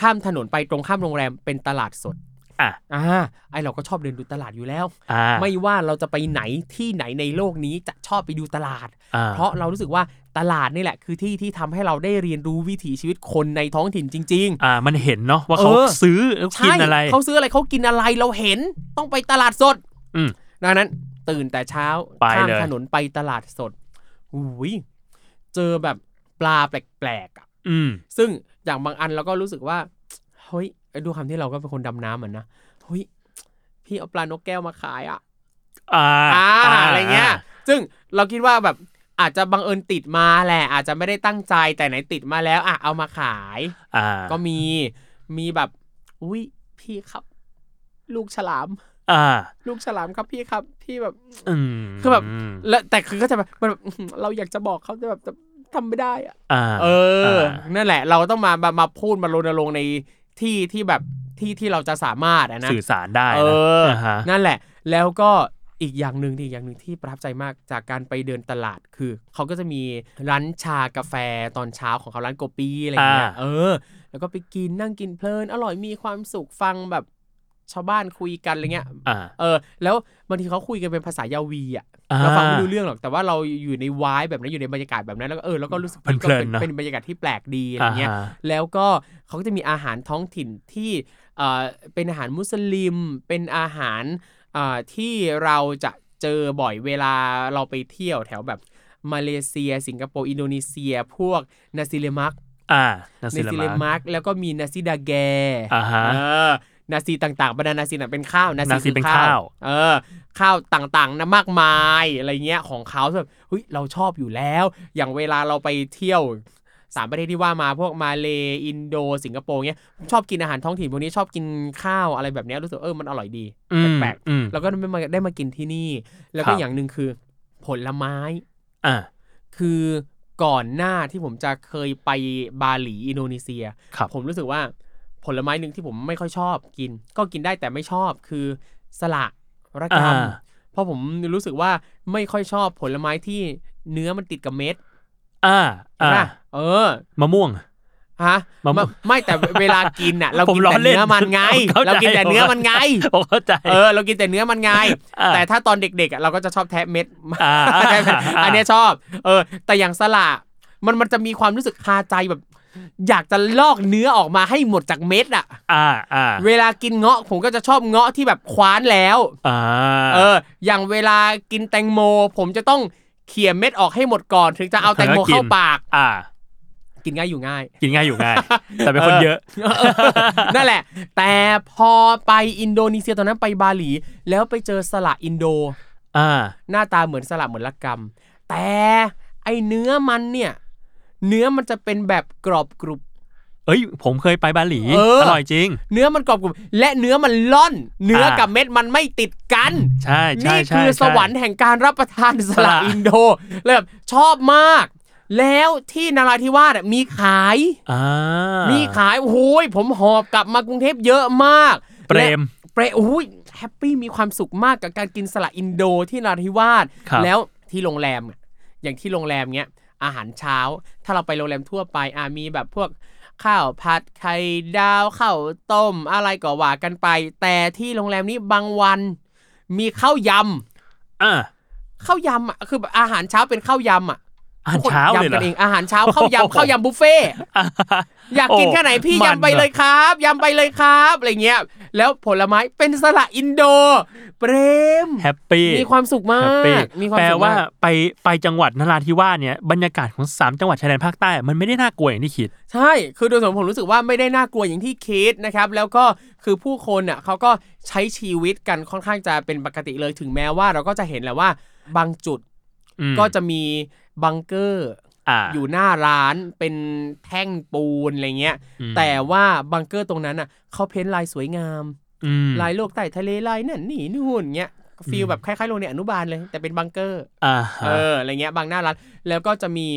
Speaker 1: ข้ามถนนไปตรงข้ามโรงแรมเป็นตลาดสด
Speaker 2: อ่ะ
Speaker 1: อ่าไอเราก็ชอบเดินดูตลาดอยู่แล้ว
Speaker 2: อ่า
Speaker 1: ไม่ว่าเราจะไปไหนที่ไหนในโลกนี้จะชอบไปดูตลาด
Speaker 2: อ่
Speaker 1: เพราะเรารู้สึกว่าตลาดนี่แหละ คือที่ที่ทำให้เราได้เรียนรู้วิถีชีวิตคนในท้องถิ่นจริง ๆ
Speaker 2: อ่า มันเห็นเนาะว่าเขา
Speaker 1: เออ
Speaker 2: ซื้อแล้วกิน
Speaker 1: ใช่
Speaker 2: อะไร
Speaker 1: เขาซื้ออะไรเขากินอะไรเราเห็นต้องไปตลาดสด
Speaker 2: อืม
Speaker 1: ดังนั้นตื่นแต่เช้า
Speaker 2: ไป
Speaker 1: ข้าม
Speaker 2: เลย
Speaker 1: ถนนไปตลาดสดอุยเจอแบบปลาแปลกๆอะ
Speaker 2: อืม
Speaker 1: ซึ่งอย่างบางอันเราก็รู้สึกว่า เฮ้ย ดูคำที่เราก็เป็นคนดำน้ำเหมือนนะเฮ้ยพี่เอาปลานกแก้วมาขายอ่ะ
Speaker 2: อ่า
Speaker 1: อ่า
Speaker 2: า
Speaker 1: อะไรเงี้ย ซึ่งเราคิดว่าแบบอาจจะบังเอิญติดมาแหละ อาจจะไม่ได้ตั้งใจแต่ไหนติดมาแล้วอ่ะเอามาขาย
Speaker 2: อ่า
Speaker 1: ก็มีมีแบบ อุ้ยพี่ครับ ลูกฉลาม
Speaker 2: อ่า
Speaker 1: ลูกฉลามครับพี่ครับพี่แบบ
Speaker 2: อืม
Speaker 1: คือแบบ แล้วแต่คือก็จะแบบมันแบบ อื้อหือเราอยากจะบอกเขาแต่แบบแต่ทำไม่ได้อะ
Speaker 2: อ่า
Speaker 1: เออ
Speaker 2: า
Speaker 1: นั่นแหละ เราต้องมามามาพูดมารณรงค์ในที่ที่แบบที่ที่เราจะสามารถอะนะ
Speaker 2: สื่อสารได้นะ
Speaker 1: เออ
Speaker 2: ฮะ
Speaker 1: นั่นแหละ แล้วก็อีกอย่างหนึ่งที่อีกอย่างหนึ่งที่ประทับใจมากจากการไปเดินตลาดคือ เขาก็จะมีร้านชากาแฟตอนเช้าของเขาร้านโกปีอะไรอย่างเงี้ยเออ แล้วก็ไปกินนั่งกินเพลิน อร่อยมีความสุขฟังแบบชาวบ้านคุยกันอะไรเงี้ย
Speaker 2: อ่า
Speaker 1: เออ แล้วบางทีเขาคุยกันเป็นภาษายาวีอ่ะ
Speaker 2: อ่า
Speaker 1: เราฟังไม่รู้เรื่องหรอกแต่ว่าเราอยู่ในวายแบบนั้นอยู่ในบรรยากาศแบบนั้นแล้วก็เออแล้วก็รู้สึก
Speaker 2: เพลินๆ
Speaker 1: ก็
Speaker 2: เนอะ
Speaker 1: เป็นบรรยากาศที่แปลกดีอะไรเงี้ย
Speaker 2: อ่าฮะ
Speaker 1: แล้วก็เขาก็จะมีอาหารท้องถิ่นที่เอ่อเป็นอาหารมุสลิม เป็นอาหารเอ่อที่เราจะเจอบ่อยเวลาเราไปเที่ยวแถวแบบมาเลเซีย สิงคโปร์ อินโดนีเซีย พวกนาซิเลมัก
Speaker 2: อ่านาซิ
Speaker 1: นา
Speaker 2: ล
Speaker 1: ซิเล
Speaker 2: เลมา
Speaker 1: มัก แล้วก็มีนาซิดาแก
Speaker 2: อ่าฮะ
Speaker 1: เออนาซีต่างๆบรรดานาซีน่ะเป็นข้าวนา
Speaker 2: นาซี
Speaker 1: ซี
Speaker 2: เป็น
Speaker 1: คือ
Speaker 2: ข้าว
Speaker 1: เออ ข้าวต่างๆนะมากมายอะไรเงี้ยของเขาแบบเฮ้ยเราชอบอยู่แล้ว อย่างเวลาเราไปเที่ยว สามประเทศที่ว่ามาพวกมาเลย์อินโด สิงคโปร์เงี้ยผมชอบกินอาหารท้องถิ่นพวกนี้ชอบกินข้าวอะไรแบบเนี้ยรู้สึกเออมันอร่อยดี
Speaker 2: อืม
Speaker 1: แปลก
Speaker 2: อืม
Speaker 1: ๆแล้วก็ได้มาได้มากินที่นี่ แล้วก็
Speaker 2: ครับ
Speaker 1: อย่างหนึ่งคือ ผลไม้
Speaker 2: อ่า
Speaker 1: คือก่อนหน้าที่ผมจะเคยไปบาหลีอินโดนีเซีย
Speaker 2: ครับ
Speaker 1: ผมรู้สึกว่าผลไม้หนึ่งที่ผมไม่ค่อยชอบกิน ก็กินได้แต่ไม่ชอบคือสละระกรรม
Speaker 2: อ่า
Speaker 1: เพราะผมรู้สึกว่าไม่ค่อยชอบผลไม้ที่เนื้อมันติดกับเม็ด
Speaker 2: อ่า
Speaker 1: เห็
Speaker 2: อ่าน
Speaker 1: ป่ะเออ
Speaker 2: มะม่วง
Speaker 1: ฮะ
Speaker 2: มะม่วง
Speaker 1: ไม่ไม่แต่เวลากินน่ะ เรา
Speaker 2: ผม
Speaker 1: กิน
Speaker 2: ล้อ
Speaker 1: แต่
Speaker 2: เล่น
Speaker 1: เนื้อมันไง
Speaker 2: ผมข้ใจ
Speaker 1: เรากินแต่เนื้อมันไง
Speaker 2: ผมเข้าใจ
Speaker 1: เออ เรากินแต่เนื้อมันไง
Speaker 2: อ่า
Speaker 1: แต่ถ้าตอนเด็กๆอ่ะเราก็จะชอบแทะเม็ด
Speaker 2: อ่า
Speaker 1: แทะเม็ด
Speaker 2: อ่า
Speaker 1: อันเนี้ยชอบ เออ แต่อย่างสละมันมันจะมีความรู้สึกคาใจแบบ อยากจะลอกเนื้อออกมาให้หมดจากเม็ดอ่ะ
Speaker 2: อ่าอ่า
Speaker 1: เวลากินเงาะผมก็จะชอบเงาะที่แบบคว้านแล้ว
Speaker 2: อ่า
Speaker 1: เออ อย่างเวลากินแตงโม ผมจะต้องเขี่ยเม็ดออกให้หมดก่อน ถึงจะเอาแตงโมเข้าปาก
Speaker 2: อ่า
Speaker 1: กินง่ายอยู่ง่าย
Speaker 2: กินง่ายอยู่ง่าย แต่เป็นคนเยอะ
Speaker 1: นั่นแหละ แต่พอไปอินโดนีเซียตอนนั้นไปบาหลี แล้วไปเจอสละอินโด
Speaker 2: อ่า
Speaker 1: หน้าตาเหมือนสละเหมือนละกรรม แต่ไอเนื้อมันเนี่ย เนื้อมันจะเป็นแบบกรอบกรุบ
Speaker 2: เอ้ย ผมเคยไปบาหลี
Speaker 1: เอออ
Speaker 2: ร่อยจริง
Speaker 1: เนื้อมันกรอบกรุบ และเนื้อมันล่อน เนื้อกับเม็ดมันไม่ติดกัน
Speaker 2: ใช่ใช่
Speaker 1: นี่
Speaker 2: ใช่
Speaker 1: คือส
Speaker 2: ใช่
Speaker 1: วรรค์แห่งการรับประทานส
Speaker 2: ส
Speaker 1: ละ
Speaker 2: ละ
Speaker 1: อินโดเลยแบบชอบมาก แล้วที่นาราธิวาสอะมีขาย
Speaker 2: อ่า
Speaker 1: มี
Speaker 2: มี
Speaker 1: ขายโอ้ยผมหอบกลับมากรุงเทพเยอะมาก
Speaker 2: เปรม
Speaker 1: และเปรมโอ้ยแฮปปี้มีความสุขมากกับการกินสละอินโดที่นราธิวาส
Speaker 2: ครับ
Speaker 1: แล้วที่โรงแรมอะอย่างที่โรงแรมเนี้ยอาหารเช้า ถ้าเราไปโรงแรมทั่วไปอ่ะมีแบบพวกข้าวผัดไข่ดาวข้าวต้ม อะไรก็ว่ากันไป แต่ที่โรงแรมนี้บางวัน มีข้าวย
Speaker 2: อ่า
Speaker 1: ำข้าวยำอ่ะคือแบบอาหารเช้าเป็นข้าวยำอ่ะ
Speaker 2: อาหารเช้า
Speaker 1: ทุกคน
Speaker 2: เลยเหร
Speaker 1: กั
Speaker 2: อ
Speaker 1: นเองอา หารเช้าข้าวยำข้าวยำบุฟเฟ่
Speaker 2: อ่ะ
Speaker 1: อยากกิน
Speaker 2: โอ้
Speaker 1: แค่ไหนพี่
Speaker 2: มัน
Speaker 1: ยำไปเลยครับยำไปเลยครับอะไรเงี้ยแล้วผลไม้เป็นสละอินโด เปรม
Speaker 2: แฮปปี้
Speaker 1: มีความสุขมา
Speaker 2: แฮ
Speaker 1: ก
Speaker 2: ปปี้
Speaker 1: มีความ
Speaker 2: แปล
Speaker 1: สุขมก
Speaker 2: ว่าไปไปจังหวัดนราธิวาสเนี่ยบรรยากาศของสามจังหวัดชายแดนภาคใต้ มันไม่ได้น่ากลัวอย่างที่คิด
Speaker 1: ใช่คือโดยส่วนตัวผมรู้สึกว่าไม่ได้น่ากลัวอย่างที่คิดนะครับ แล้วก็คือผู้คนอ่ะเขาก็ใช้ชีวิตกันค่อนข้างจะเป็นปกติเลยถึงแม้ว่าเราก็จะเห็นแหละว่า บางจุด
Speaker 2: อืม
Speaker 1: ก็จะมีบังเกอร์
Speaker 2: อ่า
Speaker 1: อยู่หน้าร้านเป็นแท่งปูนอะไรเงี้ย
Speaker 2: อืม
Speaker 1: แต่ว่าบังเกอร์ตรงนั้นอ่ะเขาเพ้นท์ลายสวยงาม
Speaker 2: อืม
Speaker 1: ลายโลกใต้ทะเลลายนั่นนี่นู่นเงี้ยฟีลแบบคล้ายๆโรงเรียนอนุบาลเลย แต่เป็นบังเกอร์
Speaker 2: อ่า
Speaker 1: เอออะไรเงี้ยบางหน้าร้านแล้วก็จะมี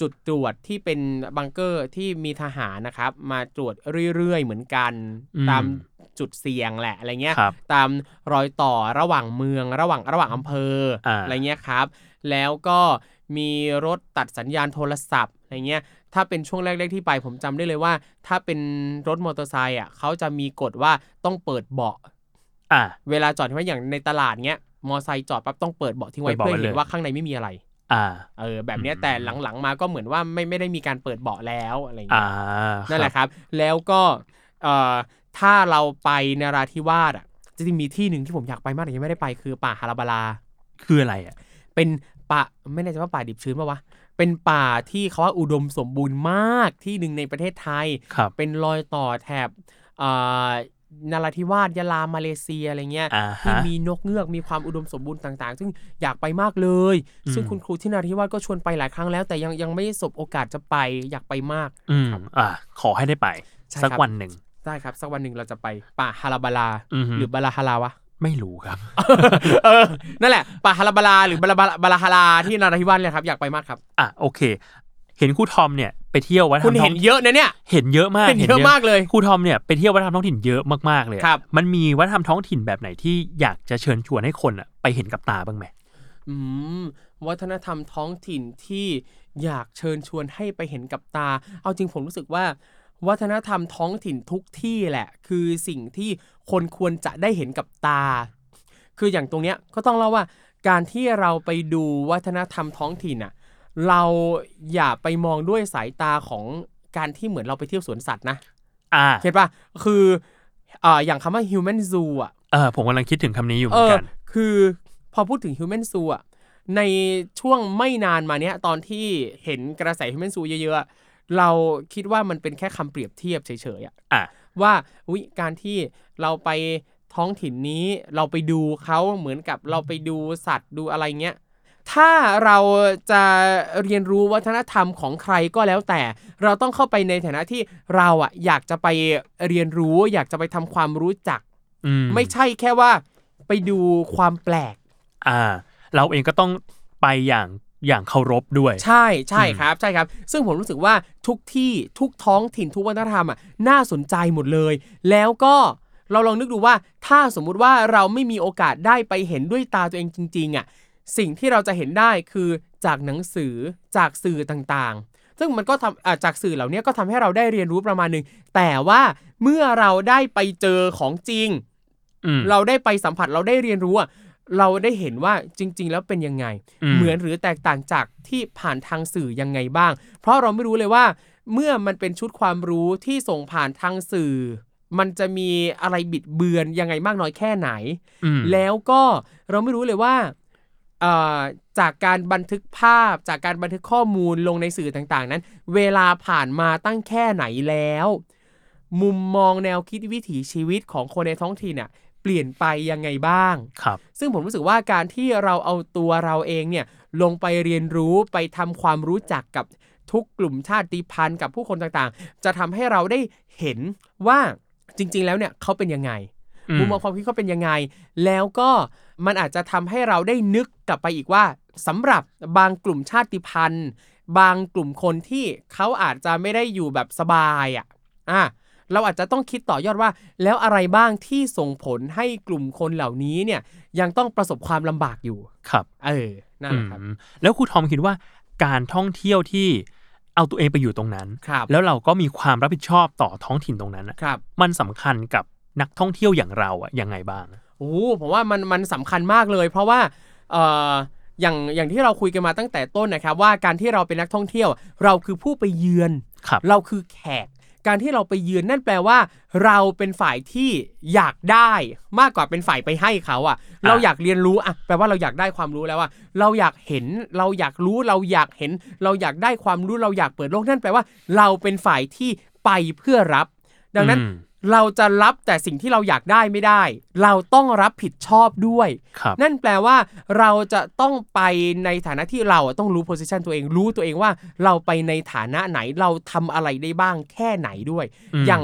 Speaker 1: จุดตรวจที่เป็นบังเกอร์ที่มีทหารนะครับ มาตรวจเรื่อยๆเหมือนกัน ตามจุดเสี่ยงแหละอะไรเงี้ย
Speaker 2: ครับ
Speaker 1: ตามรอยต่อระหว่างเมืองระหว่างระหว่างอำเภอ
Speaker 2: อ่า
Speaker 1: อะไรเงี้ยครับ แล้วก็มีรถตัดสัญญาณโทรศัพท์อะไรเงี้ยถ้าเป็นช่วงแรก ๆ ที่ไปผมจำได้เลยว่า ถ้าเป็นรถมอเตอร์ไซค์อ่ะเขาจะมีกฎว่าต้องเปิดเบาะ
Speaker 2: อ่า
Speaker 1: เวลาจอดใช่ไหมอย่างในตลาดเงี้ยมอไซค์จอดปั๊บต้องเปิดเบาะทิ้งไว้
Speaker 2: เปิดเบาะ
Speaker 1: เพื่อ
Speaker 2: ไว้
Speaker 1: เห็น
Speaker 2: เลย
Speaker 1: ว่าข้างในไม่มีอะไร
Speaker 2: อ่า
Speaker 1: เออแบบเนี้ย
Speaker 2: อืม
Speaker 1: แต่หลังๆมาก็เหมือนว่าไม่ไม่ได้มีการเปิดเบาะแล้วอะไรเงี้
Speaker 2: อ่าย
Speaker 1: นั่นแหละครับ แล้วก็เอ่อถ้าเราไปนราธิวาสอ่ะจริงๆมีที่หนึ่งที่ผมอยากไปมากแต่ยังไม่ได้ไปคือป่าฮาราบาลา
Speaker 2: คืออะไรอ่ะ
Speaker 1: เป็นป่าไม่แน่ใจว่าป่าดิบชื้นปะวะ เป็นป่าที่เขาว่าอุดมสมบูรณ์มากที่หนึ่งในประเทศไทย
Speaker 2: ครับ
Speaker 1: เป็นรอยต่อแถบ อ่านราธิวาสยะลามาเลเซียอะไรเงี้ย
Speaker 2: อ่า
Speaker 1: ที่
Speaker 2: ฮะ
Speaker 1: มีนกเงือกมีความอุดมสมบูรณ์ต่าง ๆ ซึ่งอยากไปมากเลย
Speaker 2: อืม
Speaker 1: ซึ่งคุณครูที่นราธิวาสก็ชวนไปหลายครั้งแล้ว แต่ยังยังไม่สบโอกาสจะไปอยากไปมาก
Speaker 2: อืมอ่าขอให้ได้ไป
Speaker 1: ใช่
Speaker 2: สัก
Speaker 1: ครับ
Speaker 2: วันหนึ่ง
Speaker 1: ได้ครับ สักวันหนึ่งเราจะไปป่าฮาราบาลา
Speaker 2: อือฮึ
Speaker 1: หรือบาลาฮาราวะ
Speaker 2: ไม่รู้ครับ
Speaker 1: เออนั่นแหละป่าฮาราบาลาหรือบาลาบาลาบาลาฮาราที่นราธิวาสเนี่ยครับอยากไปมากครับ
Speaker 2: อ่ะโอเค เห็นครูทอมเนี่ยไปเที่ยววัฒนธร
Speaker 1: คุ
Speaker 2: ร
Speaker 1: ณ
Speaker 2: มท้
Speaker 1: เห็
Speaker 2: อน ง
Speaker 1: เยอะนะเนี่ย
Speaker 2: เห็นเยอะมาก
Speaker 1: เห็นเยอะมากเลย
Speaker 2: ครูทอมเนี่ยไปเที่ยววัฒนธรรมท้องถิ่นเยอะมากๆเลย
Speaker 1: ครับ
Speaker 2: มันมีวัฒนธรรมท้องถิ่นแบบไหนที่อยากจะเชิญชวนให้คนอ่ะไปเห็นกับตาบ้างไหม
Speaker 1: อืมวัฒนธรรมท้องถิ่นที่อยากเชิญชวนให้ไปเห็นกับตา เอาจริงผมรู้สึกว่า วัฒนธรรมท้องถิ่นทุกที่แหละ คือสิ่งที่คนควรจะได้เห็นกับตา คืออย่างตรงเนี้ยก็ต้องเล่าว่า การที่เราไปดูวัฒนธรรมท้องถิ่นอ่ะ เราอย่าไปมองด้วยสายตาของการที่เหมือนเราไปเที่ยวสวนสัตว์นะ
Speaker 2: อ่า
Speaker 1: เข้าปะคืออ่าอย่างคำว่า human zoo อ่ะ
Speaker 2: เออผมกำลังคิดถึงคำนี้อยู่เหมือนกัน
Speaker 1: เออคือพอพูดถึง Human Zoo อะในช่วงไม่นานมาเนี้ยตอนที่เห็นกระแส Human Zoo เยอะๆอะเราคิดว่ามันเป็นแค่คำเปรียบเทียบเฉยๆอะ
Speaker 2: อ่ะ
Speaker 1: ว่าอุ๊ยการที่เราไปท้องถิ่นนี้เราไปดูเขาเหมือนกับเราไปดูสัตว์ดูอะไรเงี้ย ถ้าเราจะเรียนรู้วัฒนธรรมของใครก็แล้วแต่ เราต้องเข้าไปในฐานะที่เราอะอยากจะไปเรียนรู้ อยากจะไปทำความรู้จัก
Speaker 2: อืม
Speaker 1: ไม่ใช่แค่ว่าไปดูความแปลก
Speaker 2: อ่า เราเองก็ต้องไปอย่างอย่างเคารพด้วย
Speaker 1: ใช่ใช่ครับใช่ครับ ซึ่งผมรู้สึกว่าทุกที่ทุกท้องถิ่นทุกวัฒนธรรมอ่ะน่าสนใจหมดเลย แล้วก็เราลองนึกดูว่าถ้าสมมุติว่าเราไม่มีโอกาสได้ไปเห็นด้วยตาตัวเองจริงๆอ่ะสิ่งที่เราจะเห็นได้คือจากหนังสือจากสื่อต่างๆ ซึ่งมันก็ทำอ่ะจากสื่อเหล่านี้ก็ทำให้เราได้เรียนรู้ประมาณหนึ่งแต่ว่าเมื่อเราได้ไปเจอของจริง
Speaker 2: อืม
Speaker 1: เราได้ไปสัมผัสเราได้เรียนรู้อะเราได้เห็นว่าจริง ๆ แล้วเป็นยังไง
Speaker 2: อืม
Speaker 1: เหมือนหรือแตกต่างจากที่ผ่านทางสื่อยังไงบ้าง เพราะเราไม่รู้เลยว่า เมื่อมันเป็นชุดความรู้ที่ส่งผ่านทางสื่อ มันจะมีอะไรบิดเบือนยังไงมากน้อยแค่ไหน
Speaker 2: อืม
Speaker 1: แล้วก็เราไม่รู้เลยว่าเอ่อจากการบันทึกภาพจากการบันทึกข้อมูลลงในสื่อต่างๆ นั้น เวลาผ่านมาตั้งแค่ไหนแล้ว มุมมองแนวคิดวิถีชีวิตของคนในท้องถิ่นน่ะเปลี่ยนไปยังไงบ้าง
Speaker 2: ครับ
Speaker 1: ซึ่งผมรู้สึกว่าการที่เราเอาตัวเราเองเนี่ยลงไปเรียนรู้ไปทำความรู้จักกับทุกกลุ่มชาติพันธุ์กับผู้คนต่างๆ จะทำให้เราได้เห็นว่าจริง ๆ แล้วเนี่ยเขาเป็นยังไง
Speaker 2: อืม
Speaker 1: มุมมองความคิดเขาเป็นยังไง แล้วก็มันอาจจะทำให้เราได้นึกกลับไปอีกว่าสำหรับบางกลุ่มชาติพันธุ์ บางกลุ่มคนที่เขาอาจจะไม่ได้อยู่แบบสบายอ่ะอ่ะ เราอาจจะต้องคิดต่อยอดว่า แล้วอะไรบ้างที่ส่งผลให้กลุ่มคนเหล่านี้เนี่ยยังต้องประสบความลำบากอยู่
Speaker 2: ครับ
Speaker 1: เออนั่นแหละครับ
Speaker 2: อืมแล้วครูทอมคิดว่าการท่องเที่ยวที่เอาตัวเองไปอยู่ตรงนั้น
Speaker 1: ครับ
Speaker 2: แล้วเราก็มีความรับผิดชอบต่อท้องถิ่นตรงนั้นอะ
Speaker 1: ครับ
Speaker 2: มันสำคัญกับนักท่องเที่ยวอย่างเราอะยังไงบ้าง
Speaker 1: โอ้โหผมว่ามันมันสำคัญมากเลย เพราะว่าเอ่ออย่างอย่างที่เราคุยกันมาตั้งแต่ต้นนะครับ ว่าการที่เราเป็นนักท่องเที่ยว เราคือผู้ไปเยือน
Speaker 2: ครับ
Speaker 1: เราคือแขก การที่เราไปเยือนนั่นแปลว่า เราเป็นฝ่ายที่อยากได้มากกว่าเป็นฝ่ายไปให้เขาอะ่ะ เราอยากเรียนรู้อ่ะแปลว่าเราอยากได้ความรู้แล้วว่า เราอยากเห็นเราอยากรู้เราอยากเห็น เราอยากได้ความรู้เราอยากเปิดโลกนั่นแปลว่า เราเป็นฝ่ายที่ไปเพื่อรับ ดังนั้น
Speaker 2: อืม
Speaker 1: เราจะรับแต่สิ่งที่เราอยากได้ไม่ได้ เราต้องรับผิดชอบด้วย
Speaker 2: ครับ
Speaker 1: นั่นแปลว่าเราจะต้องไปในฐานะที่เราอะต้องรู้ position ตัวเองรู้ตัวเองว่าเราไปในฐานะไหนเราทำอะไรได้บ้างแค่ไหนด้วย
Speaker 2: อืม
Speaker 1: อย่าง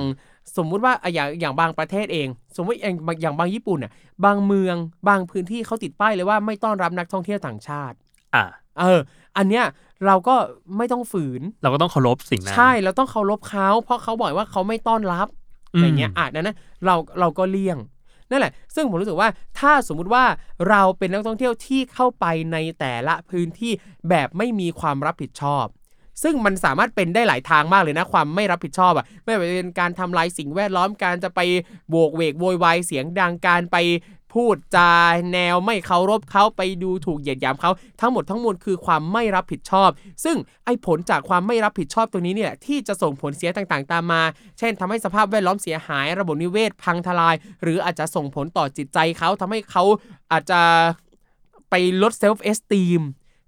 Speaker 1: สมมุติว่าอ่ะอย่างอย่างบางประเทศเอง สมมติอย่างอย่างบางญี่ปุ่นอ่ะบางเมืองบางพื้นที่เขาติดป้ายเลยว่าไม่ต้อนรับนักท่องเที่ยวต่างชาติ
Speaker 2: อ่ะ
Speaker 1: เออ อันเนี้ยเราก็ไม่ต้องฝืน
Speaker 2: เราก็ต้องเคารพสิ่งนั้น
Speaker 1: ใช่เราต้องเคารพเขาเพราะเขาบอกว่าเขาไม่ต้อนรับ
Speaker 2: อืม
Speaker 1: อย่างเงี้ยอ่ะดังนั้นเราเราก็เลี่ยงนั่นแหละ ซึ่งผมรู้สึกว่าถ้าสมมุติว่าเราเป็นนักท่องเที่ยวที่เข้าไปในแต่ละพื้นที่แบบไม่มีความรับผิดชอบ ซึ่งมันสามารถเป็นได้หลายทางมากเลยนะความไม่รับผิดชอบอ่ะไม่ว่าจะเป็นการทำลายสิ่งแวดล้อมการจะไปโบกเวกโวยวายเสียงดังการไปพูดจาแนวไม่เคารพเขาไปดูถูกเหยียดหยามเขาทั้งหมดทั้งมวลคือความไม่รับผิดชอบ ซึ่งไอ้ผลจากความไม่รับผิดชอบตัวนี้เนี่ยที่จะส่งผลเสียต่างๆ ตามมา เช่นทำให้สภาพแวดล้อมเสียหาย ระบบนิเวศพังทลาย หรืออาจจะส่งผลต่อจิตใจเขาทำให้เขาอาจจะไปลดเซลฟ์เอสตีม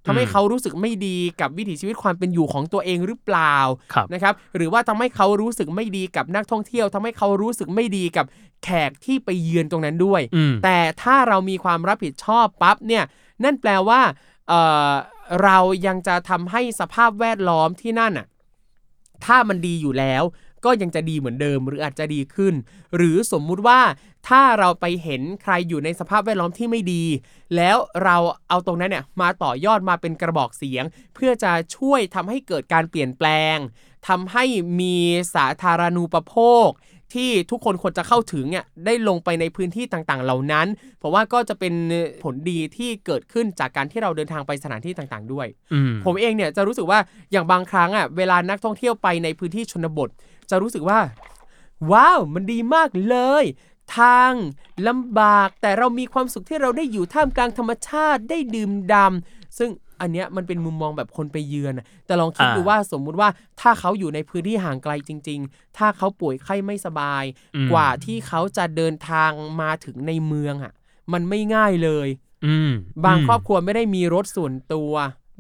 Speaker 1: ทำให้เขารู้สึกไม่ดีกับวิถีชีวิตความเป็นอยู่ของตัวเองหรือเปล่า
Speaker 2: ครับ
Speaker 1: นะครับหรือว่าทำให้เขารู้สึกไม่ดีกับนักท่องเที่ยวทำให้เขารู้สึกไม่ดีกับแขกที่ไปเยือนตรงนั้นด้วย
Speaker 2: อืม
Speaker 1: แต่ถ้าเรามีความรับผิดชอบปั๊บเนี่ยนั่นแปลว่าเอ่อเรายังจะทำให้สภาพแวดล้อมที่นั่นน่ะถ้ามันดีอยู่แล้ว ก็ยังจะดีเหมือนเดิมหรืออาจจะดีขึ้น หรือสมมุติว่าถ้าเราไปเห็นใครอยู่ในสภาพแวดล้อมที่ไม่ดี แล้วเราเอาตรงนั้นเนี่ยมาต่อยอดมาเป็นกระบอกเสียง เพื่อจะช่วยทำให้เกิดการเปลี่ยนแปลงทำให้มีสาธารณูปโภค ที่ทุกคนควรจะเข้าถึงเนี่ยได้ลงไปในพื้นที่ต่างๆ เหล่านั้น เพราะว่าก็จะเป็นผลดีที่เกิดขึ้นจากการที่เราเดินทางไปสถานที่ต่างๆ ด้วย
Speaker 2: อืม
Speaker 1: ผมเองเนี่ยจะรู้สึกว่าอย่างบางครั้งอ่ะเวลานักท่องเที่ยวไปในพื้นที่ชนบท จะรู้สึกว่า ว้าว มันดีมากเลย ทางลำบากแต่เรามีความสุขที่เราได้อยู่ท่ามกลางธรรมชาติได้ดื่มดำซึ่งอันเนี้ยมันเป็นมุมมองแบบคนไปเยือนน่ะแต่ลองคิด
Speaker 2: อ่า
Speaker 1: ดูว่าสมมุติว่าถ้าเขาอยู่ในพื้นที่ห่างไกลจริง ๆ ถ้าเขาป่วยไข้ไม่สบาย
Speaker 2: อืม
Speaker 1: กว่าที่เขาจะเดินทางมาถึงในเมืองอ่ะ มันไม่ง่ายเลย
Speaker 2: อืม
Speaker 1: บาง
Speaker 2: ม
Speaker 1: ครอบครัวไม่ได้มีรถส่วนตัว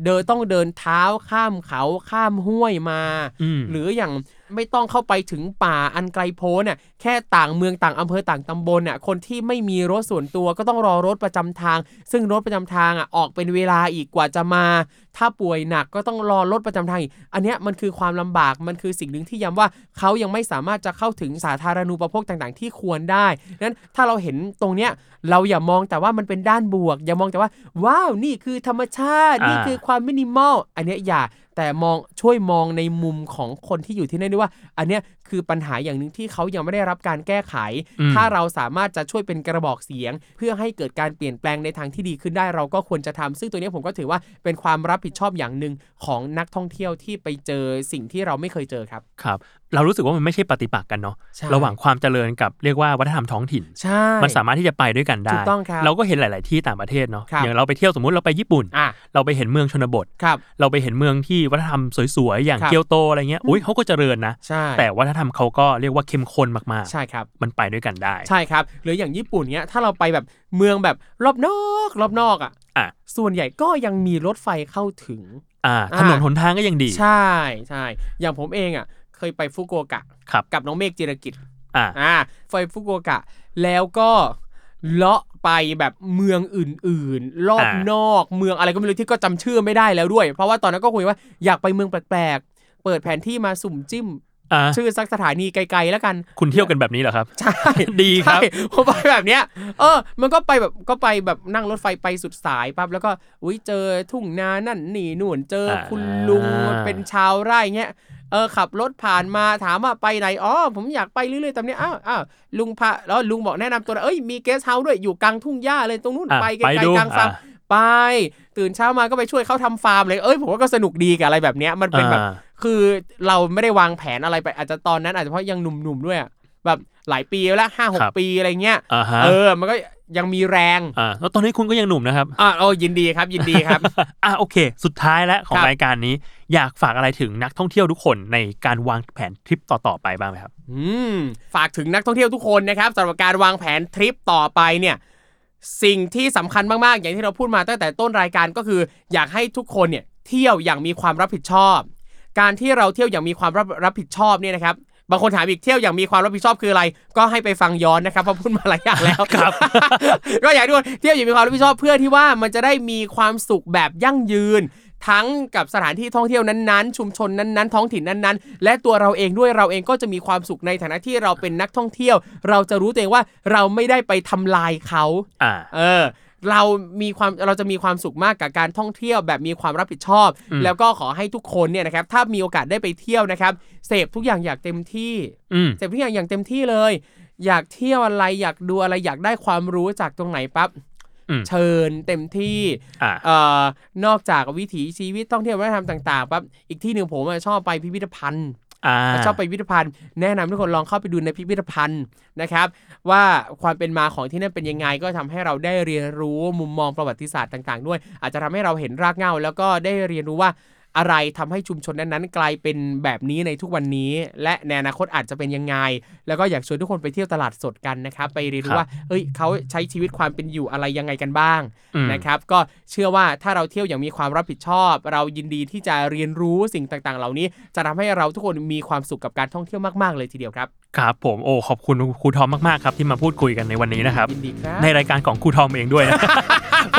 Speaker 1: เดินต้องเดินเท้าข้ามเขาข้ามห้วยมา
Speaker 2: อืม
Speaker 1: หรืออย่างไม่ต้องเข้าไปถึงป่าอันไกลโพ้นน่ะแค่ต่างเมืองต่างอำเภอต่างตำบลน่ะคนที่ไม่มีรถส่วนตัวก็ต้องรอรถประจำทาง ซึ่งรถประจำทางอ่ะออกเป็นเวลาอีกกว่าจะมา ถ้าป่วยหนักก็ต้องรอรถประจำทางอีกอันเนี้ยมันคือความลำบากมันคือสิ่งหนึ่งที่ย้ำว่าเขายังไม่สามารถจะเข้าถึงสาธารณูปโภคต่างๆ ที่ควรได้นั้นถ้าเราเห็นตรงเนี้ยเราอย่ามองแต่ว่ามันเป็นด้านบวก อย่ามองแต่ว่าว้าวนี่คือธรรมชาตินี่คือ ความมินิมอลอันเนี้ยอย่าแต่มองช่วยมองในมุมของคนที่อยู่ที่นั่นด้วยว่า อันเนี้ยคือปัญหาอย่างหนึ่งที่เขายังไม่ได้รับการแก้ไข ถ้าเราสามารถจะช่วยเป็นกระบอกเสียง เพื่อให้เกิดการเปลี่ยนแปลงในทางที่ดีขึ้นได้เราก็ควรจะทำซึ่งตัวเนี้ยผมก็ถือว่าเป็นความรับผิดชอบอย่างหนึ่งของนักท่องเที่ยวที่ไปเจอสิ่งที่เราไม่เคยเจอครับ
Speaker 2: ครับ เรารู้สึกว่ามันไม่ใช่ปฏิปักษ์กันเนาะ
Speaker 1: ใช่
Speaker 2: ระหว่างความเจริญกับเรียกว่าวัฒนธรรมท้องถิ่น
Speaker 1: ใช่
Speaker 2: มันสามารถที่จะไปด้วยกันได้
Speaker 1: ถูกต้องครับ
Speaker 2: เราก็เห็นหลาย ๆ ที่ต่างประเทศเนาะ
Speaker 1: ครับ
Speaker 2: อย่างเราไปเที่ยวสมมติเราไปญี่ปุ่น
Speaker 1: อ่ะ
Speaker 2: เราไปเห็นเมืองชนบท
Speaker 1: ครับ
Speaker 2: เราไปเห็นเมืองที่วัฒนธรรมสวย ๆ อย่าง
Speaker 1: ครับ
Speaker 2: เกียวโตอะไรเงี้ย อุ้ยเขาก็เจริญนะ
Speaker 1: ใช่
Speaker 2: แต่วัฒนธรรมเขาก็เรียกว่าเข้มข้นมาก
Speaker 1: ใช่ครับ
Speaker 2: ๆ มันไปด้วยกันได้
Speaker 1: ใช่ครับหรืออย่างญี่ปุ่นเนี้ยถ้าเราไปแบบเมืองแบบรอบนอกรอบนอกอ่ะ
Speaker 2: อ่ะ
Speaker 1: ส่วนใหญ่ก็ยังมีรถไฟเข้าถึง
Speaker 2: อ่า
Speaker 1: อ่า
Speaker 2: ถนนหนทางก็ยังดี
Speaker 1: ใช่ใช่อย่างผมเองอ่ะเคยไปฟุกุโอกะ
Speaker 2: ครับ
Speaker 1: กับน้องเมฆจิรกิจ
Speaker 2: อ่า
Speaker 1: อ่าไฟฟุกุโอกะ แล้วก็เลาะไปแบบเมืองอื่นๆ รอบ
Speaker 2: อ่าน
Speaker 1: อกเมืองอะไรก็ไม่รู้ที่ก็จำชื่อไม่ได้แล้วด้วย เพราะว่าตอนนั้นก็คุยว่าอยากไปเมืองแปลกๆ เปิดแผนที่มาสุ่มจิ้ม
Speaker 2: า
Speaker 1: ชื่อสักสถานีไกลๆแล้วกัน
Speaker 2: คุณเที่ยวกันแบบนี้เหรอครับ
Speaker 1: ใช่
Speaker 2: ดีครับ
Speaker 1: ใช่ผมไปแบบเนี้ย เออ มันก็ไปแบบก็ไปแบบนั่งรถไฟไปสุดสายปั๊บแล้วก็อุ้ยเจอทุ่งนานั่นนี่นู่นเจอคุณลุง
Speaker 2: อ่า
Speaker 1: เป็นชาวไร่เงี้ยเออขับรถผ่านมาถามว่าไปไหนอ๋อผมอยากไปเรื่อยๆตามเนี้ยอ้าวอ้าวลุงพาแล้วลุงบอกแนะนำตัวหน่อยเอ้ยมีเกสเฮาส์ด้วยอยู่กลางทุ่งหญ้าเลยตรงนู้น
Speaker 2: อ่ะ
Speaker 1: ไปไกล
Speaker 2: ไปดู
Speaker 1: ๆกลางฟาร์ม
Speaker 2: อ่ะ
Speaker 1: ไป ตื่นเช้ามาก็ไปช่วยเขาทำฟาร์มเลยเอ้ยผมว่าก็สนุกดีกับอะไรแบบเนี้ยมันเป็นแบบ
Speaker 2: อ่า
Speaker 1: คือเราไม่ได้วางแผนอะไรไปอาจจะตอนนั้นอาจจะเพราะยังหนุ่มๆด้วยอะแบบหลายปีแล้วห้าหก
Speaker 2: ครับ
Speaker 1: ปีอะไรเงี้ย
Speaker 2: อ่าฮะ
Speaker 1: เออ มันก็ยังมีแรง
Speaker 2: อ่าแล้วตอนนี้คุณก็ยังหนุ่มนะครับ
Speaker 1: อ่ะโอ้ยินดีครับ ยินดีครับ
Speaker 2: อ่ะโอเค สุดท้ายแล้วของ
Speaker 1: ครับ
Speaker 2: รายการนี้ อยากฝากอะไรถึงนักท่องเที่ยวทุกคนในการวางแผนทริปต่อๆไปบ้างไหมครับ
Speaker 1: อืมฝากถึงนักท่องเที่ยวทุกคนนะครับสำหรับการวางแผนทริปต่อไปเนี่ย สิ่งที่สำคัญมากๆ อย่างที่เราพูดมาตั้งแต่ต้นรายการก็คือ อยากให้ทุกคนเนี่ยเที่ยวอย่างมีความรับผิดชอบ การที่เราเที่ยวอย่างมีความรับรับผิดชอบเนี่ยนะครับบางคนถามอีกเที่ยวอย่างมีความรับผิดชอบคืออะไร ก็ให้ไปฟังย้อนนะครับเพราะพูดมาหลายอย่างแล้ว
Speaker 2: ครับ
Speaker 1: ก็อยากให้ทุกคนเที่ยวอย่างมีความรับผิดชอบเพื่อที่ว่ามันจะได้มีความสุขแบบยั่งยืน ทั้งกับสถานที่ท่องเที่ยวนั้นๆ ชุมชนนั้นๆ ท้องถิ่นนั้นๆ และตัวเราเองด้วยเราเองก็จะมีความสุขในฐานะที่เราเป็นนักท่องเที่ยว เราจะรู้ตัวเองว่าเราไม่ได้ไปทำลายเขา
Speaker 2: อ่า
Speaker 1: เออเรามีความเราจะมีความสุขมากกับการท่องเที่ยวแบบมีความรับผิดชอบ
Speaker 2: อืม
Speaker 1: แล้วก็ขอให้ทุกคนเนี่ยนะครับถ้ามีโอกาสได้ไปเที่ยวนะครับเสพทุกอย่างอยากเต็มที่
Speaker 2: อืม
Speaker 1: เสพทุกอย่างอย่างเต็มที่เลย อยากเที่ยวอะไรอยากดูอะไรอยากได้ความรู้จากตรงไหนปั๊บ
Speaker 2: อืม
Speaker 1: เชิญเต็มที่
Speaker 2: อ่า
Speaker 1: เอ่อนอกจากวิถีชีวิตท่องเที่ยววัฒนธรรมต่างๆปั๊บอีกที่หนึ่งผมอะชอบไปพิพิธภัณฑ์
Speaker 2: อ่า
Speaker 1: ชอบไปพิพิธภัณฑ์แนะนำทุกคนลองเข้าไปดูในพิพิธภัณฑ์นะครับ ว่าความเป็นมาของที่นั่นเป็นยังไง ก็ทำให้เราได้เรียนรู้มุมมองประวัติศาสตร์ต่าง ๆ ด้วย อาจจะทำให้เราเห็นรากเหง้า แล้วก็ได้เรียนรู้ว่า อะไรทำให้ชุมชนนั้นๆ กลายเป็นแบบนี้ในทุกวันนี้ และในอนาคตอาจจะเป็นยังไง แล้วก็อยากชวนทุกคนไปเที่ยวตลาดสดกันนะครับไปเรียน
Speaker 2: ครั
Speaker 1: รู้
Speaker 2: บ
Speaker 1: ว่าเอ้ยเขาใช้ชีวิตความเป็นอยู่อะไรยังไงกันบ้าง
Speaker 2: อืม
Speaker 1: นะครับ ก็เชื่อว่าถ้าเราเที่ยวอย่างมีความรับผิดชอบ เรายินดีที่จะเรียนรู้สิ่งต่างๆ เหล่านี้ จะทำให้เราทุกคนมีความสุขกับการท่องเที่ยวมากๆเลยทีเดียวครับ
Speaker 2: ครับผมโอ้ขอบคุณครูทอมมากๆครับที่มาพูดคุยกันในวันนี้นะครับ
Speaker 1: ยินดีครับ
Speaker 2: ในรายการของครูทอมเองด้วย นะ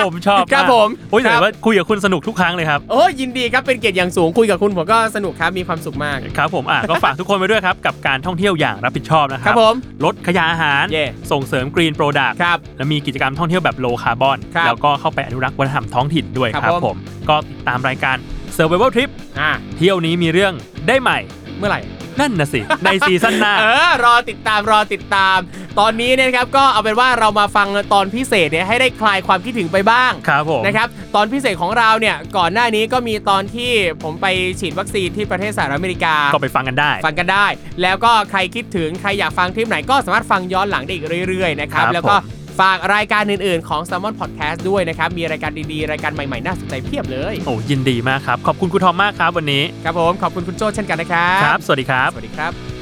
Speaker 2: ผมชอบาก
Speaker 1: ครับผม
Speaker 2: โอ้ย
Speaker 1: ครั
Speaker 2: แต่
Speaker 1: บ
Speaker 2: ว่าคุยกับคุณสนุกทุกครั้งเลยครับ
Speaker 1: โอ้ยยินดีครับเป็นเกียรติอย่างสูงคุยกับคุณผมก็สนุกครับมีความสุขมาก
Speaker 2: ครับผมอ่ะก็ฝากทุกคนไปด้วยครับ กับการท่องเที่ยวอย่างรับผิดชอบนะค
Speaker 1: ครั
Speaker 2: รับ
Speaker 1: ผม
Speaker 2: ลดขยะอาหาร
Speaker 1: เย่
Speaker 2: ส่งเสริมกรีนโปรดัก
Speaker 1: ครับ
Speaker 2: และมีกิจกรรมท่องเที่ยวแบบโลคาร์บอน
Speaker 1: ครับ
Speaker 2: แล้วก็เข้าไปอนุรักษ์วัฒนธรรมท้องถิ่นด้วย
Speaker 1: ครับ
Speaker 2: ครับ
Speaker 1: ผม
Speaker 2: ผม ก็ติดตามรายการ Survival Trip
Speaker 1: อ่ะ
Speaker 2: เที่ยวนี้มีเรื่องได้ใหม่
Speaker 1: เมื่อไหร่
Speaker 2: นั่นน่ะสิ ในซีซั่นหน้า
Speaker 1: เออ รอติดตาม รอติดตาม ตอนนี้เนี่ยนะครับ ก็เอาเป็นว่าเรามาฟังตอนพิเศษเนี่ยให้ได้คลายความคิดถึงไปบ้าง
Speaker 2: ครับผม
Speaker 1: นะครับ ตอนพิเศษของเราเนี่ย ก่อนหน้านี้ก็มีตอนที่ผมไปฉีดวัคซีนที่ประเทศสหรัฐอเมริกา
Speaker 2: ก็ไปฟังกันได้
Speaker 1: ฟังกันได้ แล้วก็ใครคิดถึง ใครอยากฟังทริปไหนก็สามารถฟังย้อนหลังได้อีกเรื่อยๆ นะครับ
Speaker 2: ครับ
Speaker 1: แล้วก็
Speaker 2: ผม
Speaker 1: ฝากรายการอื่นๆ ของ s ซ l m o n Podcast ด้วยนะครับ มีรายการดีๆ รายการใหม่ๆ น่าสนใจเพียบเลย
Speaker 2: โอ้ยินดีมากครับ ขอบคุณครูทอมมากครับวันนี้
Speaker 1: ครับผม ขอบคุณคุณโจ้เช่นกันนะครับ
Speaker 2: ครับ สวัสดีครับ
Speaker 1: สวัสดีครับ